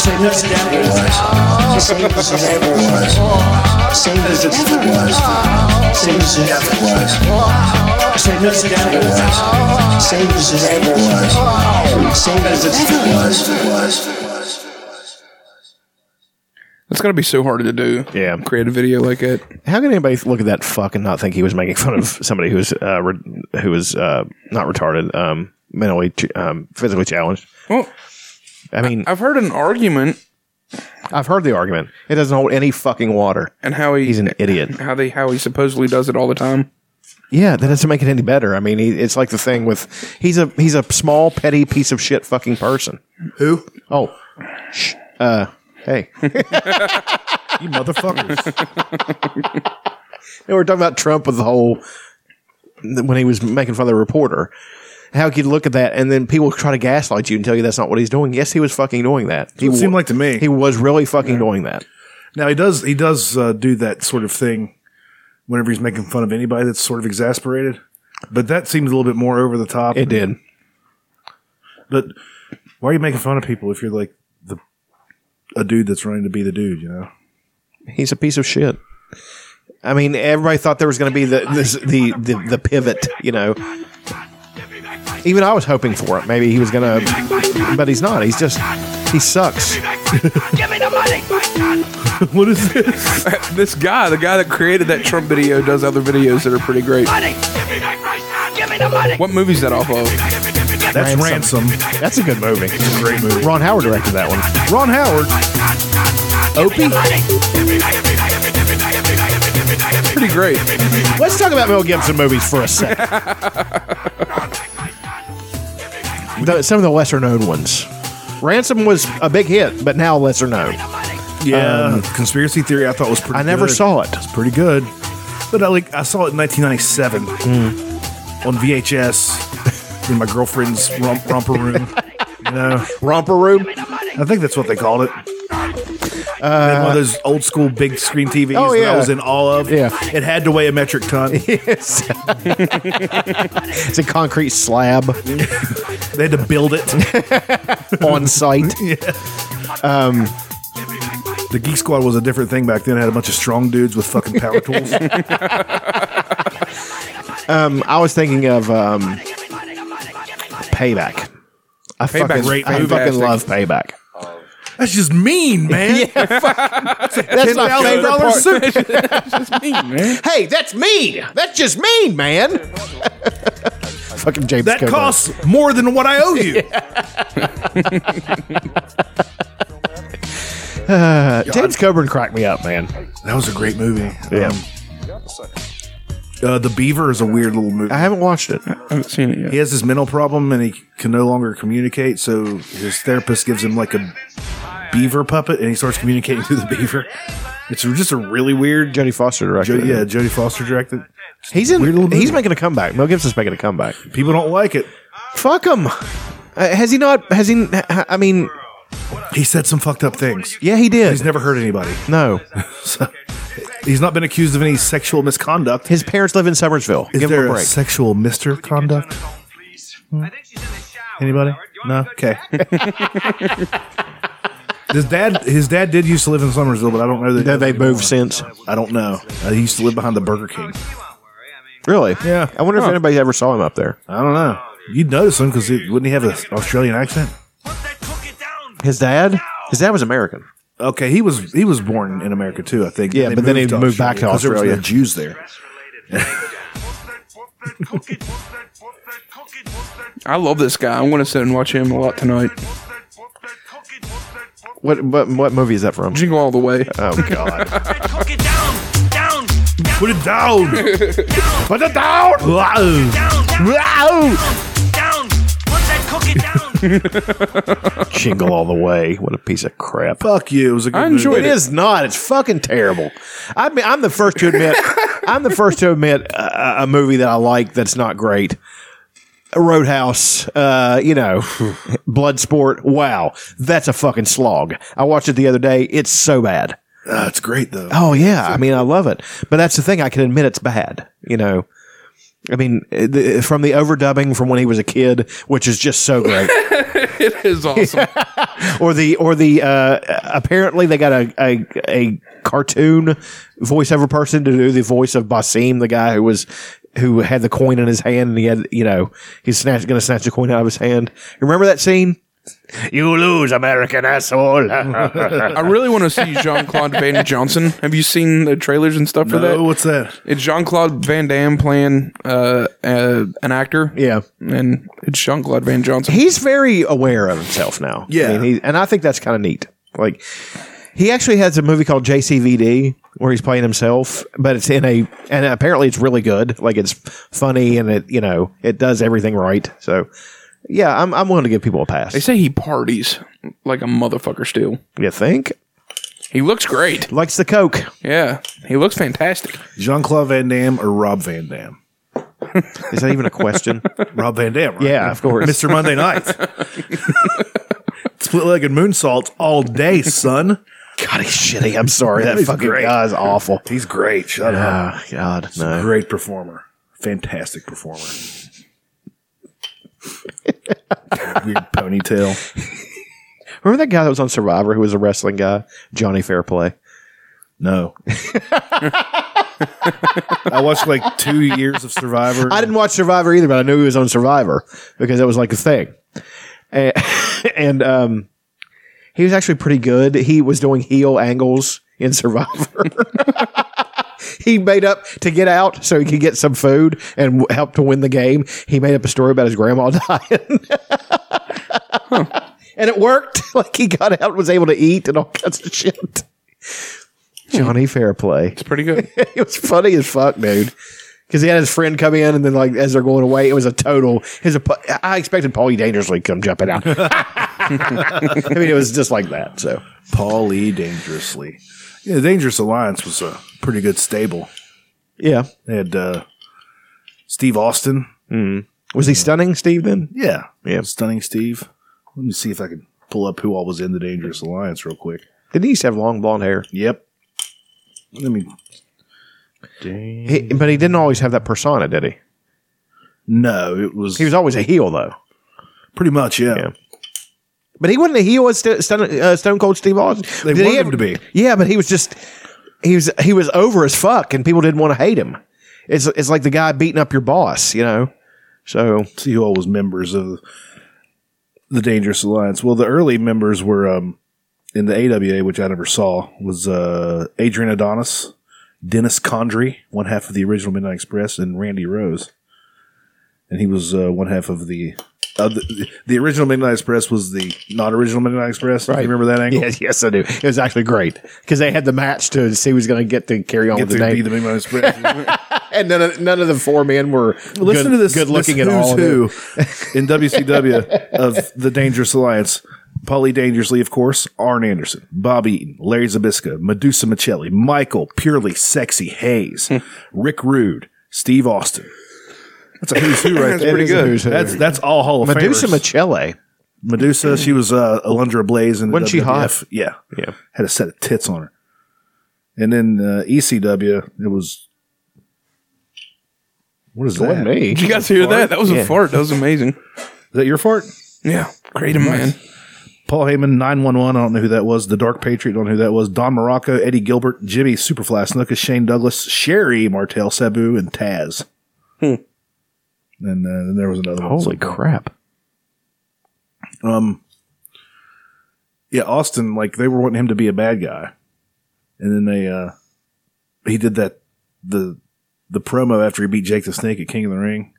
[SPEAKER 14] Say this never was. Say this never was. Say this never was. Say this never was. Say this never was. Say this never was. Say this never was.
[SPEAKER 6] That's gotta be so hard to do.
[SPEAKER 5] Yeah,
[SPEAKER 6] create a video like it.
[SPEAKER 5] How can anybody look at that fuck and not think he was making fun of somebody who was uh, re- who was uh, not retarded, um, mentally, ch- um, physically challenged?
[SPEAKER 6] Well,
[SPEAKER 5] I mean,
[SPEAKER 6] I've heard an argument.
[SPEAKER 5] I've heard the argument. It doesn't hold any fucking water.
[SPEAKER 6] And how he,
[SPEAKER 5] he's an idiot.
[SPEAKER 6] How they how he supposedly does it all the time.
[SPEAKER 5] Yeah, that doesn't make it any better. I mean, he, it's like the thing with he's a he's a small petty piece of shit fucking person.
[SPEAKER 3] Who?
[SPEAKER 5] Oh, shh. Uh, hey,
[SPEAKER 3] you motherfuckers.
[SPEAKER 5] [laughs] And we were talking about Trump with the whole when he was making fun of the reporter. How you could look at that and then people try to gaslight you and tell you that's not what he's doing. Yes, he was fucking doing that. He
[SPEAKER 3] it seemed
[SPEAKER 5] wa-
[SPEAKER 3] like to me.
[SPEAKER 5] he was really fucking doing that.
[SPEAKER 3] Now he does he does uh, do that sort of thing whenever he's making fun of anybody that's sort of exasperated. But that seems a little bit more over the top. It
[SPEAKER 5] did.
[SPEAKER 3] But why are you making fun of people if you're like the a dude that's running to be the dude? You know,
[SPEAKER 5] He's a piece of shit. I mean, everybody thought there was going to be the, this, the the the pivot, you know. Even I was hoping for it. Maybe he was going to, but he's not. He's just he sucks.
[SPEAKER 6] what is this? this guy, the guy that created that Trump video, does other videos that are pretty great. What movie's that off of?
[SPEAKER 3] That's Ransom.
[SPEAKER 5] That's a good movie.
[SPEAKER 3] great movie.
[SPEAKER 5] Ron Howard directed that one.
[SPEAKER 3] Ron Howard.
[SPEAKER 5] Opie.
[SPEAKER 6] Pretty great.
[SPEAKER 5] Let's talk about Mel Gibson movies for a second. The- some of the lesser known ones. Ransom was a big hit, but now lesser known.
[SPEAKER 3] Yeah, conspiracy theory. I thought was pretty.
[SPEAKER 5] Um, I never
[SPEAKER 3] good.
[SPEAKER 5] saw it.
[SPEAKER 3] It's pretty good, but I like I saw it in 1997
[SPEAKER 5] Hmm.
[SPEAKER 3] on VHS in my girlfriend's romp, romper room. You know,
[SPEAKER 5] romper room.
[SPEAKER 3] I think that's what they called it. They had one of those old school big screen TVs
[SPEAKER 5] Uh, Oh,
[SPEAKER 3] that I
[SPEAKER 5] yeah.
[SPEAKER 3] was in all of.
[SPEAKER 5] Yeah.
[SPEAKER 3] It had to weigh a metric
[SPEAKER 5] [laughs]
[SPEAKER 3] ton.
[SPEAKER 5] Yes. it's a concrete slab.
[SPEAKER 3] [laughs] they had to build it
[SPEAKER 5] on site.
[SPEAKER 3] Yeah. Um, the Geek Squad was a different thing back then. It had a bunch of strong dudes with
[SPEAKER 5] [laughs]
[SPEAKER 3] fucking power tools.
[SPEAKER 5] Um, I was thinking of um, Payback. I
[SPEAKER 3] Payback's
[SPEAKER 5] fucking,
[SPEAKER 3] great
[SPEAKER 5] I
[SPEAKER 3] movie.
[SPEAKER 5] fucking love Payback.
[SPEAKER 3] [laughs] That's just mean, man.
[SPEAKER 5] [laughs] That's my favorite part. [laughs]
[SPEAKER 3] That's
[SPEAKER 5] just mean, man. Hey, that's mean. That's just mean, man. [laughs] Fucking James.
[SPEAKER 3] That
[SPEAKER 5] Coburn.
[SPEAKER 3] costs more than what I owe you.
[SPEAKER 5] Uh, James Coburn cracked me up, man.
[SPEAKER 3] That was a great movie. Um,
[SPEAKER 5] Yeah.
[SPEAKER 3] Uh, the Beaver is a weird little movie. I
[SPEAKER 5] haven't watched it. I
[SPEAKER 6] haven't seen it yet.
[SPEAKER 3] He has this mental problem and he can no longer communicate, so his therapist gives him like a beaver puppet and he starts communicating through the beaver. It's just a really weird.
[SPEAKER 5] Jodie Foster
[SPEAKER 3] Jo-
[SPEAKER 5] directed. it.
[SPEAKER 3] yeah, Jodie Foster directed.
[SPEAKER 5] he's in. He's making a comeback. Mel Gibson's making a comeback.
[SPEAKER 3] People don't like it.
[SPEAKER 5] Fuck him. Uh, has he not? Has he? I mean,
[SPEAKER 3] He said some fucked up things.
[SPEAKER 5] Yeah, he did.
[SPEAKER 3] He's never hurt anybody.
[SPEAKER 5] No.
[SPEAKER 3] [laughs] so, he's not been accused of any sexual misconduct.
[SPEAKER 5] His parents live in Somersville.
[SPEAKER 3] Is
[SPEAKER 5] Give him
[SPEAKER 3] there
[SPEAKER 5] a break.
[SPEAKER 3] sexual misconduct? Hmm? Anybody? No.
[SPEAKER 5] [laughs]
[SPEAKER 3] Okay. his dad, his dad did used to live in Somersville, but I don't know that.
[SPEAKER 5] No, they've moved since.
[SPEAKER 3] I don't know. Uh, he used to live behind the Burger King.
[SPEAKER 5] Really?
[SPEAKER 3] Yeah.
[SPEAKER 5] I wonder if
[SPEAKER 3] Huh.
[SPEAKER 5] anybody ever saw him up there.
[SPEAKER 3] I don't know. You'd notice him because wouldn't he have an Australian accent?
[SPEAKER 5] His dad? His dad was American.
[SPEAKER 3] Okay, he was he was born in America too, I think.
[SPEAKER 5] Yeah, but then he moved back to
[SPEAKER 3] 'cause there was no
[SPEAKER 5] Australia.
[SPEAKER 3] Jews there.
[SPEAKER 6] I love this guy. I want to sit and watch him a lot tonight.
[SPEAKER 5] What what what movie is that from?
[SPEAKER 6] Jingle all the way.
[SPEAKER 5] Oh god.
[SPEAKER 3] Put it [laughs] down. Put it down.
[SPEAKER 5] Jingle all the way. What a piece of crap.
[SPEAKER 3] Fuck you. It was a good
[SPEAKER 5] I enjoyed
[SPEAKER 3] movie.
[SPEAKER 5] it. It is not. It's fucking terrible. I mean, I'm the first to admit. [laughs] I'm the first to admit uh, a, a- a movie that I like that's not great. Roadhouse, uh, you know, Bloodsport. Wow, that's a fucking slog. I watched it the other day. It's so bad.
[SPEAKER 3] Ah, it's great though.
[SPEAKER 5] Oh yeah, I mean I love it, but that's the thing. I can admit it's bad. You know, I mean eh, the, from the overdubbing from when he was a kid, which is just so [laughs] great,
[SPEAKER 6] it is awesome.
[SPEAKER 5] or the or the uh, apparently they got a, a a cartoon voiceover person to do the voice of Basim, the guy who was who had the coin in his hand and he had you know he's snatch, gonna snatch the coin out of his hand. Remember that scene? You lose, American asshole.
[SPEAKER 6] I really want to see Jean Claude Van Johnson. Have you seen the trailers and stuff for that?
[SPEAKER 3] No, Oh, what's that?
[SPEAKER 6] It's Jean Claude Van Damme playing uh, uh, an actor.
[SPEAKER 5] Yeah,
[SPEAKER 6] and it's Jean Claude Van Johnson.
[SPEAKER 5] He's very aware of himself now.
[SPEAKER 6] Yeah.
[SPEAKER 5] I mean, he, and I think that's kind of neat. Like, he actually has a movie called JCVD where he's playing himself, but it's in a, and apparently it's really good. Like, it's funny and it, you know, it does everything right. So, yeah, I'm, I'm willing to give people a pass.
[SPEAKER 6] They say he parties like a motherfucker still.
[SPEAKER 5] You think?
[SPEAKER 6] He looks great.
[SPEAKER 5] Likes the Coke.
[SPEAKER 6] Yeah, he looks fantastic.
[SPEAKER 3] Jean Claude Van Damme or Rob Van Damme?
[SPEAKER 5] [laughs] Is that even a question?
[SPEAKER 3] Rob Van Dam, right?
[SPEAKER 5] Yeah, of course.
[SPEAKER 3] Mr.
[SPEAKER 5] [laughs]
[SPEAKER 3] Monday Night. Split legged moonsaults all day,
[SPEAKER 5] [laughs]
[SPEAKER 3] son.
[SPEAKER 5] God, he's shitty. I'm sorry. That fucking guy's awful.
[SPEAKER 3] He's great. Shut up.
[SPEAKER 5] Ah, God, no.
[SPEAKER 3] Great performer.
[SPEAKER 5] [laughs]
[SPEAKER 3] Fantastic performer. Weird ponytail.
[SPEAKER 5] Remember that guy that was on Survivor who was a wrestling guy? Johnny Fairplay.
[SPEAKER 3] No. I watched like two years of Survivor.
[SPEAKER 5] I didn't watch Survivor either, but I knew he was on Survivor because that was like a thing. And, [laughs] and um, he was actually pretty good. He was doing heel angles in Survivor. [laughs] he made up to get out so he could get some food and w- help to win the game. He made up a story about his grandma [laughs] dying. And it worked. [laughs] Like he got out and was able to eat and all kinds of shit. Johnny Fairplay. It's
[SPEAKER 6] pretty good.
[SPEAKER 5] [laughs] it was funny as fuck, dude. Because he had his friend come in, and then like as they're going away, it was a total. His apo- I expected Paulie Dangerously to come jumping out. [laughs] I mean, it was just like that. So
[SPEAKER 3] Paulie Dangerously. Yeah, the Dangerous Alliance was a pretty good stable.
[SPEAKER 5] Yeah,
[SPEAKER 3] they had uh, Steve Austin.
[SPEAKER 5] Mm. Was he stunning, Steve? Then
[SPEAKER 3] Yeah,
[SPEAKER 5] yeah,
[SPEAKER 3] stunning Steve. Let me see if I can pull up who all was in the Dangerous Alliance real quick.
[SPEAKER 5] didn't he used to have long blonde hair?
[SPEAKER 3] Yep. Let me.
[SPEAKER 5] He, but he didn't always have that persona, did he?
[SPEAKER 3] No, it was.
[SPEAKER 5] He was always a heel, though.
[SPEAKER 3] Pretty much, yeah.
[SPEAKER 5] But he wasn't a heel as St- Stone, uh, Stone Cold Steve Austin.
[SPEAKER 3] They
[SPEAKER 5] Did he
[SPEAKER 3] wanted
[SPEAKER 5] ever-
[SPEAKER 3] him to be.
[SPEAKER 5] Yeah, but he was just he was he was over as fuck, and people didn't want to hate him. It's it's like the guy beating up your boss, you know. So
[SPEAKER 3] see who all was members of the Dangerous Alliance. Well, the early members were um, in the AWA, which I never saw, was uh, Adrian Adonis, Dennis Condry, one half of the original Midnight Express, and Randy Rose. And he was uh, one half of the. Of the, the original Midnight Express was the not original Midnight Express. Do You remember that
[SPEAKER 5] [laughs]
[SPEAKER 3] angle?
[SPEAKER 5] Yes, yes, I do. It was actually great because they had the match to see who's going to get to carry on
[SPEAKER 3] Get
[SPEAKER 5] with
[SPEAKER 3] to
[SPEAKER 5] the
[SPEAKER 3] be
[SPEAKER 5] name.
[SPEAKER 3] the
[SPEAKER 5] [laughs]
[SPEAKER 3] Midnight Express.
[SPEAKER 5] and none of, none of the four men were
[SPEAKER 3] Well, listen
[SPEAKER 5] good,
[SPEAKER 3] to this.
[SPEAKER 5] good looking
[SPEAKER 3] this
[SPEAKER 5] at all.
[SPEAKER 3] who's who [laughs] in WCW of the Dangerous Alliance. Paulie Dangerously, of course, Arn Anderson, Bob Eaton, Larry Zabisca, Medusa Michelli, Michael Purely
[SPEAKER 5] [laughs]
[SPEAKER 3] Sexy Hayes, Rick Rude, Steve Austin. That's a who's who right
[SPEAKER 5] That's
[SPEAKER 3] there.
[SPEAKER 5] pretty
[SPEAKER 3] It is a
[SPEAKER 5] good.
[SPEAKER 3] who's who. That's that's all Hall of
[SPEAKER 5] Medusa
[SPEAKER 3] Famers.
[SPEAKER 5] Michelli.
[SPEAKER 3] Medusa, she was uh, Alundra Blaze in the
[SPEAKER 5] Wasn't she
[SPEAKER 3] WWF.
[SPEAKER 5] hot?
[SPEAKER 3] Yeah,
[SPEAKER 5] Yeah.
[SPEAKER 3] had a set of tits on her. And then uh, ECW, it was what is
[SPEAKER 6] It
[SPEAKER 3] that?
[SPEAKER 6] wasn't me. Did you guys hear that? That was a fart. That was amazing.
[SPEAKER 3] Is that your fart?
[SPEAKER 6] Yeah, great man. [laughs]
[SPEAKER 3] Paul Heyman, 911. I don't know who that was. The Dark Patriot, don't know who that was. Don Morocco, Eddie Gilbert, Jimmy Superfly Snookus, Shane Douglas, Sherry Martel, Sabu, and Taz. And uh, then there was another one.
[SPEAKER 5] Holy crap.
[SPEAKER 3] Um, yeah, Austin, like they were wanting him to be a bad guy. And then they, uh, he did that, the, the promo after he beat Jake the Snake at King of the Ring.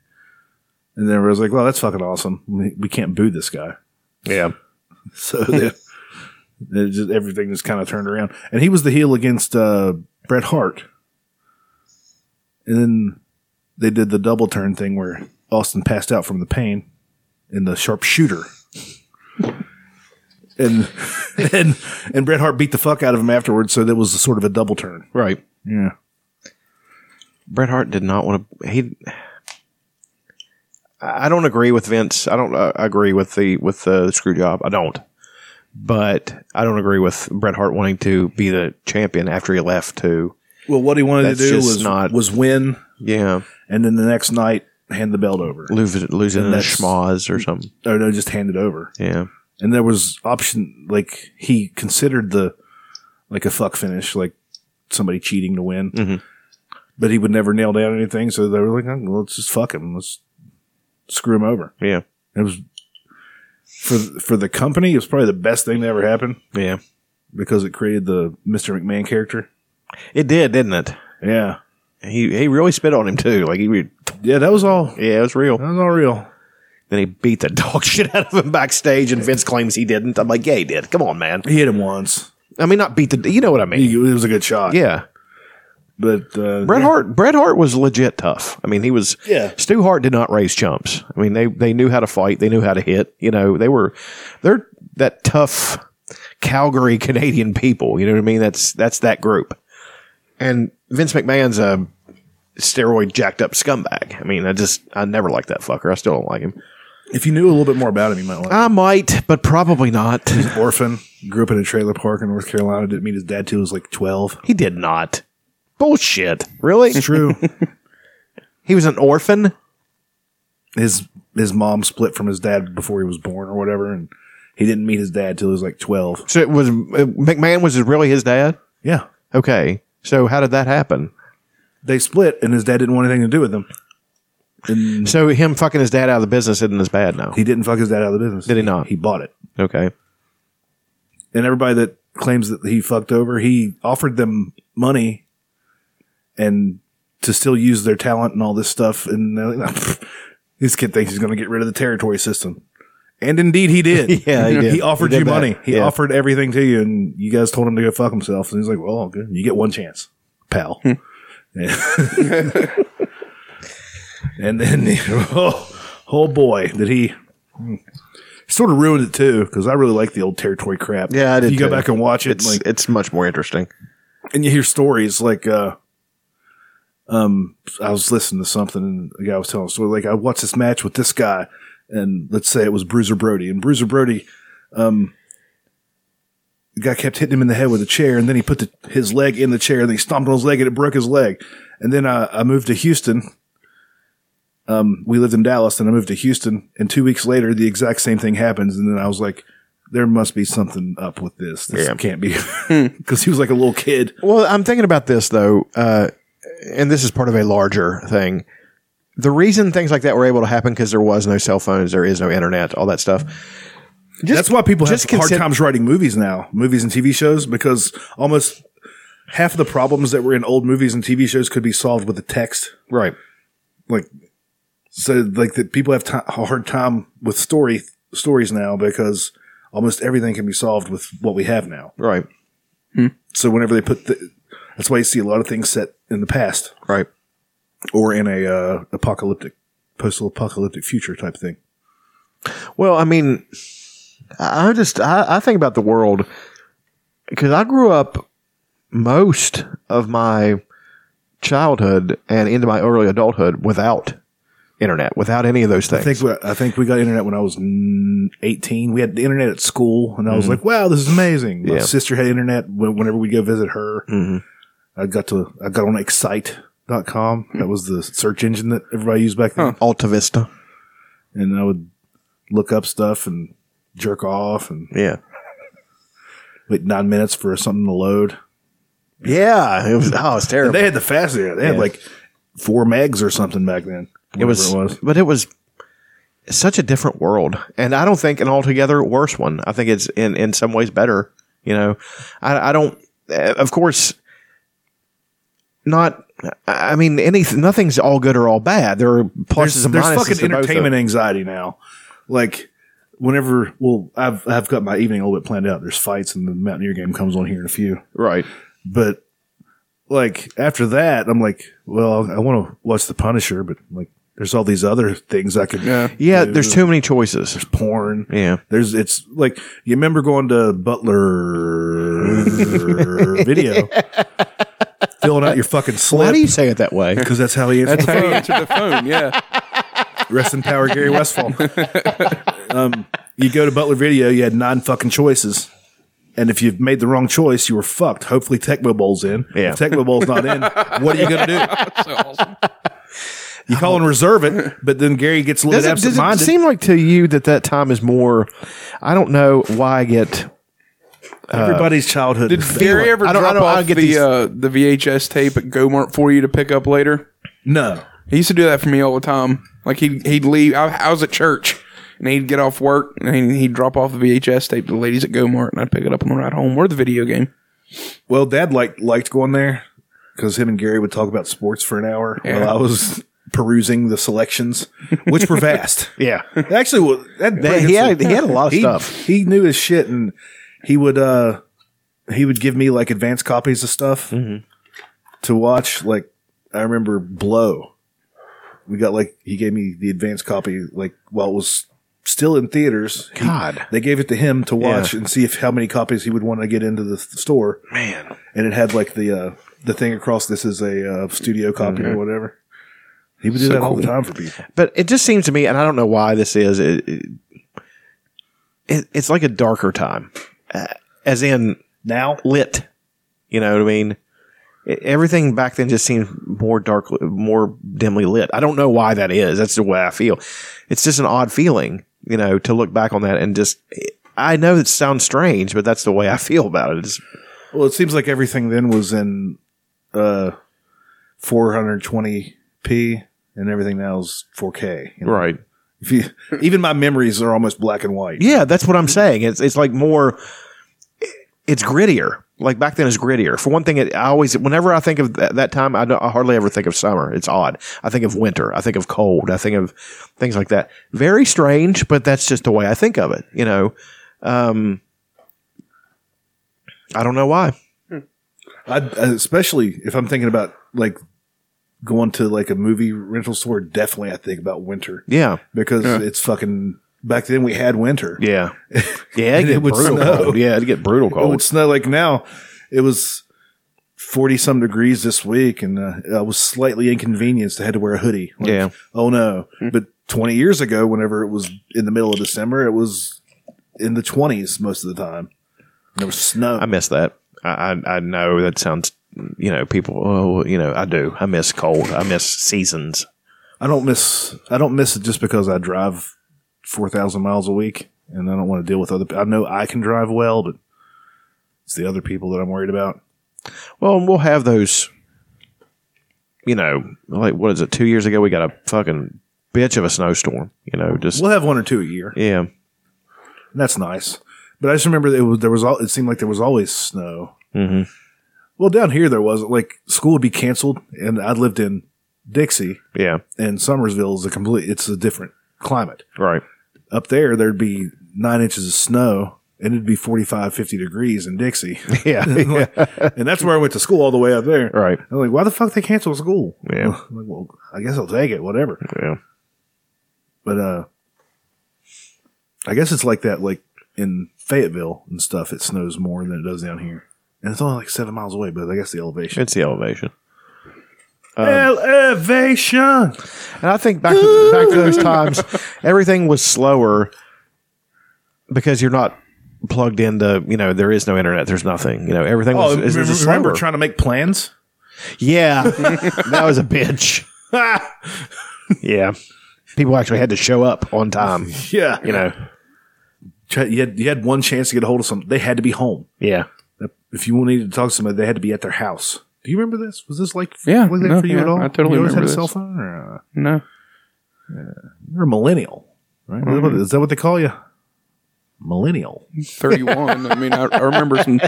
[SPEAKER 3] And then everybody's like, well, that's fucking awesome. We we can't boo this guy.
[SPEAKER 5] Yeah.
[SPEAKER 3] [laughs] So they, they just, everything just kind of turned around. And he was the heel against uh, Bret Hart. And then they did the double turn thing where Austin passed out from the pain in the sharpshooter. [laughs] and and and Bret Hart beat the fuck out of him afterwards, so that was sort of a double turn.
[SPEAKER 5] Right.
[SPEAKER 3] Yeah.
[SPEAKER 5] Bret Hart did not want to. He. I I don't agree with Vince. I don't uh, agree with the with the screw job. I don't. But I don't agree with Bret Hart wanting to be the champion after he left. To
[SPEAKER 3] Well, what he wanted
[SPEAKER 5] That's
[SPEAKER 3] to do
[SPEAKER 5] just
[SPEAKER 3] was
[SPEAKER 5] not-
[SPEAKER 3] was win,
[SPEAKER 5] yeah,
[SPEAKER 3] and then the next night hand the belt over.
[SPEAKER 5] lose it- lose it
[SPEAKER 3] And
[SPEAKER 5] in a
[SPEAKER 3] that's-
[SPEAKER 5] schmoz or something.
[SPEAKER 3] Or no, just hand it over.
[SPEAKER 5] Yeah,
[SPEAKER 3] and there was option like he considered the like a fuck finish like somebody cheating to win
[SPEAKER 5] Mm-hmm.
[SPEAKER 3] but he would never nail down anything so they were like "Oh, well, let's just fuck him let's screw him over
[SPEAKER 5] yeah.
[SPEAKER 3] it was for for the company it was probably the best thing that ever happened
[SPEAKER 5] yeah
[SPEAKER 3] because it created the mr mcmahon character
[SPEAKER 5] It did, didn't it?
[SPEAKER 3] Yeah.
[SPEAKER 5] He he really spit on him too. Like he. re-
[SPEAKER 3] Yeah, that was all.
[SPEAKER 5] Yeah, it was real. That
[SPEAKER 3] was all real.
[SPEAKER 5] Then he beat the [laughs] dog shit out of him backstage, and Vince claims he didn't. I'm like, yeah, he did. Come on, man.
[SPEAKER 3] He hit him once.
[SPEAKER 5] I mean, not beat the. You know what I mean?
[SPEAKER 3] it was a good shot.
[SPEAKER 5] Yeah.
[SPEAKER 3] But uh,
[SPEAKER 5] Bret Hart, Bret Hart was legit tough. I mean, he was.
[SPEAKER 3] Yeah.
[SPEAKER 5] Stu Hart did not raise chumps. I mean, they they knew how to fight. They knew how to hit. You know, they were they're that tough Calgary Canadian people. You know what I mean? That's that's that group. And Vince McMahon's a steroid jacked up scumbag. I mean, I just I never liked that fucker. I still don't like him.
[SPEAKER 3] if you knew a little bit more about him you might like
[SPEAKER 5] I might, but probably not. [laughs]
[SPEAKER 3] him. orphan grew up in a trailer park in north carolina didn't meet his dad till he was like 12
[SPEAKER 5] he did not bullshit really
[SPEAKER 3] it's true
[SPEAKER 5] [laughs] he was an orphan
[SPEAKER 3] his his mom split from his dad before he was born or whatever, and he didn't meet his dad till he was like twelve.
[SPEAKER 5] So it was uh, McMahon was really his dad?
[SPEAKER 3] Yeah.
[SPEAKER 5] Okay. So how did that happen?
[SPEAKER 3] they split, and his dad didn't want anything to do with them.
[SPEAKER 5] so him fucking his dad out of the business isn't as bad now.
[SPEAKER 3] He didn't fuck his dad out of the business. Did
[SPEAKER 5] he not?
[SPEAKER 3] He bought it.
[SPEAKER 5] Okay.
[SPEAKER 3] And everybody that claims that he fucked over, he offered them money and to still use their talent and all this stuff. And they're like, [laughs] "Pfft, this kid thinks he's going to get rid of the territory system. And indeed, he did.
[SPEAKER 5] [laughs] Yeah, he did.
[SPEAKER 3] offered
[SPEAKER 5] He did
[SPEAKER 3] you
[SPEAKER 5] that.
[SPEAKER 3] money. He
[SPEAKER 5] Yeah.
[SPEAKER 3] offered everything to you, and you guys told him to go fuck himself. And he's like, "Well, good. You get one chance, pal."
[SPEAKER 5] Hmm.
[SPEAKER 3] and then, [laughs] oh, oh boy, did he sort of ruined it too? Because I really like the old territory crap.
[SPEAKER 5] Yeah, I did.
[SPEAKER 3] If you go
[SPEAKER 5] too.
[SPEAKER 3] back and watch it.
[SPEAKER 5] It's
[SPEAKER 3] like,
[SPEAKER 5] it's much more interesting.
[SPEAKER 3] and you hear stories like uh um I was listening to something and the guy was telling a story like I watched this match with this guy and let's say it was Bruiser Brody and Bruiser Brody um the guy kept hitting him in the head with a chair and then he put the, his leg in the chair and he stomped on his leg and it broke his leg and then I, I moved to Houston um we lived in Dallas and I moved to Houston and two weeks later the exact same thing happens and then I was like there must be something up with this this can't be [laughs] because he was like a little kid
[SPEAKER 5] Well, I'm thinking about this though, uh, and this is part of a larger thing. The reason things like that were able to happen because there was no cell phones, there is no internet, all that stuff.
[SPEAKER 3] That's why people have
[SPEAKER 5] just
[SPEAKER 3] hard
[SPEAKER 5] consider-
[SPEAKER 3] times writing movies now, movies and TV shows, because almost half of the problems that were in old movies and TV shows could be solved with a text.
[SPEAKER 5] Right.
[SPEAKER 3] Like, so like that people have ti a hard time with story stories now because almost everything can be solved with what we have now.
[SPEAKER 5] Right.
[SPEAKER 3] So whenever they put the, that's why you see a lot of things set in the past.
[SPEAKER 5] Right.
[SPEAKER 3] Or in a uh, apocalyptic, post-apocalyptic future type thing.
[SPEAKER 5] Well, I mean, I I just I, I think about the world because I grew up most of my childhood and into my early adulthood without internet, without any of those
[SPEAKER 3] I
[SPEAKER 5] things.
[SPEAKER 3] think we- I think we got internet when I was mm, eighteen. We had the internet at school, and I was
[SPEAKER 5] Mhm.
[SPEAKER 3] like, "Wow, this is amazing." My
[SPEAKER 5] Yeah. Mm-hmm.
[SPEAKER 3] sister had internet wh- whenever we go visit her. I got to I got on Excite.com. That was the search engine that everybody used back then.
[SPEAKER 5] Alta Vista,
[SPEAKER 3] and I would look up stuff and jerk off and
[SPEAKER 5] yeah,
[SPEAKER 3] wait nine minutes for something to load.
[SPEAKER 5] Yeah, it was oh, it's terrible.
[SPEAKER 3] they had the fast internet. They had
[SPEAKER 5] Yeah.
[SPEAKER 3] like four megs or something back then.
[SPEAKER 5] It was,
[SPEAKER 3] whatever
[SPEAKER 5] but it was such a different world, and I don't think an altogether worse one. I think it's in in some ways better. You know, I, I don't. uh, Of course, not. I I mean, anything. Nothing's all good or all bad. There are pluses
[SPEAKER 3] there's,
[SPEAKER 5] and
[SPEAKER 3] there's
[SPEAKER 5] minuses.
[SPEAKER 3] fucking
[SPEAKER 5] to both of
[SPEAKER 3] entertainment
[SPEAKER 5] them.
[SPEAKER 3] anxiety now. Like whenever, well, I've I've got my evening a little bit planned out. There's fights, and the Mountaineer game comes on here in a few.
[SPEAKER 5] Right.
[SPEAKER 3] But like after that, I'm like, well, I want to watch The Punisher, but like, there's all these other things I could. Yeah,
[SPEAKER 5] Yeah, there's too many choices.
[SPEAKER 3] There's porn.
[SPEAKER 5] Yeah.
[SPEAKER 3] There's it's like you remember going to
[SPEAKER 5] [laughs]
[SPEAKER 3] Butler video. Filling out your fucking slip.
[SPEAKER 5] Why
[SPEAKER 3] [laughs]
[SPEAKER 5] do you say it that way?
[SPEAKER 3] Because that's how he answered
[SPEAKER 6] That's
[SPEAKER 3] the
[SPEAKER 6] how he
[SPEAKER 3] phone.
[SPEAKER 6] answered Oh, the phone. Yeah.
[SPEAKER 3] Rest in power, Gary
[SPEAKER 5] [laughs]
[SPEAKER 3] Westfall. um, you go to Butler Video, you had nine fucking choices. And if you've made the wrong choice, you were fucked. Hopefully, Tecmo Bowl's in.
[SPEAKER 5] Yeah.
[SPEAKER 3] If Tecmo Bowl's not in, what are you going to do? You call and reserve it, but then Gary gets a little
[SPEAKER 5] Does
[SPEAKER 3] bit
[SPEAKER 5] it, does it
[SPEAKER 3] absent-minded.
[SPEAKER 5] seem like to you that that time is more? I don't know why I get. uh,
[SPEAKER 3] Everybody's childhood.
[SPEAKER 6] Did Gary ever
[SPEAKER 5] I don't- I
[SPEAKER 6] drop
[SPEAKER 5] don't- I
[SPEAKER 6] off
[SPEAKER 5] get
[SPEAKER 6] the
[SPEAKER 5] these-
[SPEAKER 6] uh, the VHS tape at GoMart for you to pick up later?
[SPEAKER 3] No.
[SPEAKER 6] He used to do that for me all the time. Like he'd he'd leave. I, I was at church and he'd get off work and he'd drop off the VHS tape to the ladies at GoMart and I'd pick it up on the ride home or the video game.
[SPEAKER 3] Well, Dad liked liked going there because him and Gary would talk about sports for an hour
[SPEAKER 5] Yeah.
[SPEAKER 3] while I was perusing the selections, which
[SPEAKER 5] [laughs]
[SPEAKER 3] were vast.
[SPEAKER 5] Yeah.
[SPEAKER 3] actually, well, that
[SPEAKER 5] That- he had- he had a lot of
[SPEAKER 3] He-
[SPEAKER 5] stuff.
[SPEAKER 3] He knew his shit, and he would uh he would give me like advanced copies of stuff
[SPEAKER 5] Mm-hmm.
[SPEAKER 3] to watch. Like I remember Blow. We got like he gave me the advanced copy like while it was still in theaters. He-
[SPEAKER 5] God.
[SPEAKER 3] they gave it to him to watch
[SPEAKER 5] Yeah.
[SPEAKER 3] and see if how many copies he would want to get into the th- store.
[SPEAKER 5] Man.
[SPEAKER 3] and it had like the uh, the thing across. This is a uh, studio copy or
[SPEAKER 5] Mhm.
[SPEAKER 3] whatever. He would do
[SPEAKER 5] So
[SPEAKER 3] that all the
[SPEAKER 5] cool.
[SPEAKER 3] time for people.
[SPEAKER 5] But it just seems to me, and I don't know why this is. It, it- it, it's like a darker time, uh, as in
[SPEAKER 3] now
[SPEAKER 5] lit. You know what I mean? E- everything back then just seemed more dark, more dimly lit. I don't know why that is. That's the way I feel. It's just an odd feeling, you know, to look back on that and just. I know it sounds strange, but that's the way I feel about it. It's-
[SPEAKER 3] Well, it seems like everything then was in uh, 420p, and everything now is 4K. you know? If you, [laughs] even my memories are almost black and white.
[SPEAKER 5] Yeah, that's what I'm saying. It's it's like more. It's grittier. Like back then, it's grittier. For one thing, it, I always, whenever I think of that, that time, I, don't, I hardly ever think of summer. It's odd. I think of winter. I think of cold. I think of things like that. Very strange, but that's just the way I think of it. You know, um, I don't know why.
[SPEAKER 3] I, especially if I'm thinking about like going to like a movie rental store, definitely I think about winter.
[SPEAKER 5] Yeah,
[SPEAKER 3] because
[SPEAKER 5] Yeah.
[SPEAKER 3] it's fucking. Back then we had winter. [laughs]
[SPEAKER 5] Yeah, yeah, it'd
[SPEAKER 3] And
[SPEAKER 5] get
[SPEAKER 3] it would
[SPEAKER 5] brutal
[SPEAKER 3] snow.
[SPEAKER 5] cold. Yeah, it'd get brutal
[SPEAKER 3] It would
[SPEAKER 5] cold.
[SPEAKER 3] snow like now. It was forty some degrees this week, and uh, I was slightly inconvenienced. I had to wear a hoodie. Like,
[SPEAKER 5] Yeah.
[SPEAKER 3] Oh no! But twenty years ago, whenever it was in the middle of December, it was in the twenties most of the time. There was snow.
[SPEAKER 5] I miss that. I, I I know that sounds. You know, people. Oh, you know, I do. I miss cold. I miss seasons.
[SPEAKER 3] I don't miss. I don't miss it just because I drive four thousand miles a week, and I don't want to deal with other. I know I can drive well, but it's the other people that I'm worried about.
[SPEAKER 5] Well, and we'll have those. You know, like what is it? Two years ago, we got a fucking bitch of a snowstorm. You know, just
[SPEAKER 3] We'll have one or two a year.
[SPEAKER 5] yeah.
[SPEAKER 3] And that's nice. But I just remember that it was, there was all. It seemed like there was always snow.
[SPEAKER 5] Mm-hmm.
[SPEAKER 3] Well, down here there was like school would be canceled, and I lived in Dixie,
[SPEAKER 5] Yeah.
[SPEAKER 3] and Somersville is a complete. It's a different climate.
[SPEAKER 5] Right.
[SPEAKER 3] Up there, there'd be nine inches of snow, and it'd be 45, 50 degrees in Dixie.
[SPEAKER 5] [laughs]
[SPEAKER 3] [laughs]
[SPEAKER 5] Yeah.
[SPEAKER 3] and that's where I went to school all the way up there.
[SPEAKER 5] [laughs] Right.
[SPEAKER 3] I'm like, why the fuck they cancel school?
[SPEAKER 5] Yeah.
[SPEAKER 3] [laughs] I'm like, well, I guess I'll take it, whatever.
[SPEAKER 5] Yeah.
[SPEAKER 3] But uh, I guess it's like that, like in Fayetteville and stuff. It snows more than it does down here, and it's only like seven miles away. But I guess the elevation.
[SPEAKER 5] It's the elevation. Um,
[SPEAKER 3] elevation. And
[SPEAKER 5] I think back to, back to those [laughs] times, everything was slower because you're not plugged into. You know, there is no internet. There's nothing. You know, everything was.
[SPEAKER 3] Oh,
[SPEAKER 5] is, is
[SPEAKER 3] remember, remember
[SPEAKER 5] slower.
[SPEAKER 3] trying to make plans?
[SPEAKER 5] Yeah, that was a bitch. yeah, people actually had to show up on time.
[SPEAKER 3] Yeah.
[SPEAKER 5] you know.
[SPEAKER 3] Try- You had you had one chance to get a hold of something. They had to be home.
[SPEAKER 5] Yeah.
[SPEAKER 3] If you needed to talk to somebody, they had to be at their house. Do you remember this? Was this like
[SPEAKER 6] Yeah,
[SPEAKER 3] like that
[SPEAKER 6] no,
[SPEAKER 3] for you
[SPEAKER 6] yeah,
[SPEAKER 3] at all?
[SPEAKER 6] I totally
[SPEAKER 3] you always
[SPEAKER 6] remember
[SPEAKER 3] had a
[SPEAKER 6] this.
[SPEAKER 3] cell phone. Or, uh,
[SPEAKER 6] No.
[SPEAKER 3] you're a millennial, right? Is that what- Is that what they call you? Millennial.
[SPEAKER 6] 31. I mean, I, I remember some,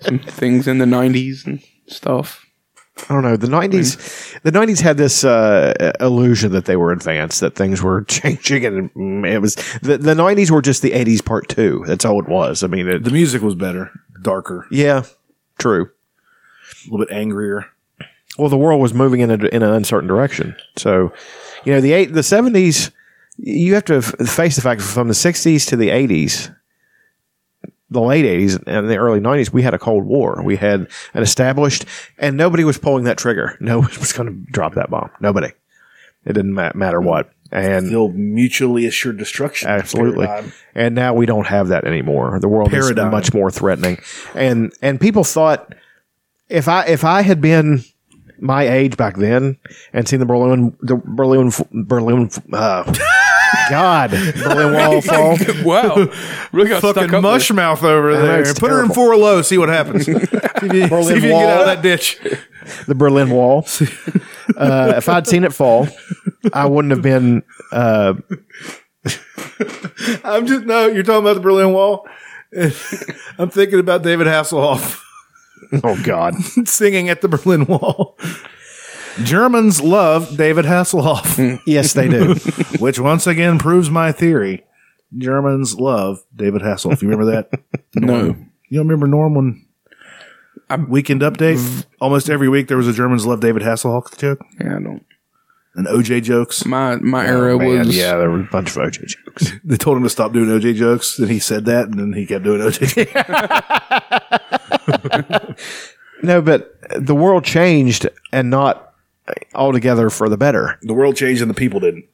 [SPEAKER 6] some things in the 90s and stuff. [laughs]
[SPEAKER 5] I don't know. The nineties, the nineties had this uh, illusion that they were advanced, that things were [laughs] changing, and mm, it was the the nineties were just the eighties part two. That's all it was. I mean, it,
[SPEAKER 3] the music was better, darker.
[SPEAKER 5] Yeah, true.
[SPEAKER 3] A little bit angrier.
[SPEAKER 5] Well, the world was moving in a, in an uncertain direction. So, you know, the eight the seventies, you have to f- face the fact from the sixties to the eighties. The late eighties and the early nineties, we had a Cold War. We had an established, and nobody was pulling that trigger. [laughs] No one was going to drop that bomb. Nobody. It didn't ma- matter what. And
[SPEAKER 3] the old mutually assured destruction.
[SPEAKER 5] Absolutely.
[SPEAKER 3] paradigm.
[SPEAKER 5] And now we don't have that anymore. The world
[SPEAKER 3] Paradigm.
[SPEAKER 5] is much more threatening. And and people thought if I if I had been my age back then and seen the Berlin the Berlin Berlin [laughs] uh, God Berlin Wall fall.
[SPEAKER 3] [laughs]
[SPEAKER 6] wow, really got
[SPEAKER 3] Fucking
[SPEAKER 6] stuck up there.
[SPEAKER 3] mush mouth over
[SPEAKER 5] I know,
[SPEAKER 3] there.
[SPEAKER 5] it's
[SPEAKER 3] Put her in
[SPEAKER 5] terrible.
[SPEAKER 3] four low. See
[SPEAKER 5] [laughs]
[SPEAKER 3] what happens. see if you, see if you can get out of that ditch.
[SPEAKER 5] the Berlin Wall. Uh, if I'd seen it fall, I wouldn't have been. Uh,
[SPEAKER 3] I'm just no. You're talking about the Berlin Wall. [laughs] I'm thinking about David Hasselhoff [laughs]
[SPEAKER 5] oh God,
[SPEAKER 3] singing at the Berlin Wall. Germans love
[SPEAKER 5] [laughs]
[SPEAKER 3] David Hasselhoff.
[SPEAKER 5] yes, they do.
[SPEAKER 3] which once again proves my theory. Germans love David Hasselhoff. You remember that?
[SPEAKER 6] No.
[SPEAKER 3] You don't remember Norm when Weekend Update? Almost every week there was a Germans love David Hasselhoff joke.
[SPEAKER 6] Yeah, I don't.
[SPEAKER 3] And OJ jokes.
[SPEAKER 6] My my
[SPEAKER 5] Oh,
[SPEAKER 6] era
[SPEAKER 5] man,
[SPEAKER 6] was
[SPEAKER 5] yeah, there were a bunch of OJ jokes.
[SPEAKER 3] They told him to stop doing OJ jokes, and he said that, and then he kept doing [laughs] OJ.
[SPEAKER 5] No, but the world changed and not altogether for the better.
[SPEAKER 3] the world changed, and the people didn't.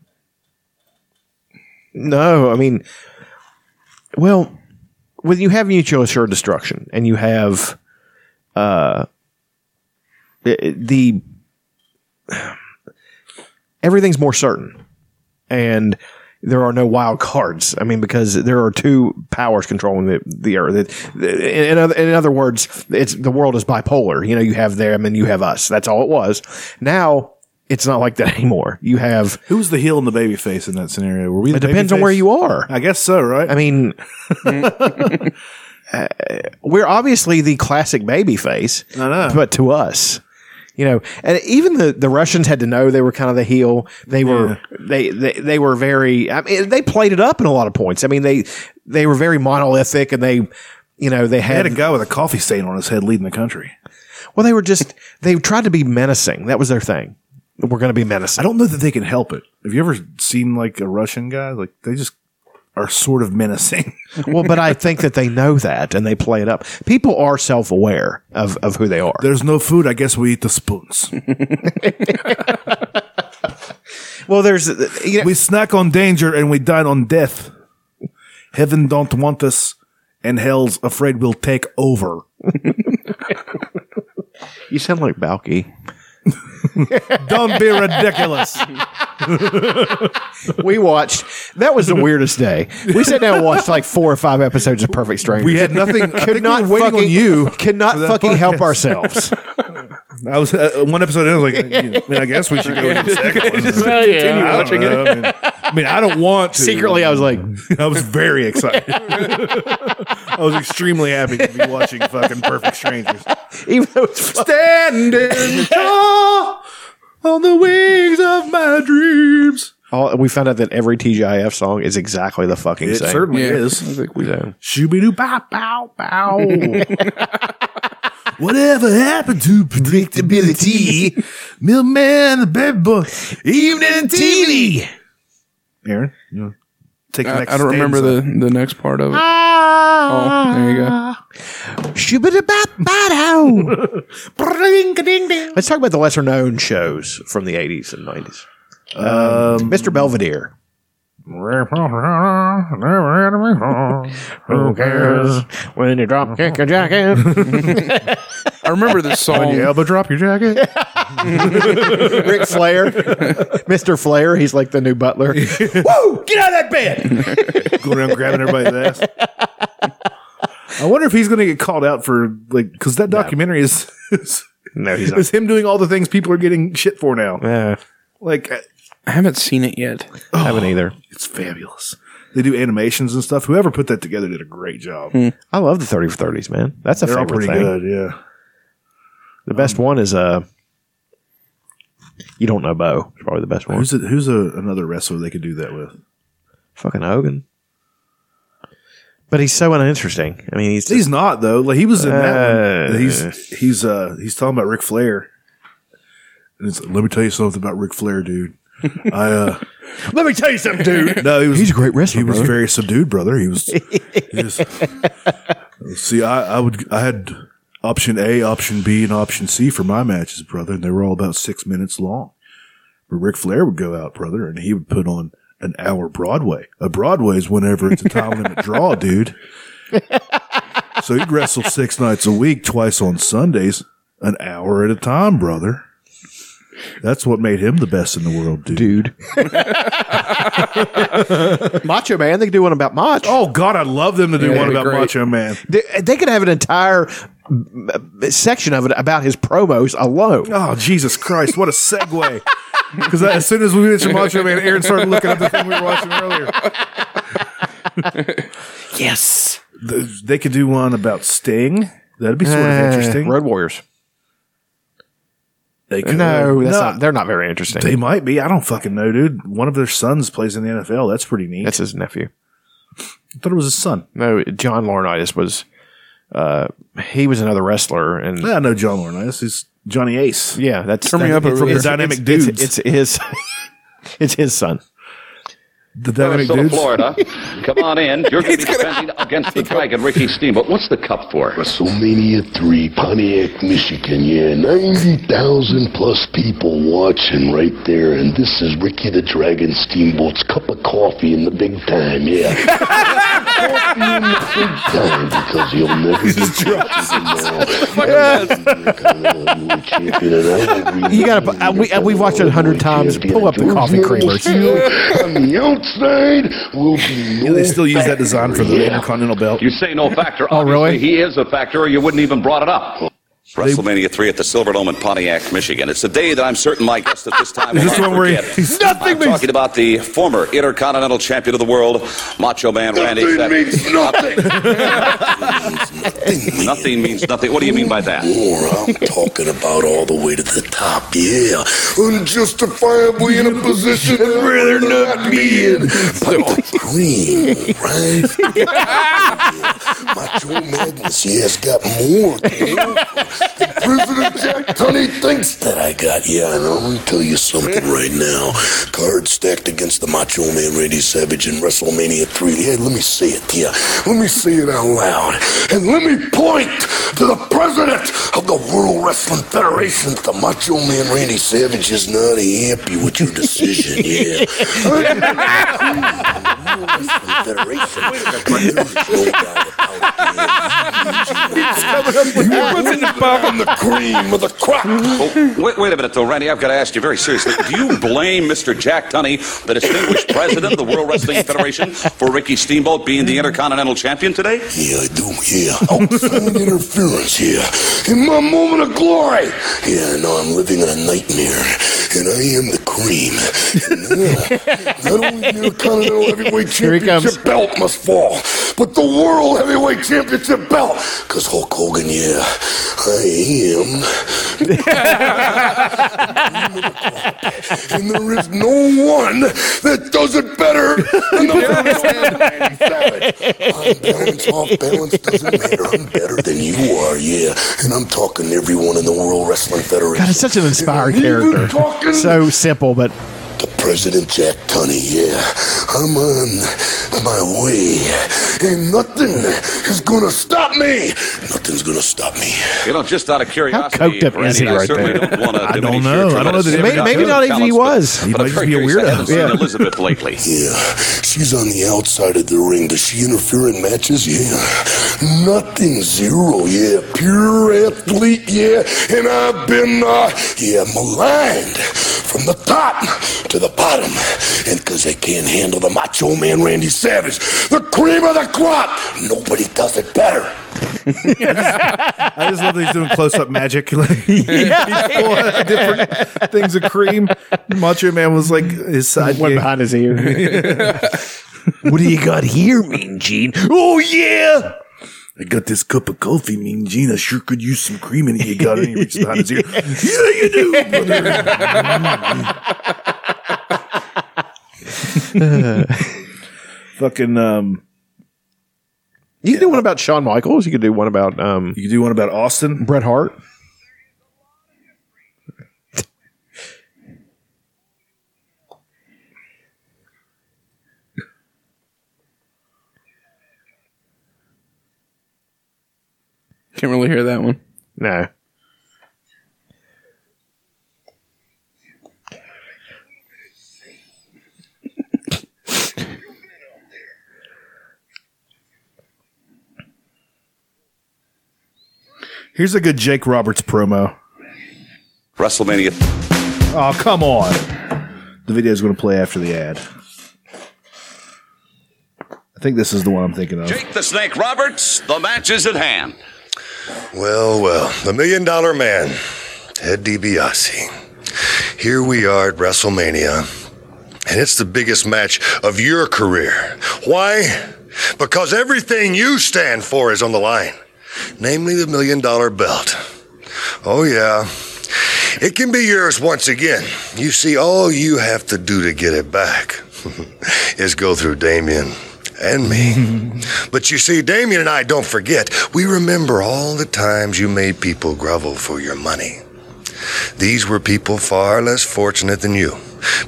[SPEAKER 5] No, I mean, well, when you have mutual assured destruction and you have uh, i- i- the everything's more certain, and there are no wild cards. I mean, because there are two powers controlling the, the earth. It- in, other, in other words, it's the world is bipolar. You know, you have them and you have us. That's all it was. Now it's not like that [laughs] anymore. You have
[SPEAKER 3] who's the heel and the baby face in that scenario? Were we?
[SPEAKER 5] It depends on where you are.
[SPEAKER 3] I guess so, right? I
[SPEAKER 5] mean, [laughs] uh, we're obviously the classic baby face. I know. But to us, you know, and even the, the Russians had to know they were kind of the heel. They were they, they they were very. I mean, they played it up in a lot of points. I mean, they they were very monolithic, and they you know they
[SPEAKER 3] I had
[SPEAKER 5] had,
[SPEAKER 3] a guy with a coffee stain on his head leading the country.
[SPEAKER 5] well, they were just they tried to be menacing. That was their thing. We're going to be menacing.
[SPEAKER 3] I don't know that they can help it. Have you ever seen like a Russian guy? Like they just are sort of menacing. [laughs]
[SPEAKER 5] well, but I think that they know that and they play it up. People are self aware of, of who they are.
[SPEAKER 3] There's no food. I guess we eat the spoons.
[SPEAKER 5] well, there's
[SPEAKER 3] we snack on danger and we dine on death. Heaven don't want us, and hell's afraid we'll take over.
[SPEAKER 5] you sound like Balky.
[SPEAKER 3] don't be ridiculous.
[SPEAKER 5] we watched. That was the weirdest day. We sat down and watched like four or five episodes of Perfect Strangers.
[SPEAKER 3] We had nothing- I think we
[SPEAKER 5] Could not
[SPEAKER 3] were waiting
[SPEAKER 5] fucking,
[SPEAKER 3] on you
[SPEAKER 5] Could not
[SPEAKER 3] for that
[SPEAKER 5] fucking help
[SPEAKER 3] podcast. [laughs]
[SPEAKER 5] ourselves.
[SPEAKER 3] [laughs] I was uh, one episode in. I was like, I, mean, I guess we should go to the second
[SPEAKER 5] [laughs]
[SPEAKER 3] one.
[SPEAKER 5] Just continue
[SPEAKER 3] I don't
[SPEAKER 5] watching it.
[SPEAKER 3] know. I mean, I mean, I don't want to.
[SPEAKER 5] Secretly, I was like,
[SPEAKER 3] [laughs] I was very excited. [laughs] I was extremely happy to be watching fucking Perfect Strangers.
[SPEAKER 5] [laughs] Even though
[SPEAKER 3] standing tall on the wings of my dreams.
[SPEAKER 5] All, we found out that every TGIF song is exactly the fucking
[SPEAKER 3] It
[SPEAKER 5] same.
[SPEAKER 3] certainly Yeah. is. I
[SPEAKER 5] think we know.
[SPEAKER 3] Shooby doo bop bow bow. [laughs] Whatever happened to predictability? Milkman, the bed boy, evening and TV. Aaron, you know, take the
[SPEAKER 6] I,
[SPEAKER 3] next
[SPEAKER 6] I don't
[SPEAKER 3] stage,
[SPEAKER 6] remember
[SPEAKER 3] son.
[SPEAKER 6] the, the next part of it. Oh, there you go.
[SPEAKER 5] Let's talk about the lesser known shows from the 80s and 90s. Um, Mr. Belvedere.
[SPEAKER 3] Who
[SPEAKER 5] cares when you drop kick your jacket?
[SPEAKER 6] I remember this
[SPEAKER 3] [laughs] When
[SPEAKER 6] song.
[SPEAKER 3] [laughs] you elbow drop your jacket.
[SPEAKER 5] Rick Flair.
[SPEAKER 3] [laughs]
[SPEAKER 5] Mr. Flair. He's like the new butler. Whoa! Get out of that bed!
[SPEAKER 3] Go around grabbing everybody's ass. I wonder if he's going to get called out for like because that documentary is, is
[SPEAKER 5] no, he's not.
[SPEAKER 3] [laughs] is him doing all the things people are getting shit for now.
[SPEAKER 5] Yeah,
[SPEAKER 3] like I
[SPEAKER 6] haven't seen it yet.
[SPEAKER 5] I haven't either.
[SPEAKER 3] It's fabulous. They do animations and stuff. Whoever put that together did a great job.
[SPEAKER 5] I love the 30 for 30s, man. That's a
[SPEAKER 3] They're all
[SPEAKER 5] favorite
[SPEAKER 3] pretty
[SPEAKER 5] Hmm. thing.
[SPEAKER 3] good. Yeah,
[SPEAKER 5] The best one is uh You don't know Bo. It's probably the best one.
[SPEAKER 3] who's a, who's a, another wrestler they could do that with?
[SPEAKER 5] Fucking Hogan. But he's so uninteresting. I mean, he's
[SPEAKER 3] he's not though. Like he was in that.
[SPEAKER 5] Uh,
[SPEAKER 3] One. He's he's uh he's talking about Ric Flair. And it's, let me tell you something about Ric Flair, dude. I uh
[SPEAKER 5] Let me tell you something,
[SPEAKER 3] [laughs] No, he was. He's a
[SPEAKER 5] great wrestler.
[SPEAKER 3] He was
[SPEAKER 5] brother.
[SPEAKER 3] very subdued, brother. He was. he was- see, I, I would. I had option A, option B, and option C for my matches, brother, and they were all about six minutes long. But Ric Flair would go out, brother, and he would put on an hour Broadway. A Broadway is whenever it's a time limit draw, dude. So he'd wrestle six nights a week, twice on Sundays, an hour at a time, brother. That's what made him the best in the
[SPEAKER 5] [laughs] [laughs]
[SPEAKER 3] world,
[SPEAKER 5] dude. Macho Man. They could do one about Mach.
[SPEAKER 3] Oh God, I'd love them to do
[SPEAKER 5] Yeah, that'd
[SPEAKER 3] one
[SPEAKER 5] be
[SPEAKER 3] about
[SPEAKER 5] great.
[SPEAKER 3] Macho Man.
[SPEAKER 5] They, they could have an entire mm, section of it about his promos alone.
[SPEAKER 3] Oh Jesus Christ! What a segue! [laughs] Because as soon as we mentioned Macho Man, Aaron started looking at the thing we were watching earlier.
[SPEAKER 5] yes,
[SPEAKER 3] they could do one about Sting. That'd be sort of
[SPEAKER 5] Uh,
[SPEAKER 3] interesting.
[SPEAKER 5] Road Warriors. Uh,
[SPEAKER 3] They
[SPEAKER 5] No, that's not- they're not very interesting.
[SPEAKER 3] They might be. I don't fucking know, dude. One of their sons plays in the NFL. That's pretty neat.
[SPEAKER 5] That's his nephew.
[SPEAKER 3] I thought it was his son.
[SPEAKER 5] No, John Laurinaitis was. Uh, he was another wrestler, and
[SPEAKER 3] Yeah, I know John Laurinaitis. He's Johnny Ace.
[SPEAKER 5] Yeah, that's
[SPEAKER 3] Turn me
[SPEAKER 5] that-
[SPEAKER 3] up over
[SPEAKER 5] it's,
[SPEAKER 3] here.
[SPEAKER 5] it's-
[SPEAKER 3] Dynamic
[SPEAKER 5] it's-
[SPEAKER 3] Dudes.
[SPEAKER 5] It's, it's his. [laughs] it's his son.
[SPEAKER 3] The
[SPEAKER 15] Sarasota, Florida. Come on
[SPEAKER 16] [laughs]
[SPEAKER 15] in. You're going to be defending against the Dragon, Ricky Steamboat. What's the cup for?
[SPEAKER 16] WrestleMania 3, Pontiac, Michigan. Yeah, 90,000 plus people watching right there. And this is Ricky the Dragon Steamboat's cup of coffee in the big time. Yeah. Coffee in the big time because he'll never be champion. And I will
[SPEAKER 5] uh, You gotta. I, we, I, we've watched it a hundred times. Pull up the coffee creamers.
[SPEAKER 16] I'm the outside will be
[SPEAKER 17] [laughs]
[SPEAKER 16] no
[SPEAKER 3] [laughs] They still use that design for the Intercontinental Belt.
[SPEAKER 15] You say no factor. oh, really? He is a factor, or you wouldn't even brought it up.
[SPEAKER 17] WrestleMania 3 at the Silverdome in Pontiac, Michigan. It's a day that I'm certain my guest at this time
[SPEAKER 3] Is
[SPEAKER 17] will
[SPEAKER 3] this
[SPEAKER 17] not
[SPEAKER 3] one where he-
[SPEAKER 17] forget. I'm talking about the former Intercontinental Champion of the World, Macho Man Randy
[SPEAKER 16] Nothing
[SPEAKER 17] Savage.
[SPEAKER 16] means nothing.
[SPEAKER 17] Nothing means nothing. What do you mean by that?
[SPEAKER 16] [laughs] I'm talking about all the way to the top, yeah. Unjustifiably in a position I'd rather not be in. [laughs] But the queen, [laughs] right? Macho Magnus, yeah, has got more to offer. The President Jack Tunney thinks that I got, yeah, and I'm going to tell you something right now. Cards stacked against the Macho Man Randy Savage in WrestleMania 3. Yeah, let me say it, yeah. Let me say it out loud. And let me point to the President of the World Wrestling Federation that the Macho Man Randy Savage is not happy with your decision, yeah.
[SPEAKER 17] I'm the cream of the crop. wait, wait a minute, though, Randy. I've got to ask you very seriously. Do you blame Mr. Jack Tunney, the distinguished president of the World Wrestling Federation, for Ricky Steamboat being the Intercontinental Champion today?
[SPEAKER 16] Yeah, I do. Yeah, outside interference here. In my moment of glory. Yeah, no, I'm living in a nightmare, and I am the cream. And now, not only the Intercontinental Heavyweight
[SPEAKER 5] Here he comes.
[SPEAKER 16] Championship belt must fall, but the World Heavyweight Championship belt. Cause Hulk Hogan, yeah, I am. and there is no one that does it better than the World Savage. On balance, off balance, doesn't matter. I'm better than you are, yeah. And I'm talking to everyone in the World Wrestling Federation.
[SPEAKER 5] God, it's such an inspiring character. So simple, but
[SPEAKER 16] President Jack Tunney, yeah. I'm on my way. And nothing is gonna stop me. Nothing's gonna stop me.
[SPEAKER 17] You know, just out of curiosity,
[SPEAKER 16] coked up
[SPEAKER 17] Randy,
[SPEAKER 16] is he
[SPEAKER 17] I
[SPEAKER 16] right
[SPEAKER 17] certainly
[SPEAKER 16] there?
[SPEAKER 17] don't want to.
[SPEAKER 16] I don't know. I don't know that he- Maybe- maybe not even he was. He
[SPEAKER 17] But,
[SPEAKER 16] might
[SPEAKER 17] I'm very
[SPEAKER 16] just be a
[SPEAKER 17] curious. I
[SPEAKER 16] weirdo.
[SPEAKER 17] haven't seen
[SPEAKER 16] Yeah.
[SPEAKER 3] [laughs]
[SPEAKER 17] Elizabeth lately.
[SPEAKER 16] Yeah, she's on the outside of the ring. Does she interfere in matches? Yeah. Nothing zero, yeah. Pure athlete, yeah. And I've been, uh, yeah, maligned from the top to the bottom. And because they can't handle the macho man Randy Savage, the cream of the crop, nobody does it better.
[SPEAKER 3] I just love that he's doing close up magic. [laughs] Like, he's pulling out different things of cream. Macho Man was like his side One behind
[SPEAKER 5] his ear. [laughs]
[SPEAKER 3] what do you got here, Mean Gene? Oh, yeah. I got this cup of coffee, Mean Gene. I sure could use some cream in it. You got it. And he reaches behind
[SPEAKER 5] [laughs]
[SPEAKER 3] his ear. Yeah, you do.
[SPEAKER 5] [laughs]
[SPEAKER 3] brother." Fucking, um,
[SPEAKER 5] you can do one about Shawn Michaels. You could do one about um.
[SPEAKER 3] You could do one about Austin,
[SPEAKER 5] Bret Hart.
[SPEAKER 6] Can't really hear that one.
[SPEAKER 5] No.
[SPEAKER 3] here's a good Jake Roberts promo.
[SPEAKER 17] WrestleMania.
[SPEAKER 3] Oh, come on. The video's going to play after the ad. I think this is the one I'm thinking of.
[SPEAKER 17] Jake the Snake Roberts, the match is at hand.
[SPEAKER 18] Well, well, the Million Dollar Man, Ted DiBiase. Here we are at WrestleMania, and it's the biggest match of your career. Why? Because everything you stand for is on the line, namely the Million Dollar Belt. Oh, yeah. It can be yours once again. You see, all you have to do to get it back is go through Damien and me. but you see, Damien and I don't forget. We remember all the times you made people grovel for your money. These were people far less fortunate than you,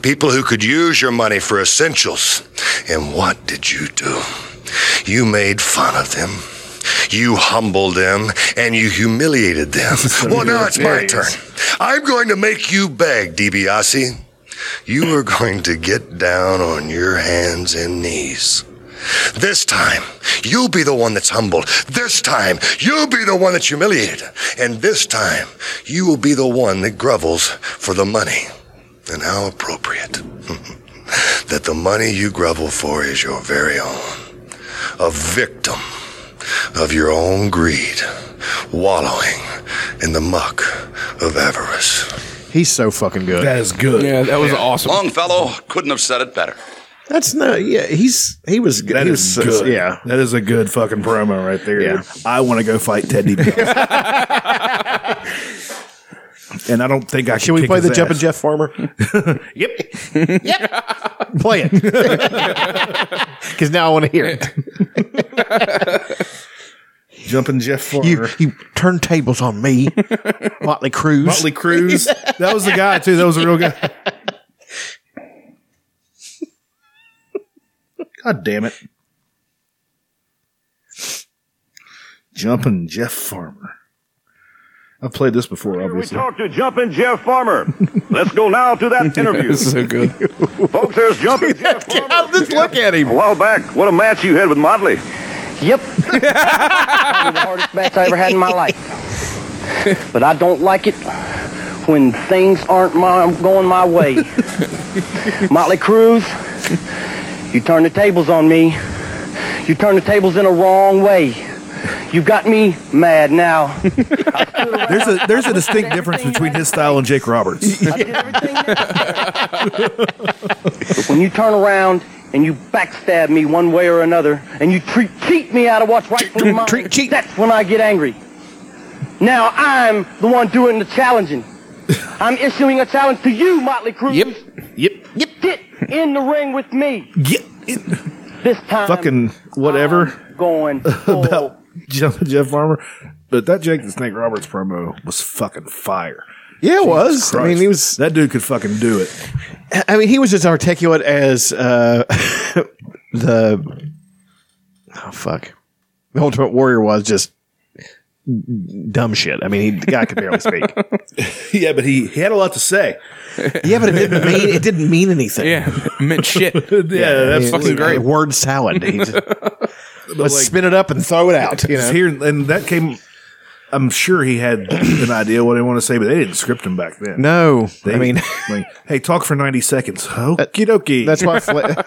[SPEAKER 18] people who could use your money for essentials. And what did you do? You made fun of them. You humbled them and you humiliated them. well, now it's my turn.
[SPEAKER 16] hilarious.
[SPEAKER 18] I'm going to make you beg, DiBiase. You are going to get down on your hands and knees. This time, you'll be the one that's humbled. This time, you'll be the one that's humiliated. And this time, you will be the one that grovels for the money. And how appropriate. [laughs] that the money you grovel for is your very own. A victim of your own greed, wallowing in the muck of avarice.
[SPEAKER 5] He's so fucking good.
[SPEAKER 18] That is good.
[SPEAKER 6] Yeah, that was awesome.
[SPEAKER 17] Longfellow couldn't have said it better.
[SPEAKER 5] That's not. Yeah, he's he was.
[SPEAKER 3] That
[SPEAKER 5] he
[SPEAKER 3] is
[SPEAKER 5] was,
[SPEAKER 3] good.
[SPEAKER 5] Yeah,
[SPEAKER 3] that is a good fucking promo right there.
[SPEAKER 5] Yeah.
[SPEAKER 3] I want to go fight Ted DiBiase. and I don't think I can.
[SPEAKER 5] Can we
[SPEAKER 3] kick
[SPEAKER 5] play
[SPEAKER 3] his
[SPEAKER 5] the Jumpin'
[SPEAKER 3] ass.
[SPEAKER 5] Jeff [laughs] Farmer?
[SPEAKER 3] yep.
[SPEAKER 5] yep. [laughs] play it. [laughs] Because now I want to hear it.
[SPEAKER 3] Jumping Jeff Farmer.
[SPEAKER 5] You, you turn tables on me, Motley Cruz.
[SPEAKER 3] [laughs] Motley Cruz. That was the guy too. That was a real guy. God damn it. Jumping Jeff Farmer. I've played this before, obviously.
[SPEAKER 19] Talk to Jumpin' Jeff Farmer. Let's go now to that
[SPEAKER 6] [laughs]
[SPEAKER 19] interview.
[SPEAKER 3] This is so
[SPEAKER 19] good. Folks, there's Jumpin' Jeff Farmer. Just look at him. A while back, what a match you had with Motley.
[SPEAKER 20] Yep. [laughs] Probably the hardest match I ever had in my life. But I don't like it when things aren't my, going my way. Motley Cruz, you turn the tables on me. You turn the tables in a wrong way. You've got me mad now.
[SPEAKER 3] There's a there's a distinct difference between his style and Jake Roberts.
[SPEAKER 20] But when you turn around and you backstab me one way or another, and you treat, cheat me out of what's rightfully mine, that's when I get angry. Now I'm the one doing the
[SPEAKER 3] [laughs]
[SPEAKER 20] challenging. I'm issuing a challenge to you, Motley Cruz. Yep.
[SPEAKER 3] Yep.
[SPEAKER 20] Yep. Get in the ring with me. Yep. This time.
[SPEAKER 3] Fucking
[SPEAKER 16] Um,
[SPEAKER 3] whatever
[SPEAKER 20] Going.
[SPEAKER 3] [laughs] about Jeff, Jeff Farmer. But that Jake the Snake Roberts promo was fucking fire.
[SPEAKER 5] [laughs] Yeah, it was. I mean, he
[SPEAKER 3] was that dude could fucking do it.
[SPEAKER 5] I mean, he was as articulate as uh, [laughs] the oh fuck, the Ultimate Warrior was just dumb shit. I mean, he, the guy could barely speak.
[SPEAKER 3] [laughs] [laughs] yeah, but he, he had a lot to say.
[SPEAKER 5] yeah, but it didn't mean it didn't mean anything.
[SPEAKER 6] Yeah, it meant shit.
[SPEAKER 3] yeah, that's fucking great.
[SPEAKER 5] Word salad. He
[SPEAKER 3] [laughs]
[SPEAKER 5] just- let's
[SPEAKER 3] like-
[SPEAKER 5] spin it up and throw it out. [laughs] You know,
[SPEAKER 3] Here and that came. I'm sure he had an idea what he wanted to say, but they didn't script him back then.
[SPEAKER 5] No,
[SPEAKER 3] They-
[SPEAKER 5] I mean,
[SPEAKER 3] like, hey, talk for 90 seconds. Okie dokie.
[SPEAKER 5] [laughs] that's why
[SPEAKER 3] [laughs]
[SPEAKER 5] Fla-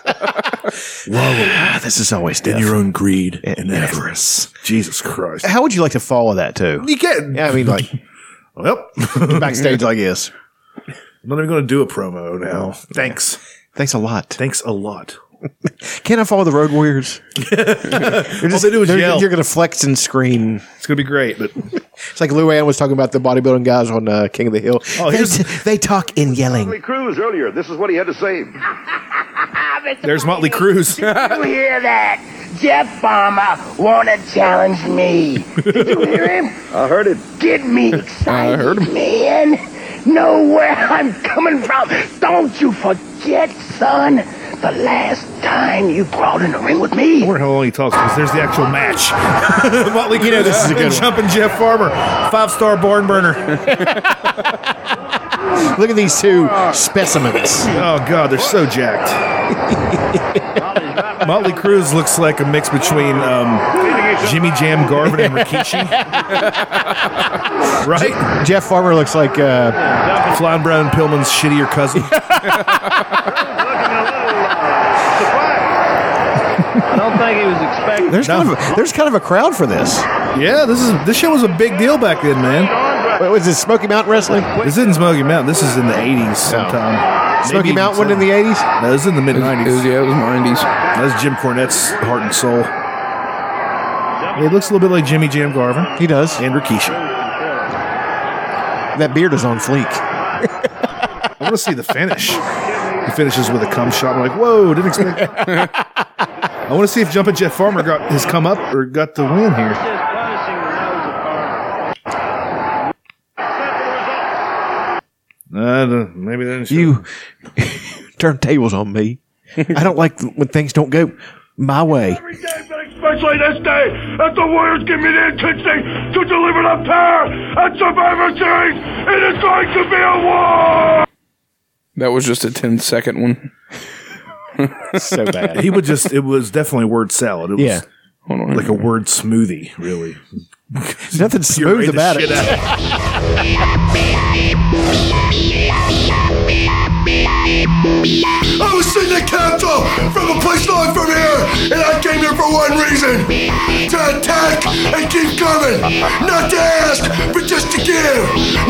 [SPEAKER 5] Ah,
[SPEAKER 3] Whoa,
[SPEAKER 5] this is always
[SPEAKER 3] in
[SPEAKER 5] tough.
[SPEAKER 3] your own greed and avarice. Jesus Christ.
[SPEAKER 5] how would you like to follow that too?
[SPEAKER 3] You can.
[SPEAKER 5] Yeah, I mean, like
[SPEAKER 3] [laughs] Well,
[SPEAKER 5] [laughs]
[SPEAKER 3] [laughs]
[SPEAKER 5] backstage like this.
[SPEAKER 3] I'm not even going to do a promo now. Thanks.
[SPEAKER 5] Thanks a lot.
[SPEAKER 3] Thanks a lot.
[SPEAKER 5] Can I follow the Road
[SPEAKER 3] [laughs]
[SPEAKER 5] Warriors? [laughs]
[SPEAKER 3] All they do is
[SPEAKER 5] they're-
[SPEAKER 3] yell.
[SPEAKER 5] You're going to flex and scream.
[SPEAKER 3] It's going to be great, but
[SPEAKER 5] [laughs] It's like Luann was talking about the bodybuilding guys on uh, King of the Hill.
[SPEAKER 19] Oh,
[SPEAKER 5] they,
[SPEAKER 19] here's-
[SPEAKER 5] they talk in yelling.
[SPEAKER 19] Motley Cruz earlier. This is what he had to say.
[SPEAKER 20] Ah,
[SPEAKER 3] there's Motley
[SPEAKER 5] [laughs]
[SPEAKER 3] Cruz.
[SPEAKER 21] you hear that? Jeff Farmer wanna challenge me. Did you hear
[SPEAKER 22] [laughs]
[SPEAKER 21] him?
[SPEAKER 19] I heard it.
[SPEAKER 21] Get me excited,
[SPEAKER 19] heard him.
[SPEAKER 21] man. Know where I'm coming from. Don't you forget, son, the last time you crawled in the ring with me.
[SPEAKER 3] I wonder how long he talks because there's the actual match. [laughs] Motley Cruz.
[SPEAKER 21] You know this is a good
[SPEAKER 3] and
[SPEAKER 21] one.
[SPEAKER 3] Jumping Jeff Farmer, five star barn burner.
[SPEAKER 5] Look at these two specimens.
[SPEAKER 3] Oh God, they're so
[SPEAKER 5] [laughs]
[SPEAKER 3] jacked. Motley Cruz looks like a mix between um, Jimmy Jam Garvin
[SPEAKER 5] [laughs]
[SPEAKER 3] and Rikishi. right?
[SPEAKER 5] Jeff Farmer looks like
[SPEAKER 3] uh, Flying Brown Pillman's shittier cousin.
[SPEAKER 22] [laughs] I don't think he was expecting.
[SPEAKER 5] There's kind of a, there's kind of a crowd for this.
[SPEAKER 3] Yeah, this is this show was a big deal back then, man.
[SPEAKER 5] What was this Smoky Mountain Wrestling?
[SPEAKER 3] This isn't Smoky Mountain. This is in the '80s sometime.
[SPEAKER 5] Smoky Mountain wasn't in the '80s.
[SPEAKER 3] No, this is in the mid '90s.
[SPEAKER 6] It was- yeah, it was '90s.
[SPEAKER 3] That's Jim Cornette's heart and soul. He looks a little bit like Jimmy Jam Garvin.
[SPEAKER 5] He does.
[SPEAKER 3] And Rikishi.
[SPEAKER 5] That beard is on fleek.
[SPEAKER 3] I want to see the finish. He finishes with a cum shot. I'm like, whoa, didn't expect. I want to see if Jumpin' Jeff Farmer got his come up or got the win here. I don't- Uh, maybe then
[SPEAKER 5] you turn tables on me. I don't like when things don't go my way.
[SPEAKER 23] Especially this day, as the Warriors give me the intensity to deliver the power at Survivor Series, it is going to be a war!
[SPEAKER 6] That was just a 10 second one.
[SPEAKER 5] so bad. [laughs]
[SPEAKER 3] He would just. It was definitely word salad. It was
[SPEAKER 6] Yeah.
[SPEAKER 3] like a word smoothie, really.
[SPEAKER 5] Nothing
[SPEAKER 3] Puree
[SPEAKER 5] smooth
[SPEAKER 3] the
[SPEAKER 5] about
[SPEAKER 3] shit out
[SPEAKER 5] it.
[SPEAKER 1] I was sitting in council from a place long from here, and I came here for one reason to attack and keep coming. Not to ask, but just to give.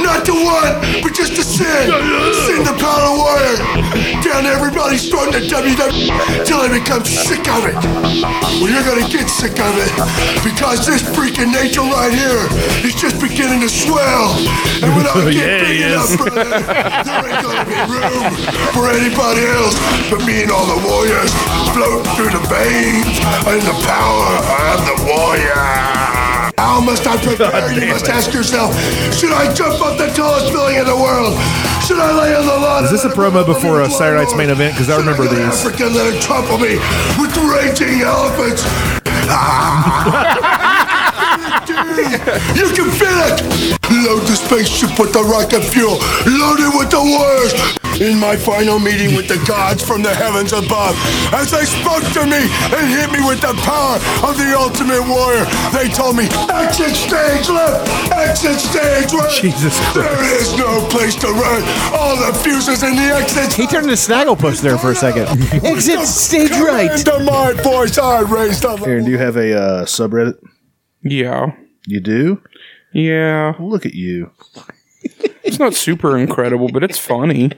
[SPEAKER 1] Not to want, but just to send. Send the pound of water down everybody's throat in the WWE till they become sick of it. Well, you're gonna get sick of it because this freaking nature right here is just beginning to swell. And when I get
[SPEAKER 23] Yeah, it
[SPEAKER 1] big enough,
[SPEAKER 23] is.
[SPEAKER 1] brother, there ain't gonna be room for anybody else but me and all the warriors float through the veins and the power of the warrior. How must I prepare? You must ask yourself, should I jump off the tallest building in the world? Should I lay on the lawn?
[SPEAKER 3] Is this a promo before uh, Saturday Night's main event? Because I remember these.
[SPEAKER 1] Africa let it trample me with raging elephants. you can feel it. Load the spaceship with the rocket fuel. Load it with the warriors. In my final meeting with the gods from the heavens above, as they spoke to me and hit me with the power of the ultimate warrior, they told me, exit stage left, exit stage right.
[SPEAKER 3] Jesus
[SPEAKER 1] There is no place to run. All the fuses in the exits.
[SPEAKER 5] He turned into Snagglepuss there for a second. Exit stage right.
[SPEAKER 1] my voice, I raised up.
[SPEAKER 3] Aaron, do you have a uh, subreddit?
[SPEAKER 6] Yeah.
[SPEAKER 3] You do?
[SPEAKER 6] Yeah.
[SPEAKER 3] Look at you.
[SPEAKER 6] It's not super incredible, but it's funny.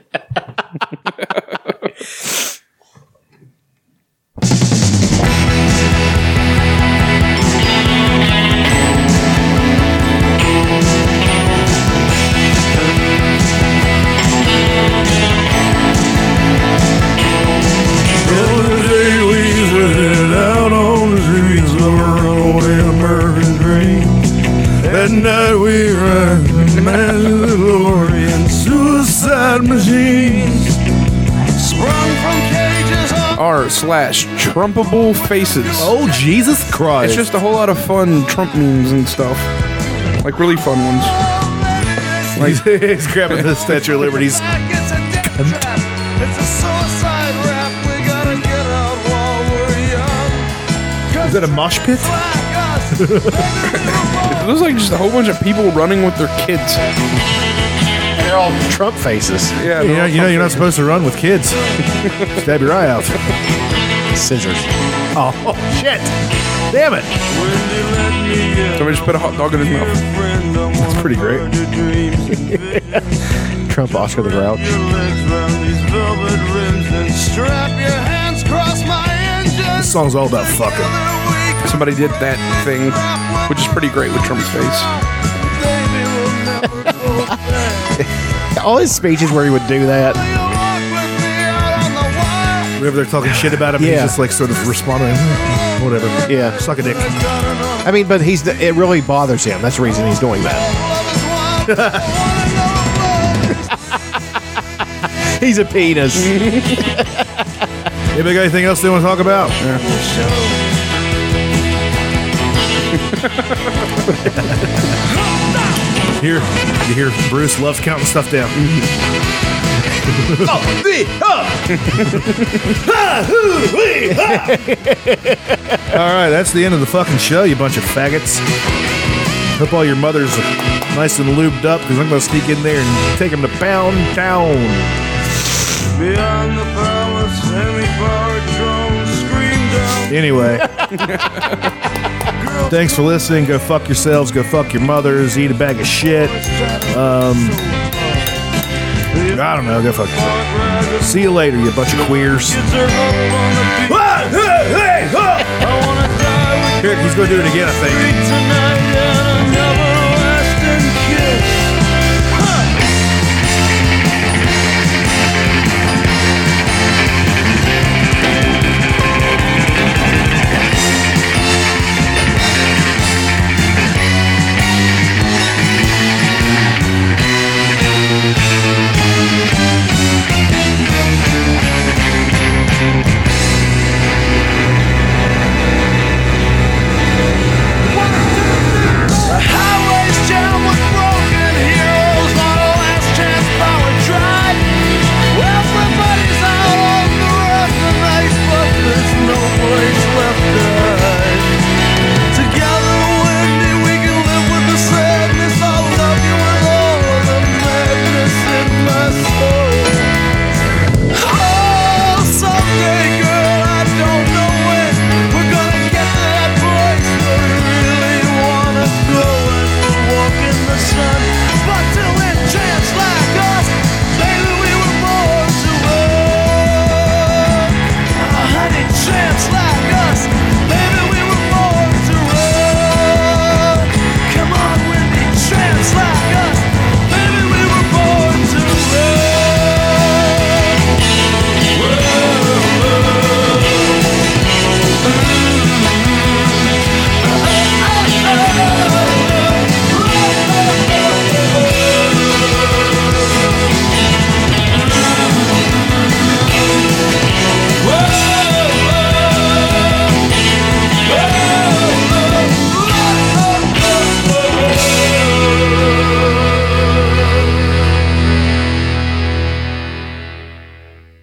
[SPEAKER 1] Every day we sit out on the streets of our old American dream. At night we ride the man of the glory and suicide machines. Sprung from cages of
[SPEAKER 6] R slash Trumpable faces.
[SPEAKER 3] Oh Jesus Christ!
[SPEAKER 6] It's just a whole lot of fun Trump memes and stuff, like really fun ones.
[SPEAKER 3] He's, [laughs] he's grabbing the Statue of
[SPEAKER 1] [laughs]
[SPEAKER 3] Liberty's.
[SPEAKER 1] It's a suicide rap. We gotta get out while we're young.
[SPEAKER 3] Is that a mosh pit?
[SPEAKER 6] It looks like just a whole bunch of people running with their kids.
[SPEAKER 5] They're all Trump faces.
[SPEAKER 6] Yeah,
[SPEAKER 3] You know, you know, you're not supposed to run with [laughs] kids. Stab your eye out.
[SPEAKER 5] Scissors.
[SPEAKER 3] Oh shit! Damn it!
[SPEAKER 6] Somebody just put a hot dog in his mouth.
[SPEAKER 5] That's pretty great. Trump Oscar the Grouch.
[SPEAKER 3] This song's all about fucking.
[SPEAKER 6] Somebody did that thing, which is pretty great with Trump's face.
[SPEAKER 5] All his speeches where he would do that.
[SPEAKER 3] Whenever they're talking shit about him, he's
[SPEAKER 5] Yeah.
[SPEAKER 3] just like sort of responding, "Mm, whatever.
[SPEAKER 5] Yeah.
[SPEAKER 3] Suck a dick.
[SPEAKER 5] I mean, but he's the, it really bothers him. That's the reason he's doing that.
[SPEAKER 3] [laughs]
[SPEAKER 5] he's a penis.
[SPEAKER 3] Anybody got anything else they want to talk about? [laughs] Here, you hear Bruce loves counting stuff down. [laughs] All right, that's the end of the fucking show, you bunch of faggots. Hope all your mothers are nice and lubed up because I'm going to sneak in there and take them to Pound Town.
[SPEAKER 1] Beyond the palace, semi-powered drone screamed out.
[SPEAKER 3] Anyway, thanks for listening. Go fuck yourselves. Go fuck your mothers. Eat a bag of shit. Um, I don't know. Go fuck yourself. See you later, you bunch of queers. Ah, oh. Here, he's going to do it again, I think.
[SPEAKER 1] Tonight, and I never
[SPEAKER 16] Oh,